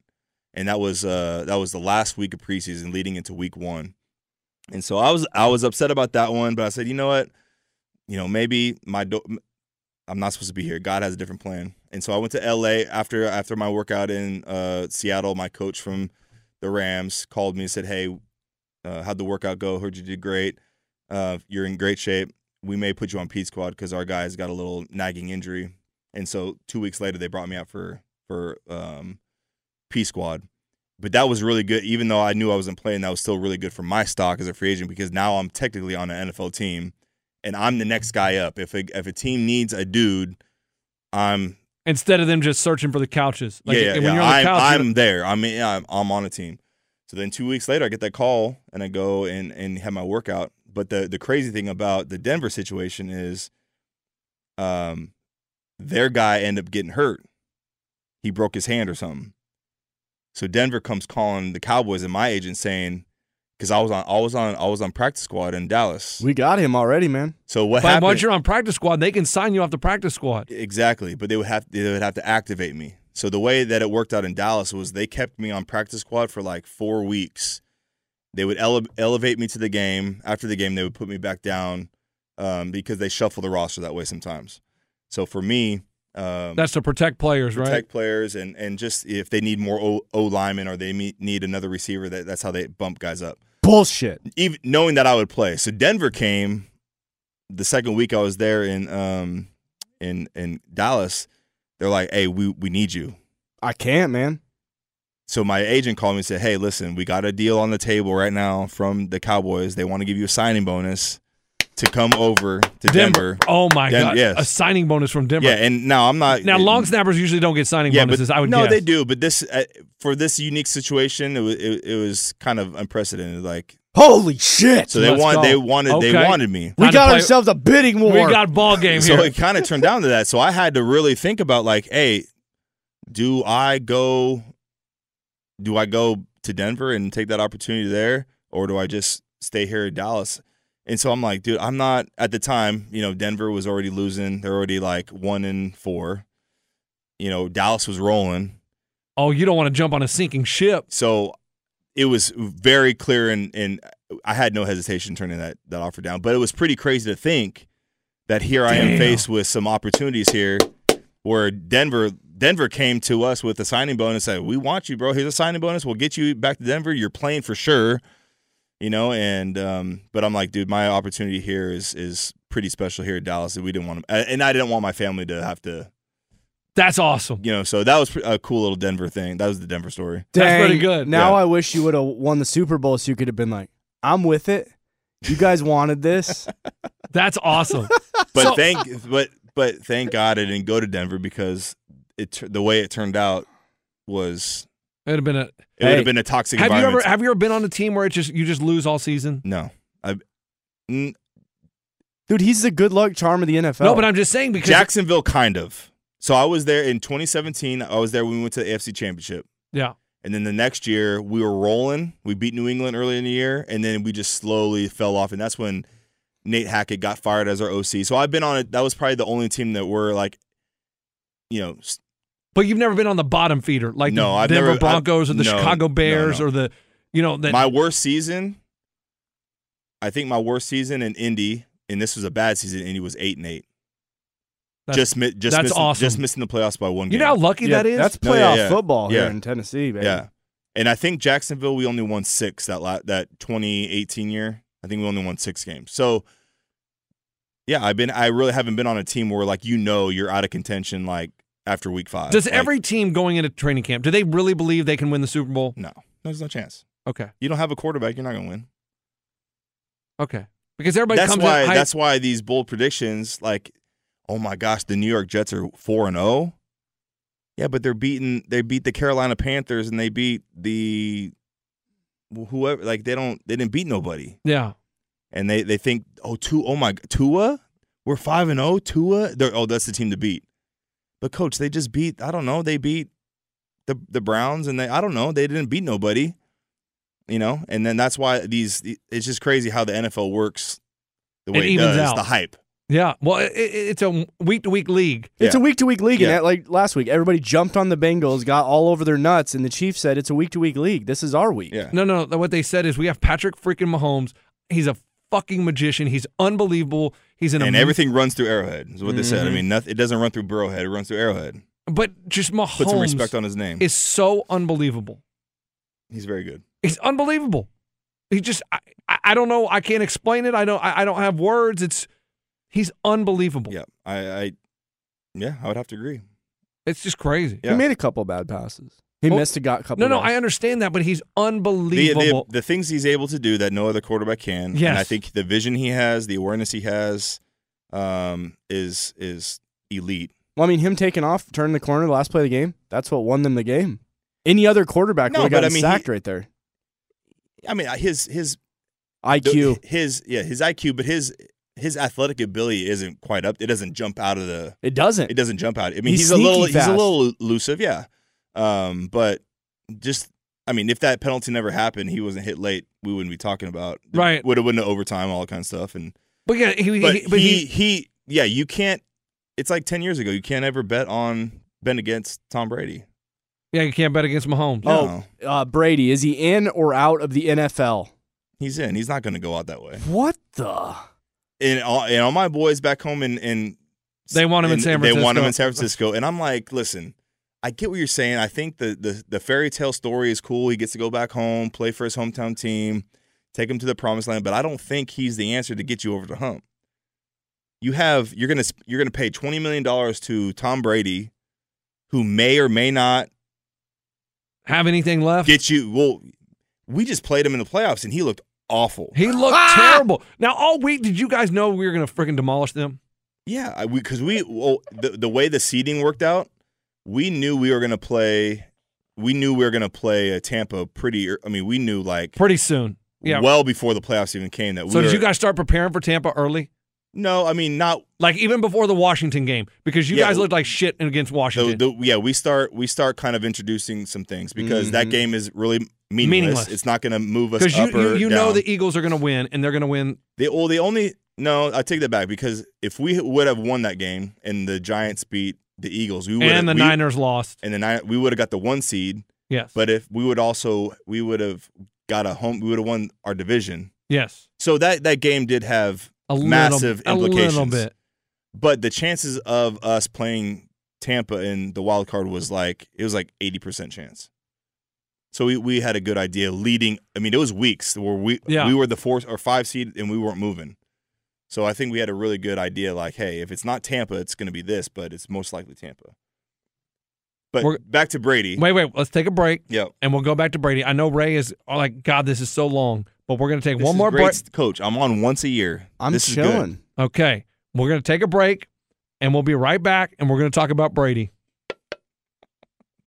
Speaker 6: and that was uh that was the last week of preseason leading into week one. And so I was I was upset about that one, but I said, you know what, you know maybe my do- I'm not supposed to be here. God has a different plan. And so I went to LA after after my workout in uh, Seattle. My coach from the Rams called me and said, "Hey, uh, how'd the workout go? Heard you did great. Uh, you're in great shape. We may put you on Pete Squad because our guy's got a little nagging injury." And so two weeks later, they brought me out for for um, P Squad. But that was really good. Even though I knew I wasn't playing, that was still really good for my stock as a free agent because now I'm technically on an NFL team, and I'm the next guy up. If a, if a team needs a dude, I'm
Speaker 4: Instead of them just searching for the couches. Like
Speaker 6: yeah, yeah,
Speaker 4: when
Speaker 6: yeah.
Speaker 4: you're on the
Speaker 6: I'm,
Speaker 4: couch, you're
Speaker 6: I'm there. I mean, I'm, I'm on a team. So then two weeks later, I get that call and I go and and have my workout. But the the crazy thing about the Denver situation is, um, their guy ended up getting hurt. He broke his hand or something. So Denver comes calling the Cowboys and my agent saying, because I was on I was on I was on practice squad in Dallas.
Speaker 3: We got him already, man.
Speaker 6: So what
Speaker 4: but
Speaker 6: happened?
Speaker 4: once you're on practice squad, they can sign you off the practice squad.
Speaker 6: Exactly, but they would have they would have to activate me. So the way that it worked out in Dallas was they kept me on practice squad for like four weeks. They would ele- elevate me to the game. After the game, they would put me back down um, because they shuffle the roster that way sometimes. So for me, um,
Speaker 4: That's to protect players,
Speaker 6: protect
Speaker 4: right?
Speaker 6: players and and just if they need more O, o linemen or they me- need another receiver, that, that's how they bump guys up
Speaker 3: Bullshit.
Speaker 6: even knowing that I would play. So Denver came the second week I was there in um in in Dallas. They're like, "Hey, we we need you."
Speaker 3: I can't, man.
Speaker 6: So my agent called me and said, "Hey, listen, we got a deal on the table right now from the Cowboys. They want to give you a signing bonus to come over to Denver."
Speaker 4: Oh my
Speaker 6: Den-
Speaker 4: god,
Speaker 6: yes.
Speaker 4: a signing bonus from Denver.
Speaker 6: Yeah, and now I'm not
Speaker 4: now long snappers usually don't get signing bonuses.
Speaker 6: But,
Speaker 4: I would
Speaker 6: no,
Speaker 4: guess.
Speaker 6: they do. But this uh, for this unique situation, it was it, it was kind of unprecedented. Like
Speaker 3: Holy shit.
Speaker 6: so, they
Speaker 4: Let's
Speaker 6: want
Speaker 4: go.
Speaker 6: they wanted
Speaker 4: Okay.
Speaker 6: they wanted me.
Speaker 3: We
Speaker 4: Time to
Speaker 3: got
Speaker 4: play-
Speaker 3: ourselves a bidding war.
Speaker 4: We got ball game
Speaker 6: so
Speaker 4: here.
Speaker 6: it kind of turned down to that. So I had to really think about like, hey, do I go do I go to Denver and take that opportunity there or do I just stay here in Dallas? And so I'm like, dude, I'm not at the time, you know, Denver was already losing. They're already like 1 and 4. You know, Dallas was rolling.
Speaker 4: Oh, you don't want to jump on a sinking ship.
Speaker 6: So it was very clear and and I had no hesitation turning that that offer down, but it was pretty crazy to think that here I am
Speaker 4: Damn.
Speaker 6: faced with some opportunities here where Denver Denver came to us with a signing bonus said, "We want you, bro. Here's a signing bonus. We'll get you back to Denver. You're playing for sure." You know, and um but I'm like, dude, my opportunity here is is pretty special here at Dallas. And we didn't want to, and I didn't want my family to have to
Speaker 4: That's awesome.
Speaker 6: You know, so that was a cool little Denver thing. That was the Denver story.
Speaker 3: Dang, Now I wish you would have won the Super Bowl so you could have been like, I'm with it. You guys wanted this.
Speaker 4: That's awesome.
Speaker 6: But thank but but thank God I didn't go to Denver because it tur- the way it turned out was
Speaker 4: It would have been a.
Speaker 6: it would have been a toxic
Speaker 4: Have you
Speaker 6: environment.
Speaker 4: ever have you ever been on a team where it just you just lose all season?
Speaker 6: No, I. N-
Speaker 3: Dude, he's the good luck charm of the NFL.
Speaker 4: No, but I'm just saying because
Speaker 6: Jacksonville kind of. So I was there in 2017. I was there when we went to the AFC Championship.
Speaker 4: Yeah.
Speaker 6: And then the next year we were rolling. We beat New England early in the year and then we just slowly fell off and that's when Nate Hackett got fired as our OC. So I've been on it. That was probably the only team that were like you know, s-
Speaker 4: But you've never been on the bottom feeder, like
Speaker 6: No,
Speaker 4: the
Speaker 6: I've
Speaker 4: Denver
Speaker 6: never- I-
Speaker 4: Broncos or the
Speaker 6: no,
Speaker 4: Chicago
Speaker 6: no,
Speaker 4: Bears
Speaker 6: no.
Speaker 4: or the, you know, that
Speaker 6: my worst season. I think my worst season in Indy, and this was a bad season. in Indy was eight and eight.
Speaker 4: That's-
Speaker 6: just mi- just
Speaker 4: that's
Speaker 6: missing,
Speaker 4: awesome.
Speaker 6: just missing the playoffs by one.
Speaker 4: You know
Speaker 6: game.
Speaker 4: how lucky Yeah, that is? that's
Speaker 6: No, yeah,
Speaker 3: playoff
Speaker 6: yeah.
Speaker 3: football here
Speaker 6: Yeah.
Speaker 3: in Tennessee, baby.
Speaker 6: Yeah, and I think Jacksonville we only won six that la- that 2018 year. I think we only won six games. So yeah, I've been I really haven't been on a team where like you know you're out of contention like after week five.
Speaker 4: does
Speaker 6: Like,
Speaker 4: every team going into training camp, do they really believe they can win the Super Bowl?
Speaker 6: No. there's no chance.
Speaker 4: Okay.
Speaker 6: You don't have a quarterback, you're not gonna win.
Speaker 4: Okay. Because everybody
Speaker 6: that's
Speaker 4: comes
Speaker 6: why
Speaker 4: in. hyped.
Speaker 6: that's why these bold predictions like oh my gosh the new york jets are 4 and 0 yeah but they're beating they beat the carolina panthers and they beat the whoever like they don't they didn't beat nobody
Speaker 4: yeah.
Speaker 6: and they they think oh two oh my tua we're 5 and 0 tua they're, oh that's the team to beat but coach they just beat i don't know they beat the the browns and they i don't know they didn't beat nobody you know and then that's why these it's just crazy how the nfl works the way
Speaker 4: It
Speaker 6: it,
Speaker 4: evens
Speaker 6: does
Speaker 4: out.
Speaker 6: the hype
Speaker 4: Yeah. Well, it, it- it's a week to week league.
Speaker 3: It's a week to week league, and
Speaker 4: Yeah.
Speaker 3: that, like last week, everybody jumped on the Bengals, got all over their nuts, and the Chiefs said it's a week to week league. This is our week.
Speaker 6: Yeah.
Speaker 4: No, no. no, What they said is we have Patrick freaking Mahomes. He's a fucking magician. He's unbelievable. He's an
Speaker 6: and
Speaker 4: am-
Speaker 6: everything runs through Arrowhead. Is what they said. I
Speaker 4: Mhm.
Speaker 6: mean, nothing, it doesn't run through Burrowhead. It runs through Arrowhead.
Speaker 4: But just Mahomes
Speaker 6: Put some respect on his name.
Speaker 4: is so unbelievable.
Speaker 6: He's very good.
Speaker 4: It's unbelievable. He just I, I I don't know. I can't explain it. I don't I, I don't have words. It's he's unbelievable.
Speaker 6: Yeah. I, I yeah, I would have to agree.
Speaker 4: It's just crazy.
Speaker 3: He made a couple bad passes. He
Speaker 6: Oh.
Speaker 4: Well,
Speaker 3: missed a got couple.
Speaker 4: No, no,
Speaker 3: guys.
Speaker 4: I understand that, but he's
Speaker 6: The, the
Speaker 4: unbelievable.
Speaker 6: the things he's able to do that no other quarterback can.
Speaker 4: Yes.
Speaker 6: And I think the vision he has, the awareness he has, um, is is elite.
Speaker 3: Well, I mean, him taking off, turning the corner, the last play of the game. That's what won them the game. Any other quarterback
Speaker 6: No,
Speaker 3: would have
Speaker 6: but I
Speaker 3: gotten
Speaker 6: mean,
Speaker 3: sacked
Speaker 6: he-
Speaker 3: right there.
Speaker 6: I mean, uh, his his
Speaker 3: IQ.
Speaker 6: the- his yeah, his IQ, but his his athletic ability isn't quite up. It doesn't jump out of the.
Speaker 3: It doesn't.
Speaker 6: It doesn't jump out. I mean,
Speaker 3: He's
Speaker 6: he's, a little
Speaker 3: sneaky
Speaker 6: he's a
Speaker 3: fast.
Speaker 6: little elusive, yeah. Um, but just I mean, if that penalty never happened, he wasn't hit late, we wouldn't be talking about
Speaker 4: Right.
Speaker 6: Would have went to overtime, all that kind of stuff. And
Speaker 4: But yeah, he-
Speaker 6: but
Speaker 4: he- but
Speaker 6: he,
Speaker 4: he-
Speaker 6: he- yeah, you can't. It's like ten years ago. You can't ever bet on bet against Tom Brady.
Speaker 4: yeah, you can't bet against Mahomes.
Speaker 6: No.
Speaker 3: Oh, uh, Brady, is he in or out of the NFL?
Speaker 6: He's in. He's not going to go out that way.
Speaker 3: What the?
Speaker 6: and all, and all my boys back home in, in
Speaker 4: They want him in San
Speaker 6: They want him
Speaker 4: Francisco.
Speaker 6: in San Francisco, and I'm like, listen, I get what you're saying. I think the the the fairy tale story is cool. He gets to go back home, play for his hometown team, take him to the promised land. But I don't think he's the answer to get you over the hump. You have you're gonna sp- you're gonna pay twenty million dollars to Tom Brady, who may or may not
Speaker 4: have anything left.
Speaker 6: Get you well. We just played him in the playoffs, and he looked awful.
Speaker 4: He looked
Speaker 6: Ah!
Speaker 4: terrible. Now all week, did you guys know we were going to freaking demolish them?
Speaker 6: Yeah, I- we because we well, the the way the seeding worked out, we knew we were gonna play. We knew we were gonna play uh, Tampa pretty. ear- I mean, we knew like
Speaker 4: pretty soon. Yeah.
Speaker 6: well before the playoffs even came. That we
Speaker 4: so
Speaker 6: were,
Speaker 4: did you guys start preparing for Tampa early?
Speaker 6: No, I mean not
Speaker 4: like even before the Washington game because you
Speaker 6: Yeah,
Speaker 4: guys
Speaker 6: w-
Speaker 4: looked like shit against Washington.
Speaker 6: the, yeah, we start we start kind of introducing some things because that
Speaker 4: Mhm.
Speaker 6: game is really meaningless.
Speaker 4: Meaningless.
Speaker 6: It's not going to move us
Speaker 4: Because you,
Speaker 6: up
Speaker 4: you,
Speaker 6: or
Speaker 4: you know
Speaker 6: down.
Speaker 4: the Eagles are going to win and they're going to win.
Speaker 6: The well, the only no, I take that back because if we would have won that game and the Giants beat the Eagles, we would
Speaker 4: And the
Speaker 6: we,
Speaker 4: Niners lost.
Speaker 6: and the Niners, we would have got the one seed.
Speaker 4: Yes.
Speaker 6: but if we would also we would have got a home, we would have won our division.
Speaker 4: Yes.
Speaker 6: So that that game did have
Speaker 4: A little-
Speaker 6: massive
Speaker 4: a little
Speaker 6: implications.
Speaker 4: bit.
Speaker 6: But the chances of us playing Tampa in the wild card was like it was like eighty percent chance. So we, we had a good idea leading. I mean, it was weeks where we
Speaker 4: Yeah.
Speaker 6: we were the fourth or five seed and we weren't moving. So I think we had a really good idea. Like, hey, if it's not Tampa, it's going to be this, but it's most likely Tampa. But
Speaker 4: We're-
Speaker 6: back to Brady.
Speaker 4: Wait, wait. Let's take a break.
Speaker 6: Yep.
Speaker 4: And we'll go back to Brady. I know Ray is oh, like, God, this is so long, but we're going to take
Speaker 6: This
Speaker 4: one
Speaker 6: is
Speaker 4: more
Speaker 6: great,
Speaker 4: break.
Speaker 6: coach. I'm on once a year. this is good.
Speaker 4: Okay. We're going to take a break and we'll be right back and we're going to talk about Brady.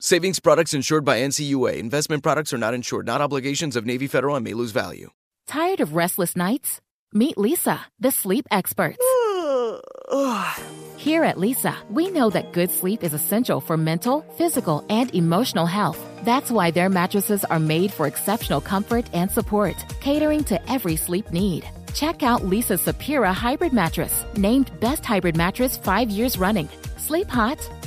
Speaker 7: Savings products insured by NCUA. Investment products are not insured, not obligations of Navy Federal and may lose value.
Speaker 8: Tired of restless nights? Meet Lisa, the sleep experts. Here at Lisa, we know that good sleep is essential for mental, physical, and emotional health. That's why their mattresses are made for exceptional comfort and support, catering to every sleep need. Check out Lisa's Sapira Hybrid Mattress, named Best Hybrid Mattress five years running. Sleep hot?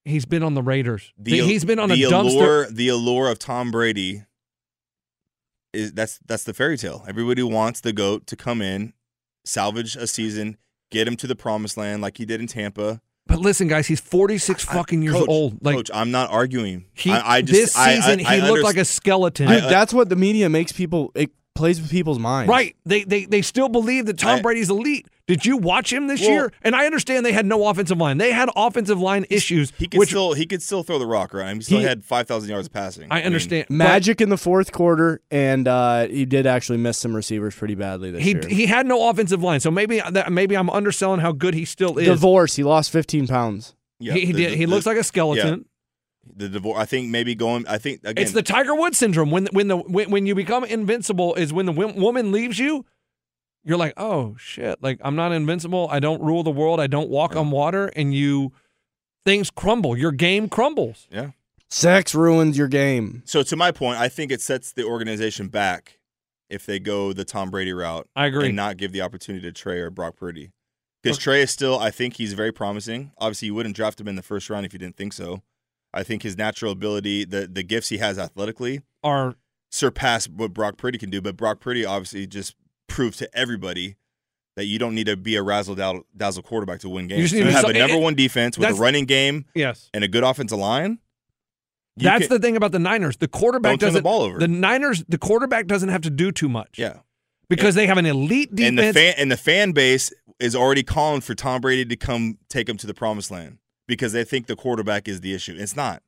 Speaker 4: He's been on the Raiders.
Speaker 6: The,
Speaker 4: he's been on
Speaker 6: the
Speaker 4: a dumpster.
Speaker 6: Allure, the allure of Tom Brady is that's that's the fairy tale. Everybody wants the goat to come in, salvage a season, get him to the promised land like he did in Tampa.
Speaker 4: But listen, guys, he's forty six fucking years
Speaker 6: Coach,
Speaker 4: old. Like
Speaker 6: Coach, I'm not arguing.
Speaker 4: he,
Speaker 6: I, I just
Speaker 4: this
Speaker 6: I- I-
Speaker 4: season,
Speaker 6: I
Speaker 4: he looked
Speaker 6: underst-
Speaker 4: like a skeleton.
Speaker 3: Dude, that's what the media makes people. It plays with people's minds.
Speaker 4: Right. They, they they still believe that Tom
Speaker 3: I-
Speaker 4: Brady's elite. Did you watch him this
Speaker 6: Well-
Speaker 4: year? And I understand they had no offensive line. They had offensive line issues.
Speaker 6: he could
Speaker 4: which
Speaker 6: still he could still throw the rock around. He still
Speaker 4: He-
Speaker 6: had five thousand yards passing.
Speaker 4: I understand.
Speaker 3: Magic in the fourth quarter, and uh, he did actually miss some receivers pretty badly this
Speaker 4: He
Speaker 3: year.
Speaker 4: he had no offensive line. So maybe that maybe I'm underselling how good he still is.
Speaker 3: Divorce. He lost 15 pounds.
Speaker 6: Yeah,
Speaker 4: he- he did- he looks like a skeleton.
Speaker 6: yeah. the divorce. I think maybe going. I think again.
Speaker 4: It's the Tiger Woods syndrome. When when the when, when you become invincible is when the wom- woman leaves you. You're like, oh shit! Like I'm not invincible. I don't rule the world. I don't walk on water. And you, things crumble. Your game crumbles.
Speaker 6: yeah.
Speaker 3: Sex ruins your game.
Speaker 6: So to my point, I think it sets the organization back if they go the Tom Brady route.
Speaker 4: I agree.
Speaker 6: And not give the opportunity to Trey or Brock Purdy. Because Trey is still, I think he's very promising. Obviously, you wouldn't draft him in the first round if you didn't think so. I think his natural ability, the the gifts he has athletically,
Speaker 4: Are
Speaker 6: surpass what Brock Purdy can do. But Brock Purdy obviously just proved to everybody that you don't need to be a razzle dazzle, dazzle quarterback to win games. You,
Speaker 4: just need to-
Speaker 6: have
Speaker 4: so-
Speaker 6: a number
Speaker 4: it- it-
Speaker 6: one defense with a
Speaker 4: that's-
Speaker 6: running game
Speaker 4: yes.
Speaker 6: and a good offensive line. You
Speaker 4: That's
Speaker 6: can-
Speaker 4: the thing about the Niners. The quarterback
Speaker 6: Don't turn the
Speaker 4: doesn't
Speaker 6: ball over.
Speaker 4: The Niners, the quarterback doesn't have to do too much.
Speaker 6: Yeah.
Speaker 4: Because they have an elite defense.
Speaker 6: and the fan and the fan base is already calling for Tom Brady to come take him to the promised land because they think the quarterback is the issue. It's not.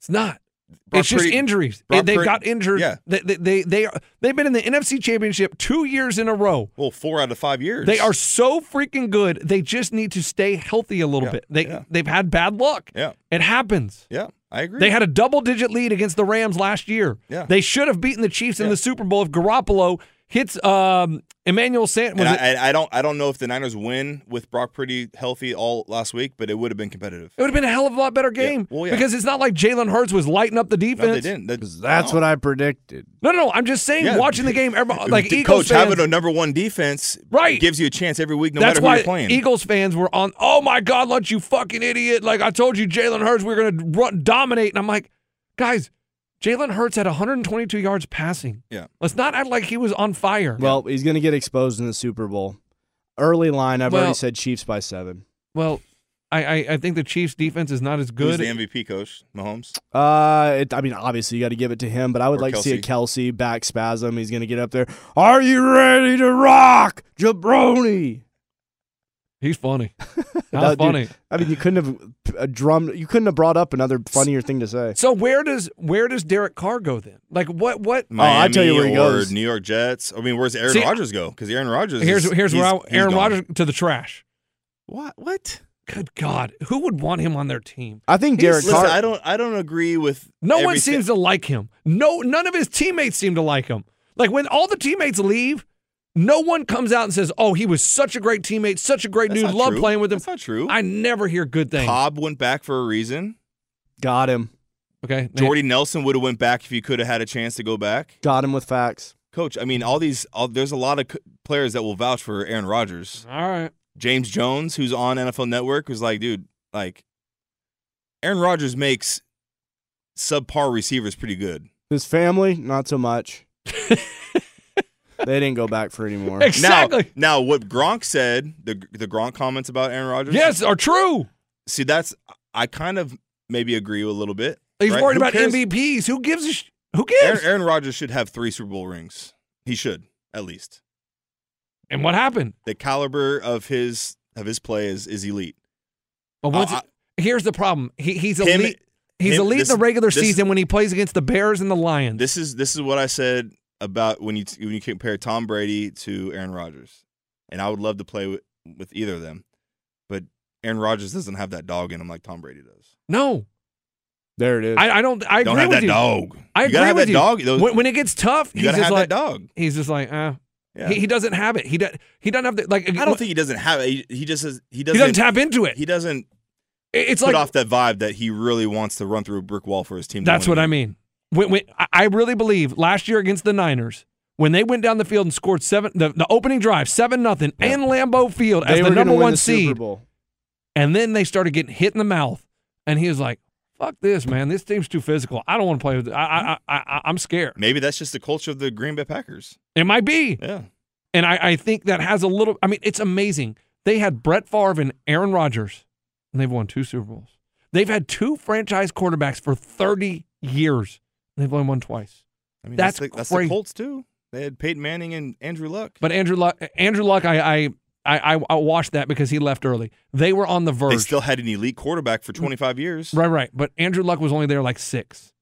Speaker 4: it's not.
Speaker 6: Brock
Speaker 4: it's just
Speaker 6: Purdy-
Speaker 4: injuries.
Speaker 6: Brock
Speaker 4: They've
Speaker 6: Purdy-
Speaker 4: got injured.
Speaker 6: Yeah.
Speaker 4: They, they, they, they are, they've been in the NFC Championship two years in a row.
Speaker 6: Well, four out of five years.
Speaker 4: They are so freaking good. They just need to stay healthy a little
Speaker 6: Yeah,
Speaker 4: bit. They
Speaker 6: yeah.
Speaker 4: they've had bad luck.
Speaker 6: Yeah.
Speaker 4: It happens.
Speaker 6: Yeah, I agree.
Speaker 4: They had a double digit lead against the Rams last year.
Speaker 6: Yeah.
Speaker 4: They should have beaten the Chiefs in the Super Bowl if Garoppolo hits um, Emmanuel Sanders.
Speaker 6: And I, and I don't, I don't know if the Niners win with Brock Pretty healthy all last week, but it would have been competitive.
Speaker 4: It would have been a hell of a lot better game
Speaker 6: Well, yeah.
Speaker 4: because it's not like Jalen Hurts was lighting up the
Speaker 6: No,
Speaker 4: defense.
Speaker 6: they didn't. That-
Speaker 3: That's
Speaker 6: no.
Speaker 3: what I predicted.
Speaker 4: No, no, no. I'm just saying,
Speaker 6: Yeah.
Speaker 4: watching the game, everybody, like
Speaker 6: The
Speaker 4: Eagles
Speaker 6: coach
Speaker 4: fans,
Speaker 6: having a number one defense
Speaker 4: Right.
Speaker 6: gives you a chance every week, no
Speaker 4: that's
Speaker 6: matter who
Speaker 4: why
Speaker 6: you're playing.
Speaker 4: Eagles fans were on. Oh my God, lunch you fucking idiot! Like I told you, Jalen Hurts, we are gonna run, dominate, and I'm like, guys, Jalen Hurts had 122 yards passing.
Speaker 6: yeah,
Speaker 4: Let's not act like he was on fire.
Speaker 3: Well, he's going to get exposed in the Super Bowl. Early line, I've
Speaker 4: Well-
Speaker 3: already said Chiefs by seven.
Speaker 4: Well, I, I I think the Chiefs defense is not as
Speaker 6: Who's
Speaker 4: good.
Speaker 6: the MVP coach? Mahomes.
Speaker 3: Uh, it, I mean, obviously you got to give it to him, but I would
Speaker 6: Or
Speaker 3: like to see a
Speaker 6: Kelce.
Speaker 3: Kelsey back spasm. He's going to get up there. Are you ready to rock, jabroni?
Speaker 4: He's funny.
Speaker 3: That-
Speaker 4: That's
Speaker 3: dude,
Speaker 4: funny.
Speaker 3: I mean, you couldn't have uh, drummed. You couldn't have brought up another funnier thing to say.
Speaker 4: So where does where does Derek Carr go then? Like what what?
Speaker 6: Miami
Speaker 3: Oh, I tell you where he
Speaker 6: or
Speaker 3: goes.
Speaker 6: New York Jets. I mean, where's Aaron
Speaker 4: See,
Speaker 6: Rodgers go? Because Aaron Rodgers.
Speaker 4: Here's
Speaker 6: is,
Speaker 4: here's where
Speaker 6: he's-
Speaker 4: I,
Speaker 6: he's
Speaker 4: Aaron
Speaker 6: gone.
Speaker 4: Rodgers to the trash.
Speaker 6: What? What?
Speaker 4: Good God, who would want him on their team?
Speaker 3: I think
Speaker 4: He's-
Speaker 3: Derek
Speaker 6: Listen,
Speaker 3: Carr.
Speaker 6: I don't. I don't agree with.
Speaker 4: No one
Speaker 6: everything-
Speaker 4: seems to like him. No, none of his teammates seem to like him. Like when all the teammates leave, no one comes out and says, "Oh, he was such a great teammate, such a great
Speaker 6: That's
Speaker 4: dude,
Speaker 6: not
Speaker 4: love
Speaker 6: true.
Speaker 4: playing with him."
Speaker 6: That's not true.
Speaker 4: I never hear good things.
Speaker 6: Cobb went back for a reason.
Speaker 3: got him.
Speaker 4: Okay, Nate.
Speaker 6: Jordy Nelson would have went back if he could have had a chance to go back.
Speaker 3: Got him with facts.
Speaker 6: Coach, I mean, all these. All, there's a lot of c- players that will vouch for Aaron Rodgers.
Speaker 4: All right.
Speaker 6: James Jones, who's on NFL Network, was like, dude, like, Aaron Rodgers makes subpar receivers pretty good.
Speaker 3: His family, not so much. they didn't go back for anymore.
Speaker 4: Ex- Exactly.
Speaker 6: Now, now what Gronk said, the the Gronk comments about Aaron Rodgers.
Speaker 4: Yes, are true.
Speaker 6: See, that's I kind of maybe agree a little bit.
Speaker 4: He's
Speaker 6: right?
Speaker 4: worried
Speaker 6: Who
Speaker 4: about
Speaker 6: cares?
Speaker 4: MVPs. Who gives a sh- Who
Speaker 6: Aaron,
Speaker 4: gives?
Speaker 6: Aaron Rodgers should have three Super Bowl rings. He should at least.
Speaker 4: and what happened?
Speaker 6: The caliber of his of his play is is elite.
Speaker 4: But once
Speaker 6: Uh, I-
Speaker 4: here's the problem. He, he's
Speaker 6: Him-
Speaker 4: elite. He's
Speaker 6: him-
Speaker 4: elite
Speaker 6: this-
Speaker 4: in the regular
Speaker 6: this-
Speaker 4: season when he plays against the Bears and the Lions.
Speaker 6: This is this is what I said about when you when you compare Tom Brady to Aaron Rodgers, and I would love to play with, with either of them, but Aaron Rodgers doesn't have that dog in him like Tom Brady does.
Speaker 4: no,
Speaker 3: there it is.
Speaker 4: I, I don't. I
Speaker 6: Don't
Speaker 4: agree
Speaker 6: have
Speaker 4: with
Speaker 6: that
Speaker 4: you.
Speaker 6: dog.
Speaker 4: I
Speaker 6: You
Speaker 4: agree
Speaker 6: gotta have
Speaker 4: with
Speaker 6: that
Speaker 4: you.
Speaker 6: dog. Those-
Speaker 4: when, when it gets tough,
Speaker 6: You
Speaker 4: he's
Speaker 6: gotta
Speaker 4: just
Speaker 6: have
Speaker 4: like
Speaker 6: that dog.
Speaker 4: He's just like, uh,
Speaker 6: Yeah.
Speaker 4: he, he doesn't have it. He does. He doesn't have the like.
Speaker 6: I don't think he doesn't have it. He, he just has, he
Speaker 4: he
Speaker 6: doesn't
Speaker 4: doesn't, tap into it.
Speaker 6: he doesn't
Speaker 4: it's
Speaker 6: put
Speaker 4: like
Speaker 6: off that vibe that he really wants to run through a brick wall for his team. to
Speaker 4: that's
Speaker 6: win
Speaker 4: what
Speaker 6: a
Speaker 4: I
Speaker 6: game.
Speaker 4: mean. When, when I- I really believe last year against the Niners, when they went down the field and scored seven, the, the opening drive seven nothing in Lambeau Field
Speaker 3: they
Speaker 4: as
Speaker 3: were
Speaker 4: the
Speaker 3: gonna
Speaker 4: number
Speaker 3: win
Speaker 4: one
Speaker 3: the Super
Speaker 4: seed,
Speaker 3: Bowl.
Speaker 4: and then they started getting hit in the mouth, and he was like, "Fuck this, man! This team's too physical. I don't want to play with it. I, I, I, I, I'm scared.
Speaker 6: Maybe that's just the culture of the Green Bay Packers.
Speaker 4: It might be."
Speaker 6: Yeah.
Speaker 4: And I, I think that has a little. I mean, it's amazing. They had Brett Favre and Aaron Rodgers, and they've won two Super Bowls. They've had two franchise quarterbacks for 30 years, and they've only won twice.
Speaker 6: I mean,
Speaker 4: That's
Speaker 6: that's, the, that's
Speaker 4: crazy.
Speaker 6: the Colts too. They had Peyton Manning and Andrew Luck.
Speaker 4: But Andrew Luck, Andrew Luck, I, I, I, I- I watched that because he left early. They were on the verge. Mm.
Speaker 6: They still had an elite quarterback for 25 years.
Speaker 4: right, right. But Andrew Luck was only there like six.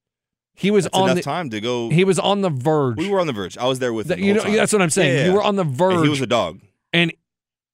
Speaker 4: He was
Speaker 6: That's
Speaker 4: on
Speaker 6: enough
Speaker 4: the
Speaker 6: time to go.
Speaker 4: he was on the verge.
Speaker 6: we were on the verge. I was there with
Speaker 4: That-
Speaker 6: him the
Speaker 4: you
Speaker 6: whole
Speaker 4: know,
Speaker 6: time.
Speaker 4: that's what I'm saying.
Speaker 6: Yeah, yeah,
Speaker 4: You were
Speaker 6: yeah.
Speaker 4: on the verge.
Speaker 6: And he was a dog.
Speaker 4: and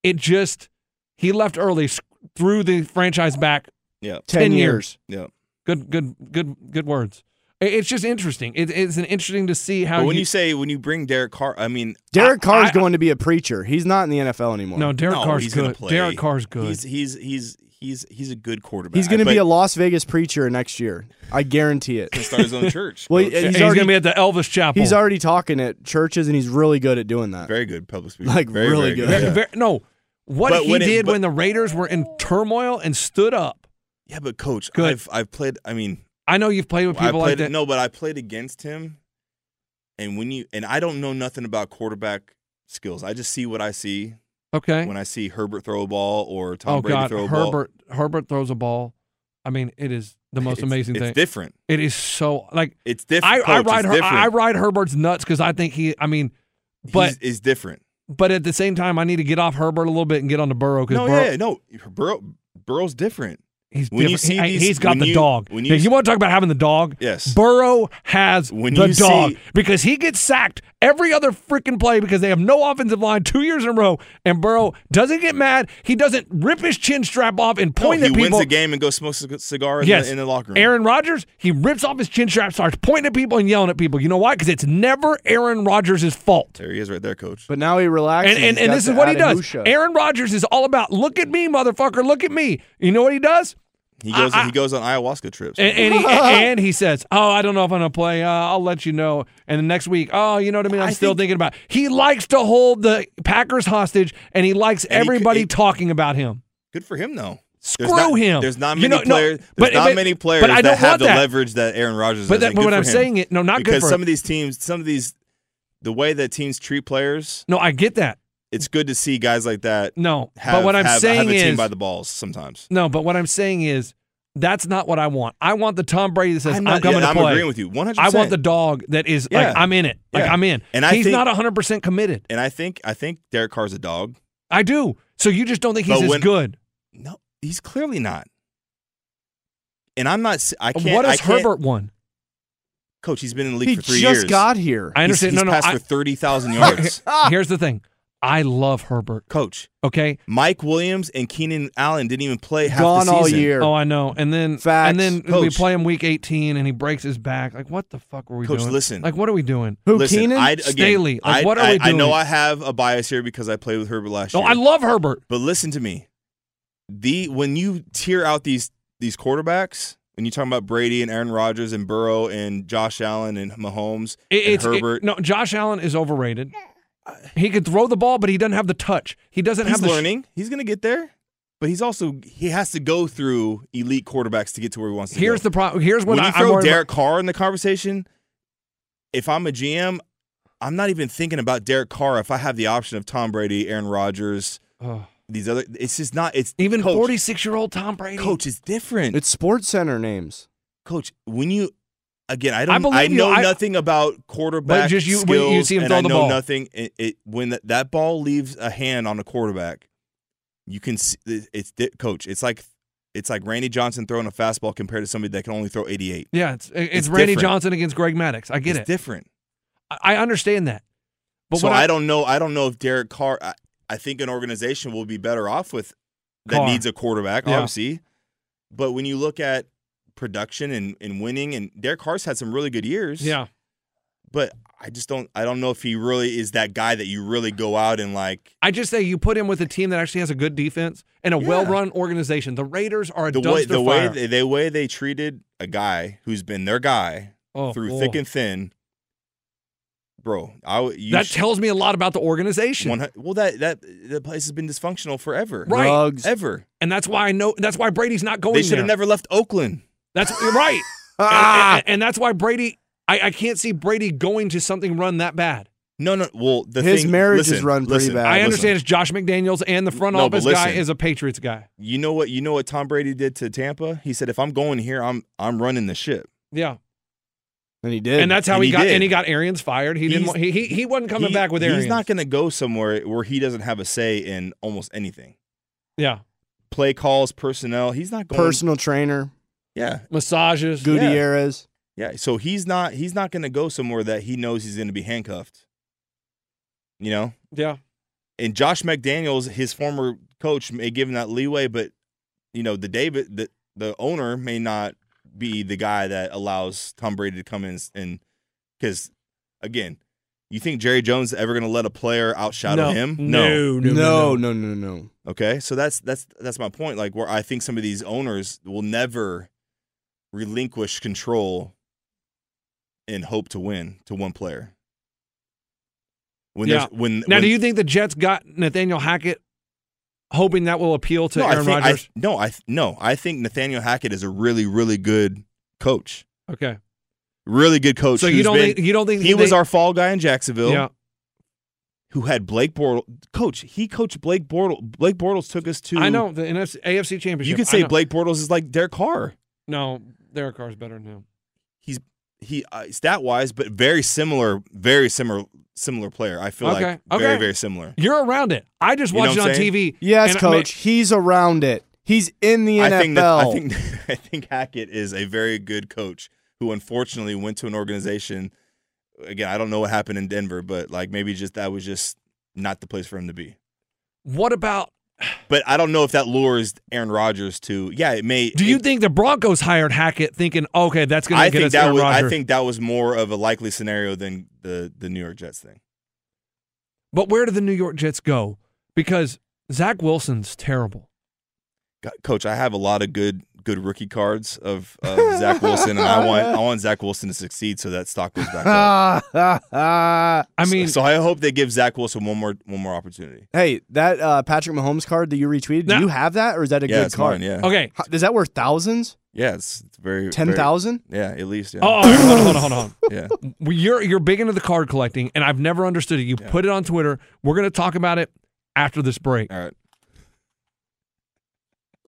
Speaker 4: it just he left early, s- threw the franchise back
Speaker 6: Yeah.
Speaker 4: 10, years.
Speaker 6: Yeah.
Speaker 4: Good, good, good, good words. I- It's just interesting. It, it's an interesting to see how
Speaker 6: But when
Speaker 4: you,
Speaker 6: you say when you bring Derek Carr, I mean
Speaker 3: Derek
Speaker 4: I-
Speaker 3: Carr's
Speaker 4: I-
Speaker 3: going to be a preacher. He's not in the NFL anymore.
Speaker 4: no Derek
Speaker 6: no,
Speaker 4: Carr's
Speaker 6: he's gonna
Speaker 4: good.
Speaker 6: play.
Speaker 4: Derek Carr's good.
Speaker 6: He's he's he's he's he's a good quarterback.
Speaker 3: he's going to be
Speaker 6: But
Speaker 3: a Las Vegas preacher next year. I guarantee it.
Speaker 6: he can start his own church.
Speaker 3: Well,
Speaker 6: coach.
Speaker 3: he's
Speaker 4: And he's
Speaker 3: already-
Speaker 4: gonna be at the Elvis Chapel.
Speaker 3: He's already talking at churches, and he's really good at doing that.
Speaker 6: very good public speaker.
Speaker 3: Like,
Speaker 6: Very, very
Speaker 3: really
Speaker 6: good.
Speaker 3: good.
Speaker 4: Ver-
Speaker 6: Yeah.
Speaker 4: ver- no. What
Speaker 6: But
Speaker 4: he
Speaker 6: when it-
Speaker 4: did
Speaker 6: but-
Speaker 4: when the Raiders were in turmoil and stood up.
Speaker 6: Yeah, but coach,
Speaker 4: Good.
Speaker 6: I've I've played. I mean,
Speaker 4: I know you've played with
Speaker 6: I
Speaker 4: people like
Speaker 6: played
Speaker 4: that.
Speaker 6: no, but I played against him, and when you and I don't know nothing about quarterback skills. I just see what I see
Speaker 4: okay.
Speaker 6: when I see Herbert throw a ball or Tom
Speaker 4: Oh
Speaker 6: Brady
Speaker 4: God,
Speaker 6: throw a ball.
Speaker 4: Herbert Herbert throws a ball. I mean, it is the most
Speaker 6: It's-
Speaker 4: amazing
Speaker 6: it's
Speaker 4: thing.
Speaker 6: different.
Speaker 4: It is so like
Speaker 6: It's different.
Speaker 4: I,
Speaker 6: coach,
Speaker 4: I
Speaker 6: it's
Speaker 4: ride Her-
Speaker 6: different.
Speaker 4: I, I ride Herbert's nuts because I think he. I mean, but
Speaker 6: He's- it's different.
Speaker 4: but at the same time, I need to get off Herbert a little bit and get on to Burrow because
Speaker 6: No,
Speaker 4: Burrow,
Speaker 6: yeah, no. Burrow, Burrow's different.
Speaker 4: He's
Speaker 6: When you
Speaker 4: different.
Speaker 6: see
Speaker 4: He-
Speaker 6: these-
Speaker 4: he's got
Speaker 6: when
Speaker 4: the
Speaker 6: you-
Speaker 4: dog.
Speaker 6: when
Speaker 4: you,
Speaker 6: you-
Speaker 4: you want to talk about having the dog?
Speaker 6: Yes.
Speaker 4: Burrow has
Speaker 6: When
Speaker 4: the
Speaker 6: you
Speaker 4: dog
Speaker 6: see-
Speaker 4: because he gets sacked every other freaking play because they have no offensive line two years in a row, and Burrow doesn't get mad. He doesn't rip his chin strap off and
Speaker 6: No,
Speaker 4: point
Speaker 6: he
Speaker 4: at people.
Speaker 6: wins the game and goes smoke a cigar in,
Speaker 4: yes.
Speaker 6: the, in the locker room.
Speaker 4: Aaron Rodgers, he rips off his chin strap, starts pointing at people and yelling at people. You know why? Because it's never Aaron Rodgers' fault.
Speaker 6: there he is right there, coach.
Speaker 3: But now he relaxes.
Speaker 4: And, and,
Speaker 3: He's
Speaker 4: and
Speaker 3: got
Speaker 4: this
Speaker 3: the
Speaker 4: is what he does.
Speaker 3: Adenucha.
Speaker 4: Aaron Rodgers is all about, look at me, motherfucker, look at me. You know what he does?
Speaker 6: He goes.
Speaker 4: I- I-
Speaker 6: he goes on ayahuasca trips.
Speaker 4: And, and, he, and he says, "Oh, I don't know if I'm gonna play. Uh, I'll let you know." And the next week, oh, you know what I mean? I'm still thinking about. It. He likes to hold the Packers hostage, and he likes
Speaker 6: he c-
Speaker 4: everybody
Speaker 6: he-
Speaker 4: talking about him.
Speaker 6: Good for him though.
Speaker 4: Screw
Speaker 6: there's not,
Speaker 4: him.
Speaker 6: There's not
Speaker 4: You
Speaker 6: many
Speaker 4: know, no,
Speaker 6: players.
Speaker 4: but-
Speaker 6: there's not
Speaker 4: but-
Speaker 6: many
Speaker 4: but
Speaker 6: players
Speaker 4: I
Speaker 6: that
Speaker 4: don't
Speaker 6: have
Speaker 4: want
Speaker 6: the
Speaker 4: that.
Speaker 6: leverage that Aaron Rodgers.
Speaker 4: But
Speaker 6: has.
Speaker 4: that-
Speaker 6: and
Speaker 4: but
Speaker 6: good
Speaker 4: what
Speaker 6: for
Speaker 4: I'm
Speaker 6: him.
Speaker 4: saying it- no, not good
Speaker 6: because
Speaker 4: for
Speaker 6: some
Speaker 4: him.
Speaker 6: of these teams, some of these, the way that teams treat players.
Speaker 4: No, I get that.
Speaker 6: It's good to see guys like that.
Speaker 4: No, but
Speaker 6: have,
Speaker 4: what I'm
Speaker 6: have- have
Speaker 4: saying
Speaker 6: a team
Speaker 4: is-
Speaker 6: by the balls sometimes.
Speaker 4: No, but what I'm saying is, that's not what I want. I want the Tom Brady that says, "I'm,
Speaker 6: I'm not-
Speaker 4: coming
Speaker 6: yeah,
Speaker 4: to
Speaker 6: I'm
Speaker 4: play."
Speaker 6: agreeing with you, 100%.
Speaker 4: I want the dog that is
Speaker 6: Yeah.
Speaker 4: like, "I'm in it. Like
Speaker 6: Yeah.
Speaker 4: I'm in."
Speaker 6: And I
Speaker 4: he's
Speaker 6: think-
Speaker 4: not 100 percent committed.
Speaker 6: And I think I think Derek Carr's a dog.
Speaker 4: I do. So you just don't think he's
Speaker 6: But
Speaker 4: as
Speaker 6: when-
Speaker 4: good.
Speaker 6: No, he's clearly not. And I'm not. s- I can't.
Speaker 4: What
Speaker 6: I
Speaker 4: has
Speaker 6: can't-
Speaker 4: Herbert won?
Speaker 6: Coach, he's been in the league
Speaker 3: He
Speaker 6: for three
Speaker 3: just
Speaker 6: years.
Speaker 3: got here.
Speaker 4: I understand.
Speaker 6: He's,
Speaker 4: No,
Speaker 6: he's
Speaker 4: no,
Speaker 6: Passed for
Speaker 4: I-
Speaker 6: thirty thousand yards.
Speaker 4: Here's the thing. I love Herbert.
Speaker 6: Coach,
Speaker 4: Okay.
Speaker 6: Mike Williams and Keenan Allen didn't even play half
Speaker 3: Gone
Speaker 6: the
Speaker 3: all
Speaker 6: season.
Speaker 3: year.
Speaker 4: Oh, I know. And then
Speaker 3: Facts.
Speaker 4: and then we
Speaker 6: Coach.
Speaker 4: play him week 18 and he breaks his back. Like what the fuck were we
Speaker 6: Coach,
Speaker 4: doing?
Speaker 6: listen.
Speaker 4: Like what are we doing?
Speaker 3: Who
Speaker 6: Listen,
Speaker 3: Keenan?
Speaker 6: I'd, again,
Speaker 4: Staley. Like,
Speaker 6: I'd-
Speaker 4: what are
Speaker 6: I,
Speaker 4: we
Speaker 6: I know
Speaker 4: doing?
Speaker 6: I have a bias here because I played with Herbert last
Speaker 4: No,
Speaker 6: year.
Speaker 4: I love Herbert.
Speaker 6: but listen to me. The when you tear out these these quarterbacks, when you're talking about Brady and Aaron Rodgers and Burrow and Josh Allen and Mahomes
Speaker 4: It-
Speaker 6: and
Speaker 4: it's it-
Speaker 6: Herbert,
Speaker 4: no, Josh Allen is overrated. He could throw the ball, but he doesn't have the touch. He doesn't
Speaker 6: he's
Speaker 4: have the sh-
Speaker 6: learning. he's gonna get there, but he's also he has to go through elite quarterbacks to get to where he wants to.
Speaker 4: Here's
Speaker 6: go.
Speaker 4: the problem. Here's what
Speaker 6: when
Speaker 4: I,
Speaker 6: you
Speaker 4: am
Speaker 6: throw
Speaker 4: worried
Speaker 6: Derek Carr in the conversation, if I'm a GM, I'm not even thinking about Derek Carr if I have the option of Tom Brady, Aaron Rodgers,
Speaker 4: about. Ugh.
Speaker 6: these other. It's just not. It's
Speaker 4: even
Speaker 6: coach,
Speaker 4: 46 year old Tom Brady.
Speaker 6: Coach is different.
Speaker 3: It's Sports Center names.
Speaker 6: coach when you again. I don't. I,
Speaker 4: believe you.
Speaker 6: know
Speaker 4: I-
Speaker 6: nothing about quarterback
Speaker 4: But just you-
Speaker 6: skills,
Speaker 4: when you see him
Speaker 6: and
Speaker 4: throw
Speaker 6: I
Speaker 4: the
Speaker 6: know
Speaker 4: ball.
Speaker 6: nothing. It, it when that, that ball leaves a hand on a quarterback, you can. See, it's di- coach. It's like. It's like Randy Johnson throwing a fastball compared to somebody that can only throw 88.
Speaker 4: Yeah, it's it's,
Speaker 6: It's
Speaker 4: Randy
Speaker 6: different.
Speaker 4: Johnson against Greg Maddox. I get
Speaker 6: it's
Speaker 4: it.
Speaker 6: different.
Speaker 4: I I understand that. But
Speaker 6: so
Speaker 4: what
Speaker 6: I, don't know. I don't know if Derek Carr. I, I think an organization will be better off with that
Speaker 4: Carr.
Speaker 6: needs a quarterback,
Speaker 4: Yeah.
Speaker 6: obviously. But when you look at production and, and winning, and Derek Carr's had some really good years.
Speaker 4: Yeah.
Speaker 6: But I just don't. I don't know if he really is that guy that you really go out and like.
Speaker 4: I just say you put him with a team that actually has a good defense and a
Speaker 6: Yeah.
Speaker 4: well-run organization. The Raiders are a
Speaker 6: The
Speaker 4: dumpster
Speaker 6: way the way
Speaker 4: fire.
Speaker 6: they, the way they treated a guy who's been their guy
Speaker 4: Oh,
Speaker 6: through
Speaker 4: oh.
Speaker 6: thick and thin, bro. I would- you
Speaker 4: that
Speaker 6: sh-
Speaker 4: tells me a lot about the organization.
Speaker 6: one hun- well that that the place has been dysfunctional forever,
Speaker 4: Right. Oh,
Speaker 3: Rugs.
Speaker 6: Ever.
Speaker 4: and that's why I know. That's why Brady's not going
Speaker 6: They should
Speaker 4: there.
Speaker 6: have never left Oakland.
Speaker 4: That's right. And-
Speaker 3: Ah!
Speaker 4: and, and that's why Brady. I, I can't see Brady going to something run that bad.
Speaker 6: No, no. Well, the
Speaker 3: His
Speaker 6: thing,
Speaker 3: marriage is
Speaker 6: listen,
Speaker 3: run pretty
Speaker 6: listen,
Speaker 3: bad.
Speaker 4: I
Speaker 6: listen.
Speaker 4: understand it's Josh McDaniels and the front
Speaker 6: No, but
Speaker 4: office guy
Speaker 6: listen.
Speaker 4: is a Patriots guy.
Speaker 6: You know what? You know what Tom Brady did to Tampa. He said, "If I'm going here, I'm I'm running the ship."
Speaker 4: Yeah,
Speaker 3: And he did.
Speaker 4: and that's how
Speaker 6: And
Speaker 4: he,
Speaker 6: he
Speaker 4: got.
Speaker 6: did.
Speaker 4: And he got Arians fired. He didn't.
Speaker 6: He's-
Speaker 4: Want, he, he he wasn't coming
Speaker 6: He-
Speaker 4: back with
Speaker 6: He's
Speaker 4: Arians.
Speaker 6: not going to go somewhere where he doesn't have a say in almost anything.
Speaker 4: Yeah,
Speaker 6: Play calls, personnel. He's not going.
Speaker 3: personal trainer
Speaker 6: yeah,
Speaker 4: massages.
Speaker 3: Gutierrez.
Speaker 6: yeah. So he's not he's not going to go somewhere that he knows he's going to be handcuffed. You know,
Speaker 4: Yeah.
Speaker 6: and Josh McDaniels, his former coach, may give him that leeway, but you know the David, the the owner may not be the guy that allows Tom Brady to come in and because again, you think Jerry Jones is ever going to let a player outshadow
Speaker 4: No.
Speaker 6: him?
Speaker 4: No. No,
Speaker 3: No,
Speaker 4: no,
Speaker 3: no, no, no.
Speaker 6: Okay, so that's that's that's my point. Like where I think some of these owners will never relinquish control and hope to win to one player. When
Speaker 4: Yeah.
Speaker 6: there's when
Speaker 4: Now,
Speaker 6: when,
Speaker 4: do you think the Jets got Nathaniel Hackett, hoping that will appeal to
Speaker 6: I
Speaker 4: Aaron
Speaker 6: think,
Speaker 4: Rodgers?
Speaker 6: I, no, I th- no, I think Nathaniel Hackett is a really, really good coach.
Speaker 4: okay,
Speaker 6: Really good coach.
Speaker 4: so you
Speaker 6: who's
Speaker 4: don't
Speaker 6: been-
Speaker 4: think you don't think
Speaker 6: he was
Speaker 4: they-
Speaker 6: our fall guy in Jacksonville?
Speaker 4: yeah
Speaker 6: Who had Blake Bortles? Coach, he coached Blake Bortles. Blake Bortles took us to.
Speaker 4: I know the NFC, AFC championship.
Speaker 6: You could
Speaker 4: I
Speaker 6: say
Speaker 4: know.
Speaker 6: Blake Bortles is like Derek Carr.
Speaker 4: No, Derek Carr's better than him.
Speaker 6: He's he uh, stat wise, but very similar, very similar, similar player. I feel
Speaker 4: Okay,
Speaker 6: like very,
Speaker 4: okay.
Speaker 6: very similar.
Speaker 4: You're around it. I just
Speaker 6: You know
Speaker 4: watched
Speaker 6: what
Speaker 4: it
Speaker 6: I'm
Speaker 4: on
Speaker 6: saying?
Speaker 4: TV.
Speaker 3: Yes,
Speaker 4: and I mean-
Speaker 3: coach. he's around it. He's in the NFL.
Speaker 6: I think that, I think I think Hackett is a very good coach who unfortunately went to an organization. Again, I don't know what happened in Denver, but like maybe just that was just not the place for him to be.
Speaker 4: What about?
Speaker 6: But I don't know if that lures Aaron Rodgers to. Yeah, it may.
Speaker 4: Do you think the Broncos hired Hackett thinking, okay, that's going
Speaker 6: I
Speaker 4: to get
Speaker 6: think
Speaker 4: us
Speaker 6: that
Speaker 4: Aaron
Speaker 6: was
Speaker 4: Rodgers?
Speaker 6: I think that was more of a likely scenario than the the New York Jets thing.
Speaker 4: But where do the New York Jets go? Because Zach Wilson's terrible.
Speaker 6: God, Coach, I have a lot of good good rookie cards of, of Zach Wilson, and I want I want Zach Wilson to succeed so that stock goes back up.
Speaker 3: I
Speaker 6: mean, so, I hope they give Zach Wilson one more one more opportunity.
Speaker 3: Hey, that uh, Patrick Mahomes card that you retweeted, do you have that or is that a
Speaker 6: Yeah,
Speaker 3: good
Speaker 6: it's
Speaker 3: card?
Speaker 6: mine, yeah.
Speaker 4: Okay.
Speaker 3: How- Is that worth thousands?
Speaker 6: Yeah, it's, it's very very-
Speaker 3: 10,000?
Speaker 6: Yeah, at least. Yeah.
Speaker 4: Oh, all right, hold on, hold on, hold on.
Speaker 6: Yeah.
Speaker 4: Well, You're you're big into the card collecting, and I've never understood it. You put it on Twitter. We're going to talk about it after this break.
Speaker 6: All right.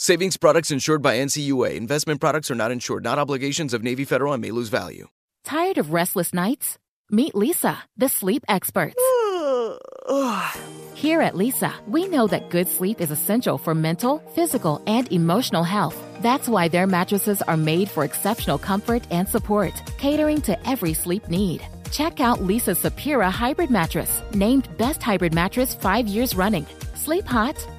Speaker 7: Savings products insured by NCUA. Investment products are not insured, not obligations of Navy Federal and may lose value.
Speaker 8: Tired of restless nights? Meet Lisa, the sleep experts. Here at Lisa, we know that good sleep is essential for mental, physical, and emotional health. That's why their mattresses are made for exceptional comfort and support, catering to every sleep need. Check out Lisa's Sapira hybrid mattress, named Best Hybrid Mattress 5 years running. Sleep hot?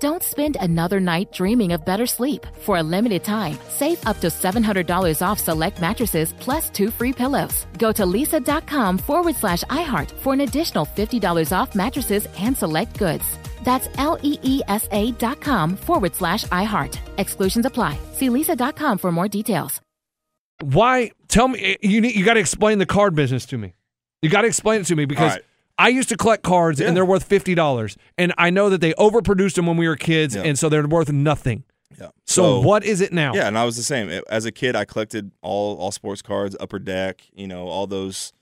Speaker 8: Don't spend another night dreaming of better sleep. For a limited time, save up to $700 off select mattresses plus two free pillows. Go to lisa.com forward slash iHeart for an additional $50 off mattresses and select goods. That's L E E S A dot com forward slash iHeart. Exclusions apply. See lisa.com for more details.
Speaker 4: Why? Tell me. eh, You need. You got to explain the card business to me. You got to explain it to me because
Speaker 6: right.
Speaker 4: I used to collect cards and they're worth fifty dollars, and I know that they overproduced them when we were kids, and so they're worth nothing.
Speaker 6: Yeah.
Speaker 4: So, what is it now?
Speaker 6: Yeah, and I was the same. As a kid, I collected all all sports cards, Upper Deck, you know, all those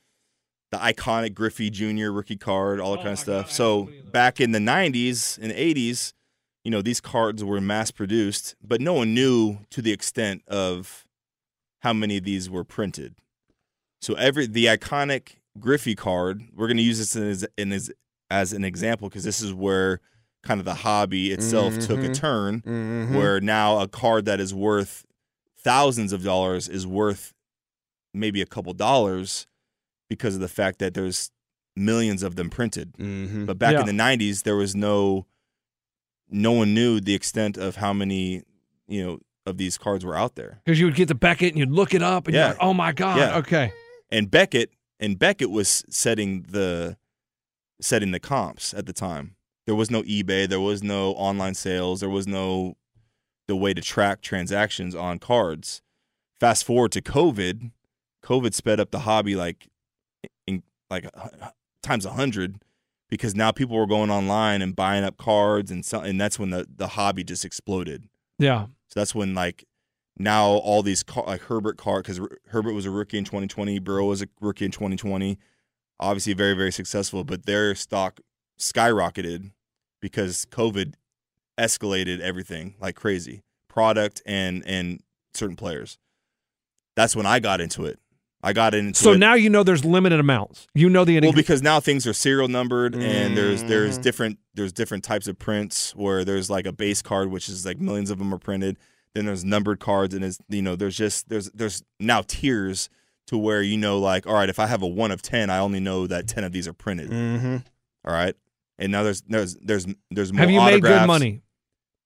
Speaker 6: the iconic Griffey Jr. rookie card, all that kind of stuff. so back in the 90s and 80s, you know, these cards were mass produced, but no one knew to the extent of how many of these were printed. So every the iconic Griffey card, we're going to use this as an, as, as an example because this is where kind of the hobby itself took a
Speaker 9: Mhm.
Speaker 6: turn
Speaker 9: Mhm.
Speaker 4: Mm-hmm.
Speaker 3: Mm-hmm.
Speaker 6: where now a card that is worth thousands of dollars is worth maybe a couple dollars because of the fact that there's millions of them printed.
Speaker 3: Mm-hmm.
Speaker 4: Mm-hmm.
Speaker 6: But back
Speaker 9: Yeah.
Speaker 6: in the 90s there was no no one knew the extent of how many, you know, of these cards were out there.
Speaker 4: Because you would get to Beckett and you'd look it up, and
Speaker 6: Yeah.
Speaker 4: you're like, oh my god,
Speaker 6: Yeah.
Speaker 4: okay.
Speaker 6: and Beckett and Beckett was setting the setting the comps at the time. There was no eBay, there was no online sales, there was no the way to track transactions on cards. Fast forward to COVID, COVID sped up the hobby like in, like uh, times a hundred because now people were going online and buying up cards and so, and that's when the, the hobby just exploded.
Speaker 4: Yeah.
Speaker 6: So that's when like now all these car, like Herbert Carr because Herbert was a rookie in 2020, Burrow was a rookie in 2020. Obviously, very very successful, but their stock skyrocketed because COVID escalated everything like crazy, product and and certain players. That's when I got into it. I got into
Speaker 4: So
Speaker 6: it.
Speaker 4: now you know there's limited amounts. You know the
Speaker 6: Well, because now things are serial numbered, and there's there's
Speaker 4: Mhm.
Speaker 6: different there's different types of prints where there's like a base card, which is like millions of them are printed. Then there's numbered cards, and it's you know there's just there's there's now tiers to where you know like all right, if I have a one of ten, I only know that ten of these are printed.
Speaker 4: Mm.
Speaker 3: Mhm.
Speaker 6: All right, and now there's there's there's there's more
Speaker 4: Have you made good
Speaker 6: autographs.
Speaker 4: money?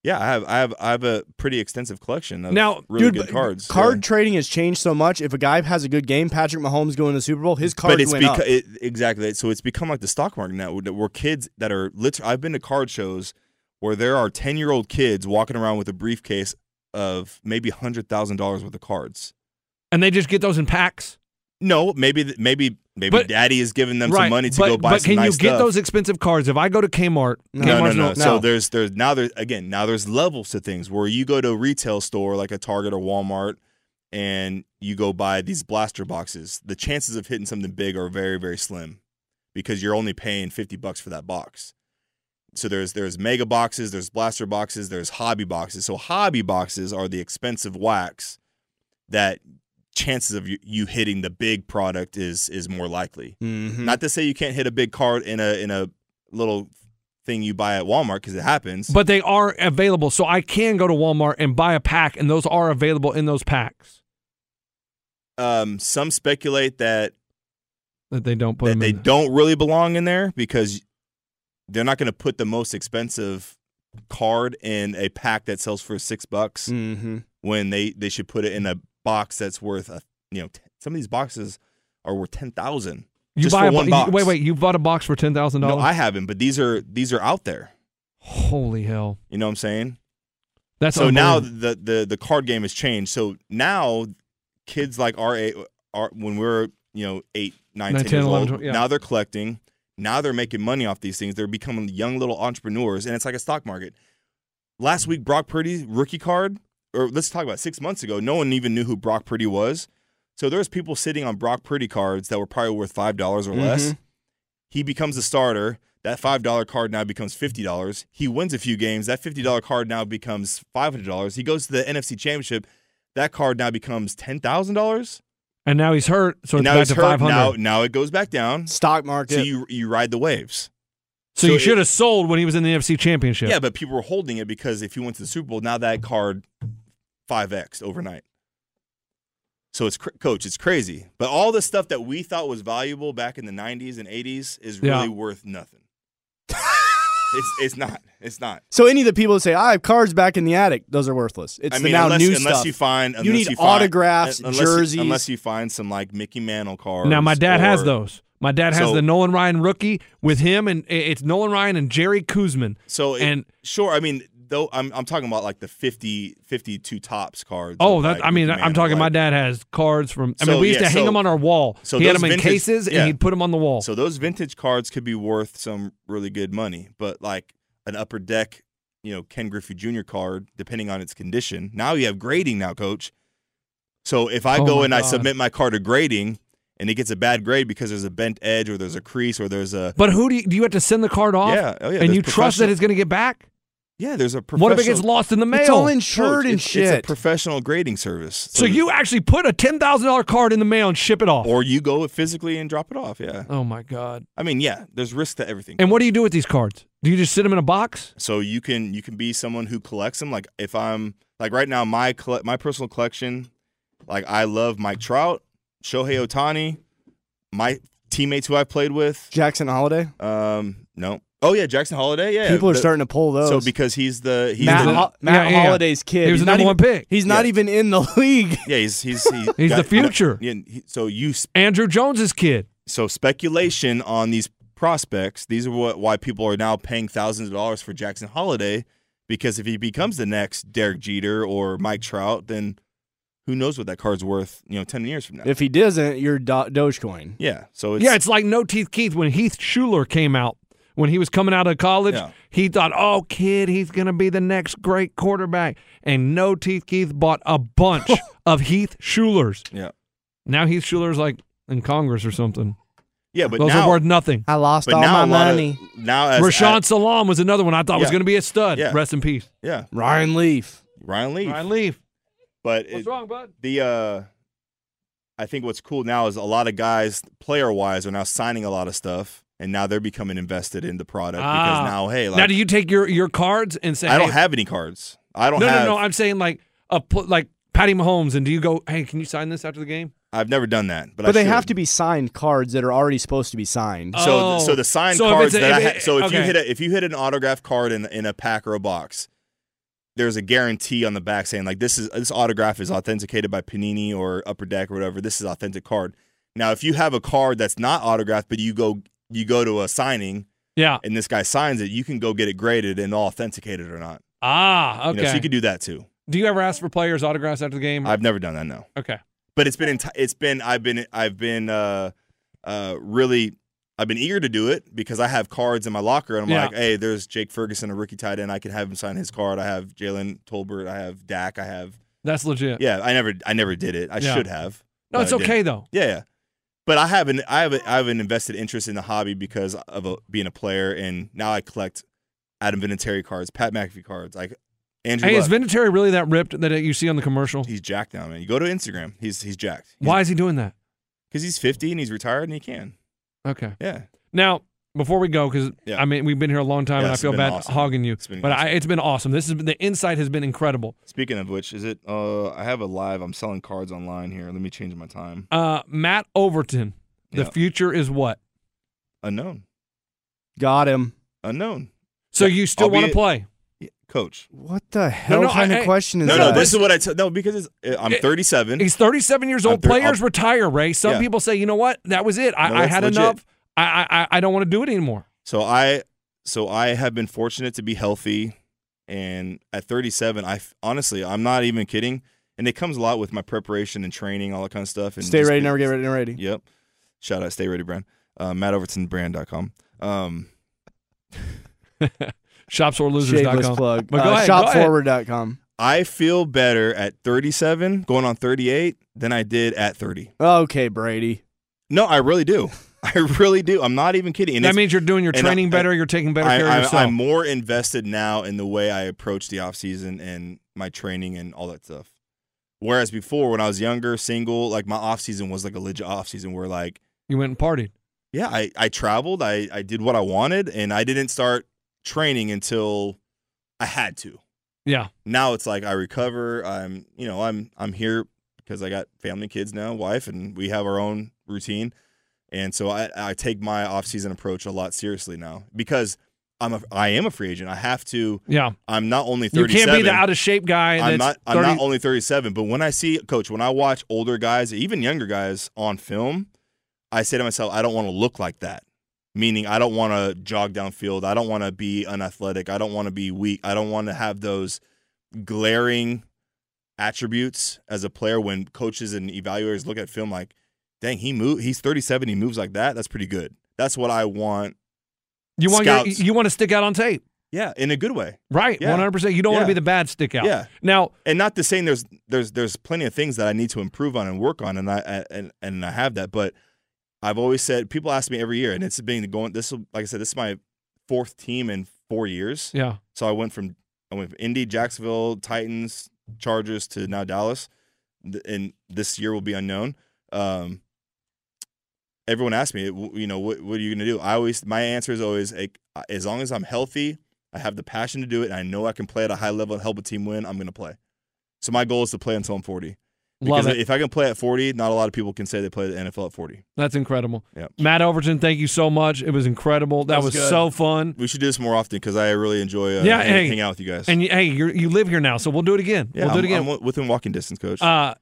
Speaker 6: Yeah, I have I have I have a pretty extensive collection of
Speaker 3: Now,
Speaker 6: really
Speaker 3: dude,
Speaker 6: good
Speaker 3: but
Speaker 6: cards.
Speaker 3: Card trading has changed so much. If a guy has a good game, Patrick Mahomes going to the Super Bowl, his cards
Speaker 6: but it's
Speaker 3: went
Speaker 6: beca-
Speaker 3: up.
Speaker 6: it- exactly. So it's become like the stock market now. Where where kids that are lit- I've been to card shows where there are ten year old kids walking around with a briefcase of maybe hundred thousand dollars worth of cards.
Speaker 4: And they just get those in packs.
Speaker 6: No, maybe th- maybe maybe
Speaker 4: But-
Speaker 6: daddy is giving them
Speaker 4: right,
Speaker 6: some money to
Speaker 4: but,
Speaker 6: go buy
Speaker 4: But
Speaker 6: some
Speaker 4: can
Speaker 6: nice
Speaker 4: you get
Speaker 6: stuff.
Speaker 4: those expensive cards? If I go to Kmart,
Speaker 6: no, no,
Speaker 4: Kmart's
Speaker 6: no,
Speaker 4: not-
Speaker 6: So there's there's now there's again now there's levels to things where you go to a retail store like a Target or Walmart and you go buy these blaster boxes. The chances of hitting something big are very very slim because you're only paying 50 bucks for that box. So there's there's mega boxes, there's blaster boxes, there's hobby boxes. So hobby boxes are the expensive wax that chances of you, you hitting the big product is is more likely.
Speaker 4: Mm-hmm.
Speaker 6: Not to say you can't hit a big card in a in a little thing you buy at Walmart because it happens.
Speaker 4: But they are available, so I can go to Walmart and buy a pack, and those are available in those packs
Speaker 6: Um, some speculate that
Speaker 4: that they don't put them
Speaker 6: they
Speaker 4: in.
Speaker 6: don't really belong in there because they're not going to put the most expensive card in a pack that sells for six bucks
Speaker 4: Mm. Mm-hmm.
Speaker 6: when they they should put it in a box that's worth a you know t- some of these boxes are worth ten thousand.
Speaker 4: You
Speaker 6: just
Speaker 4: buy
Speaker 6: for
Speaker 4: a bo-
Speaker 6: one
Speaker 4: you-
Speaker 6: box.
Speaker 4: Wait, wait, you bought a box for ten thousand
Speaker 6: No,
Speaker 4: dollars?
Speaker 6: I haven't, but these are these are out there.
Speaker 4: Holy hell!
Speaker 6: You know what I'm saying?
Speaker 4: That's
Speaker 6: so now
Speaker 4: unbelievable.
Speaker 6: the, the the card game has changed. So now kids like our eight, our when we are you know eight, nine,
Speaker 4: Nine,
Speaker 6: ten
Speaker 4: 10,
Speaker 6: years
Speaker 4: 11,
Speaker 6: old,
Speaker 4: 12, yeah.
Speaker 6: now they're collecting. Now they're making money off these things. They're becoming young little entrepreneurs, and it's like a stock market. Last week, Brock Purdy rookie card, or let's talk about six months ago. No one even knew who Brock Purdy was. So there was people sitting on Brock Purdy cards that were probably worth five dollars or less.
Speaker 3: Mhm.
Speaker 4: Mm-hmm.
Speaker 6: He becomes a starter. That five dollar card now becomes fifty dollars. He wins a few games. That fifty dollar card now becomes five hundred dollars. He goes to the NFC Championship. That card now becomes ten thousand dollars.
Speaker 4: and now he's hurt, so it's
Speaker 6: now
Speaker 4: back
Speaker 6: he's
Speaker 4: to
Speaker 6: hurt.
Speaker 4: five
Speaker 6: Now,
Speaker 4: hundred.
Speaker 6: now it goes back down.
Speaker 3: Stock market.
Speaker 6: So you you ride the waves.
Speaker 4: So,
Speaker 6: so
Speaker 4: you
Speaker 6: it-
Speaker 4: should have sold when he was in the NFC Championship.
Speaker 6: Yeah, but people were holding it because if you went to the Super Bowl, now that card five x overnight. So it's cr- coach, it's crazy. But all the stuff that we thought was valuable back in the '90s and '80s is
Speaker 3: Yeah.
Speaker 6: really worth nothing. it's it's not. It's not.
Speaker 3: So any of the people that say I have cards back in the attic, those are worthless. It's the now
Speaker 6: unless,
Speaker 3: new
Speaker 6: unless
Speaker 3: stuff.
Speaker 6: you find
Speaker 3: you
Speaker 6: unless
Speaker 3: need
Speaker 6: find-
Speaker 3: autographs,
Speaker 6: un- unless you-
Speaker 3: jerseys.
Speaker 6: unless you find some like Mickey Mantle cards.
Speaker 4: Now my dad has
Speaker 6: or-
Speaker 4: those. My dad has
Speaker 6: So-
Speaker 4: the Nolan Ryan rookie with him, and i- it's Nolan Ryan and Jerry Kuzman.
Speaker 6: So it-
Speaker 4: and
Speaker 6: sure, I mean though I'm I'm talking about like the 50, 52 tops cards.
Speaker 4: oh,
Speaker 6: of,
Speaker 4: that
Speaker 6: like,
Speaker 4: I mean,
Speaker 6: Mickey
Speaker 4: I'm
Speaker 6: Mantle,
Speaker 4: talking.
Speaker 6: like-
Speaker 4: my dad has cards from. I
Speaker 6: So,
Speaker 4: mean, we used
Speaker 6: yeah,
Speaker 4: to hang
Speaker 6: so-
Speaker 4: them on our wall.
Speaker 6: so
Speaker 4: he had
Speaker 6: those
Speaker 4: them in
Speaker 6: vintage-
Speaker 4: cases,
Speaker 6: yeah.
Speaker 4: and he'd put them on the wall.
Speaker 6: So those vintage cards could be worth some really good money, but like an upper deck, you know, Ken Griffey Jr. card, depending on its condition. Now you have grading now, coach. So if I
Speaker 4: Oh
Speaker 6: go
Speaker 4: my
Speaker 6: and I
Speaker 4: God.
Speaker 6: submit my card to grading and it gets a bad grade because there's a bent edge or there's a crease or there's a
Speaker 4: But who do you, do you have to send the card off?
Speaker 6: Yeah, oh yeah,
Speaker 4: and
Speaker 6: there's
Speaker 4: you trust that
Speaker 6: professional-
Speaker 4: it's going to get back.
Speaker 6: yeah, there's a professional.
Speaker 4: What if it gets lost in the mail?
Speaker 6: Coach, it's- It's a professional grading service.
Speaker 4: so you actually put a ten thousand dollar card in the mail and ship it off.
Speaker 6: or you go physically and drop it off. Yeah.
Speaker 4: Oh my god.
Speaker 6: I mean, yeah, there's risk to everything.
Speaker 4: And what do you do with these cards? Do you just sit them in a box?
Speaker 6: So you can you can be someone who collects them. Like if I'm like right now, my colle- my personal collection, like I love Mike Trout, Shohei Otani, my teammates who I played with.
Speaker 3: Jackson Holiday.
Speaker 6: Um, no. Oh yeah, Jackson Holiday. Yeah,
Speaker 3: People are starting to pull those.
Speaker 6: So because he's the he's
Speaker 3: Matt,
Speaker 6: the,
Speaker 3: Ho- Matt Holiday's kid.
Speaker 4: He was
Speaker 3: He's
Speaker 4: the
Speaker 3: not
Speaker 4: number
Speaker 3: even-
Speaker 4: one pick.
Speaker 3: He's not
Speaker 6: Yeah.
Speaker 3: even in the league.
Speaker 6: Yeah, he's he's he
Speaker 4: He's the
Speaker 6: got- you know,
Speaker 4: future.
Speaker 6: Yeah, he- so you sp-
Speaker 4: Andrew Jones's kid.
Speaker 6: so speculation on these prospects. These are what why people are now paying thousands of dollars for Jackson Holiday because if he becomes the next Derek Jeter or Mike Trout, then who knows what that card's worth? You know, ten years from now.
Speaker 3: If he doesn't, you're do- Dogecoin.
Speaker 6: yeah. So it's
Speaker 4: yeah, it's like No Teeth Keith when Heath Schuler came out. When he was coming out of college,
Speaker 6: Yeah.
Speaker 4: he thought, oh, kid, he's going to be the next great quarterback. And No Teeth Keith bought a bunch of Heath Schulers.
Speaker 6: yeah
Speaker 4: Now Heath Schuler's like in Congress or something.
Speaker 6: yeah. But
Speaker 4: Those
Speaker 6: now,
Speaker 4: are worth nothing.
Speaker 3: I lost
Speaker 6: but now a lot of- now as
Speaker 4: Rashawn
Speaker 6: as-
Speaker 4: Salam was another one I thought was
Speaker 6: Yeah.
Speaker 4: going to be a stud.
Speaker 6: Yeah.
Speaker 4: Rest in peace.
Speaker 6: yeah
Speaker 3: Ryan Leaf.
Speaker 6: Ryan Leaf.
Speaker 4: Ryan Leaf.
Speaker 6: But it-
Speaker 4: What's wrong, bud?
Speaker 6: the uh I think what's cool now is a lot of guys player wise are now signing a lot of stuff and now they're becoming invested in the product
Speaker 4: Ah.
Speaker 6: because now hey like
Speaker 4: now, do you take your, your cards and say,
Speaker 6: I don't
Speaker 4: "Hey,
Speaker 6: have any cards. I don't
Speaker 4: no,
Speaker 6: have
Speaker 4: no, no. I'm saying like a pl- like Patty Mahomes, and do you go, hey, can you sign this after the game?
Speaker 6: I've never done that, but,
Speaker 3: But,
Speaker 6: I
Speaker 3: they
Speaker 6: should.
Speaker 3: have to be signed cards that are already supposed to be signed.
Speaker 6: So,
Speaker 4: Oh.
Speaker 6: so the signed cards that I ha- so if you hit a, if you hit an autograph card in in a pack or a box, there's a guarantee on the back saying like this is this autograph is authenticated by Panini or Upper Deck or whatever. This is authentic card. Now, if you have a card that's not autographed, but you go you go to a signing,
Speaker 4: yeah,
Speaker 6: and this guy signs it, you can go get it graded and authenticated or not.
Speaker 4: Ah,
Speaker 6: You
Speaker 4: okay. Mm.
Speaker 6: know, so you could do that too.
Speaker 4: Do you ever ask for players' autographs after the game?
Speaker 6: I've never done that. No.
Speaker 4: Okay.
Speaker 6: But it's been enti- it's been I've been I've been uh uh really I've been eager to do it because I have cards in my locker and I'm
Speaker 4: Yeah.
Speaker 6: like, hey, there's Jake Ferguson, a rookie tight end. I can have him sign his card. I have Jalen Tolbert. I have Dak. I have
Speaker 4: That's legit.
Speaker 6: yeah. I never I never did it. I
Speaker 4: Yeah.
Speaker 6: should have.
Speaker 4: No,
Speaker 6: but
Speaker 4: it's
Speaker 6: I didn't.
Speaker 4: okay, though.
Speaker 6: Yeah, yeah. But I have an I have a, I have an invested interest in the hobby because of a, being a player, and now I collect Adam Vinatieri cards, Pat McAfee cards, like Andrew.
Speaker 4: Hey, is
Speaker 6: Luck.
Speaker 4: Vinatieri really that ripped that you see on the commercial?
Speaker 6: He's jacked now, man. You go to Instagram. He's he's jacked.
Speaker 4: Why is he doing that?
Speaker 6: Because he's 50 and he's retired and he can.
Speaker 4: Okay.
Speaker 6: Yeah.
Speaker 4: Now, before we go, because I mean, we've been here a long time,
Speaker 6: Yeah,
Speaker 4: and I
Speaker 6: it's
Speaker 4: feel
Speaker 6: been
Speaker 4: bad
Speaker 6: awesome.
Speaker 4: hogging you,
Speaker 6: It's been
Speaker 4: but I, it's been awesome. This is the insight has been incredible.
Speaker 6: Speaking of which, is it? Uh, I have a live. I'm selling cards online here. Let me change my time.
Speaker 4: Uh, Matt Overton, the
Speaker 6: Yeah.
Speaker 4: future is what?
Speaker 6: Unknown.
Speaker 3: Got him.
Speaker 6: Unknown.
Speaker 4: So you still want to
Speaker 6: Albeit-
Speaker 4: play?
Speaker 6: Coach.
Speaker 3: What the hell kind of question is
Speaker 6: no,
Speaker 3: that?
Speaker 6: No, this is what I tell. No, because it's, uh, I'm
Speaker 4: It-
Speaker 6: 37.
Speaker 4: He's 37 years old.
Speaker 6: I'm thir-
Speaker 4: Players
Speaker 6: I'll-
Speaker 4: retire, Ray. Some
Speaker 6: Yeah.
Speaker 4: people say, you know what, that was it. I,
Speaker 6: No,
Speaker 4: I
Speaker 6: that's
Speaker 4: had
Speaker 6: legit.
Speaker 4: enough. I, I- I I don't want to do it anymore.
Speaker 6: So I, so I have been fortunate to be healthy, and at 37, I f- honestly, I'm not even kidding, and it comes a lot with my preparation and training, all that kind of stuff. And
Speaker 3: Stay
Speaker 6: just
Speaker 3: ready,
Speaker 6: be-
Speaker 3: never get ready, never ready.
Speaker 6: Yep. Shout out, stay ready, brand. Uh, MattOvertonBrand.com. Um,
Speaker 4: Shopsorlosers.com.
Speaker 3: Shameless plug.
Speaker 4: But go
Speaker 3: Uh,
Speaker 4: ahead, go ahead.
Speaker 3: shopforward.com.
Speaker 6: I feel better at 37, going on 38, than I did at 30.
Speaker 3: Okay, Brady.
Speaker 6: No, I really do. I really do. I'm not even kidding. And
Speaker 4: That
Speaker 6: it's-
Speaker 4: means you're doing your
Speaker 6: and
Speaker 4: training
Speaker 6: I-
Speaker 4: better. You're taking better
Speaker 6: I,
Speaker 4: care of
Speaker 6: I,
Speaker 4: yourself.
Speaker 6: I'm more invested now in the way I approach the off season and my training and all that stuff. Whereas before, when I was younger, single, like my off season was like a legit off season where like
Speaker 4: you went and partied.
Speaker 6: yeah, I, I traveled, I, I did what I wanted, and I didn't start training until I had to.
Speaker 4: Yeah.
Speaker 6: Now it's like I recover. I'm you know, I'm I'm here because I got family kids now, wife, and we have our own routine. And so I, I take my off season approach a lot seriously now because I'm a I am a free agent. I have to
Speaker 4: Yeah.
Speaker 6: I'm not only
Speaker 4: You
Speaker 6: 37.
Speaker 4: can't be the out of shape guy.
Speaker 6: I'm
Speaker 4: that's
Speaker 6: not. I'm
Speaker 4: 30
Speaker 6: not only 37, but when I see coach, when I watch older guys, even younger guys on film, I say to myself, I don't want to look like that. Meaning, I don't want to jog downfield. I don't want to be unathletic. I don't want to be weak. I don't want to have those glaring attributes as a player. When coaches and evaluators look at film, like, dang, he move. He's 37. He moves like that. That's pretty good. That's what I want.
Speaker 4: You want your,
Speaker 6: Scouts.
Speaker 4: you want to stick out on tape,
Speaker 6: Yeah, in a good way.
Speaker 4: right?
Speaker 6: Yeah.
Speaker 4: One hundred percent. You don't want
Speaker 6: Yeah.
Speaker 4: to be the bad stick out.
Speaker 6: Yeah.
Speaker 4: Now,
Speaker 6: and not to saying there's there's there's plenty of things that I need to improve on and work on, and I and and I have that, but I've always said people ask me every year, and it's been going. This will, like I said, this is my fourth team in four years.
Speaker 4: Yeah.
Speaker 6: So I went from I went from Indy, Jacksonville, Titans, Chargers to now Dallas, Th- and this year will be unknown. Um, everyone asks me, w- you know, what what are you going to do? I always my answer is always like, as long as I'm healthy, I have the passion to do it, and I know I can play at a high level and help a team win. I'm going to play. So my goal is to play until I'm 40.
Speaker 4: Love
Speaker 6: Because
Speaker 4: it.
Speaker 6: if I can play at 40, not a lot of people can say they play the NFL at 40.
Speaker 4: that's incredible.
Speaker 6: Yeah.
Speaker 4: Matt Overton, thank you so much. It was incredible. That, was, so fun.
Speaker 6: We should do this more often because I really enjoy uh,
Speaker 4: yeah.
Speaker 6: hang-
Speaker 4: Hey,
Speaker 6: hanging out with you guys.
Speaker 4: And you, hey, you're, you live here now, so we'll do it again.
Speaker 6: yeah,
Speaker 4: we'll do
Speaker 6: I'm,
Speaker 4: it again.
Speaker 6: I'm wi- within walking distance, coach.
Speaker 4: Uh,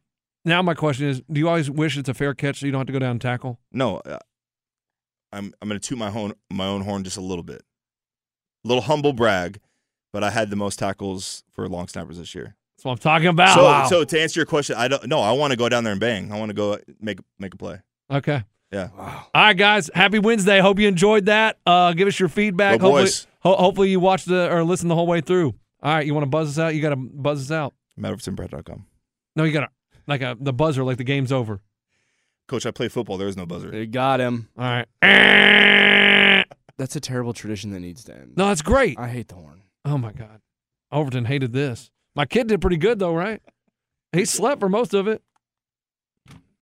Speaker 4: now my question is: Do you always wish it's a fair catch so you don't have to go down and tackle?
Speaker 6: no, uh, I'm I'm going to toot my own my own horn just a little bit, little humble brag, but I had the most tackles for long snappers this year.
Speaker 4: That's what I'm talking about.
Speaker 6: so
Speaker 4: Wow.
Speaker 6: so to answer your question, I don't no, I want to go down there and bang. I want to go make make a play.
Speaker 4: okay.
Speaker 6: Yeah.
Speaker 4: All right, guys. Happy Wednesday. Hope you enjoyed that. Uh, give us your feedback.
Speaker 6: Go
Speaker 4: hopefully,
Speaker 6: boys.
Speaker 4: ho- hopefully you watched the or listened the whole way through. All right, you want to buzz us out? You got to buzz us out.
Speaker 6: MattOvertonBrad.com.
Speaker 4: No, you got to like a the buzzer, like the game's over.
Speaker 6: Coach, I play football. There is no buzzer.
Speaker 3: They got him.
Speaker 4: All right.
Speaker 3: That's a terrible tradition that needs to end.
Speaker 4: No, that's great.
Speaker 3: I hate the horn.
Speaker 4: Oh my God, Overton hated this. My kid did pretty good though, right? He slept for most of it.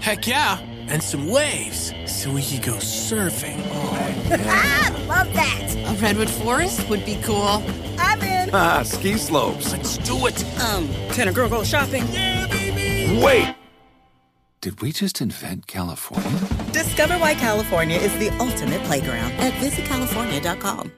Speaker 10: Heck yeah! And some waves so we could go surfing.
Speaker 11: ah, love that! A redwood forest would be cool.
Speaker 8: I'm in.
Speaker 12: Ah, ski slopes.
Speaker 10: Let's do it!
Speaker 8: Um, can a girl go shopping?
Speaker 12: Wait! Did we just invent California?
Speaker 8: Discover why California is the ultimate playground at visitcalifornia.com.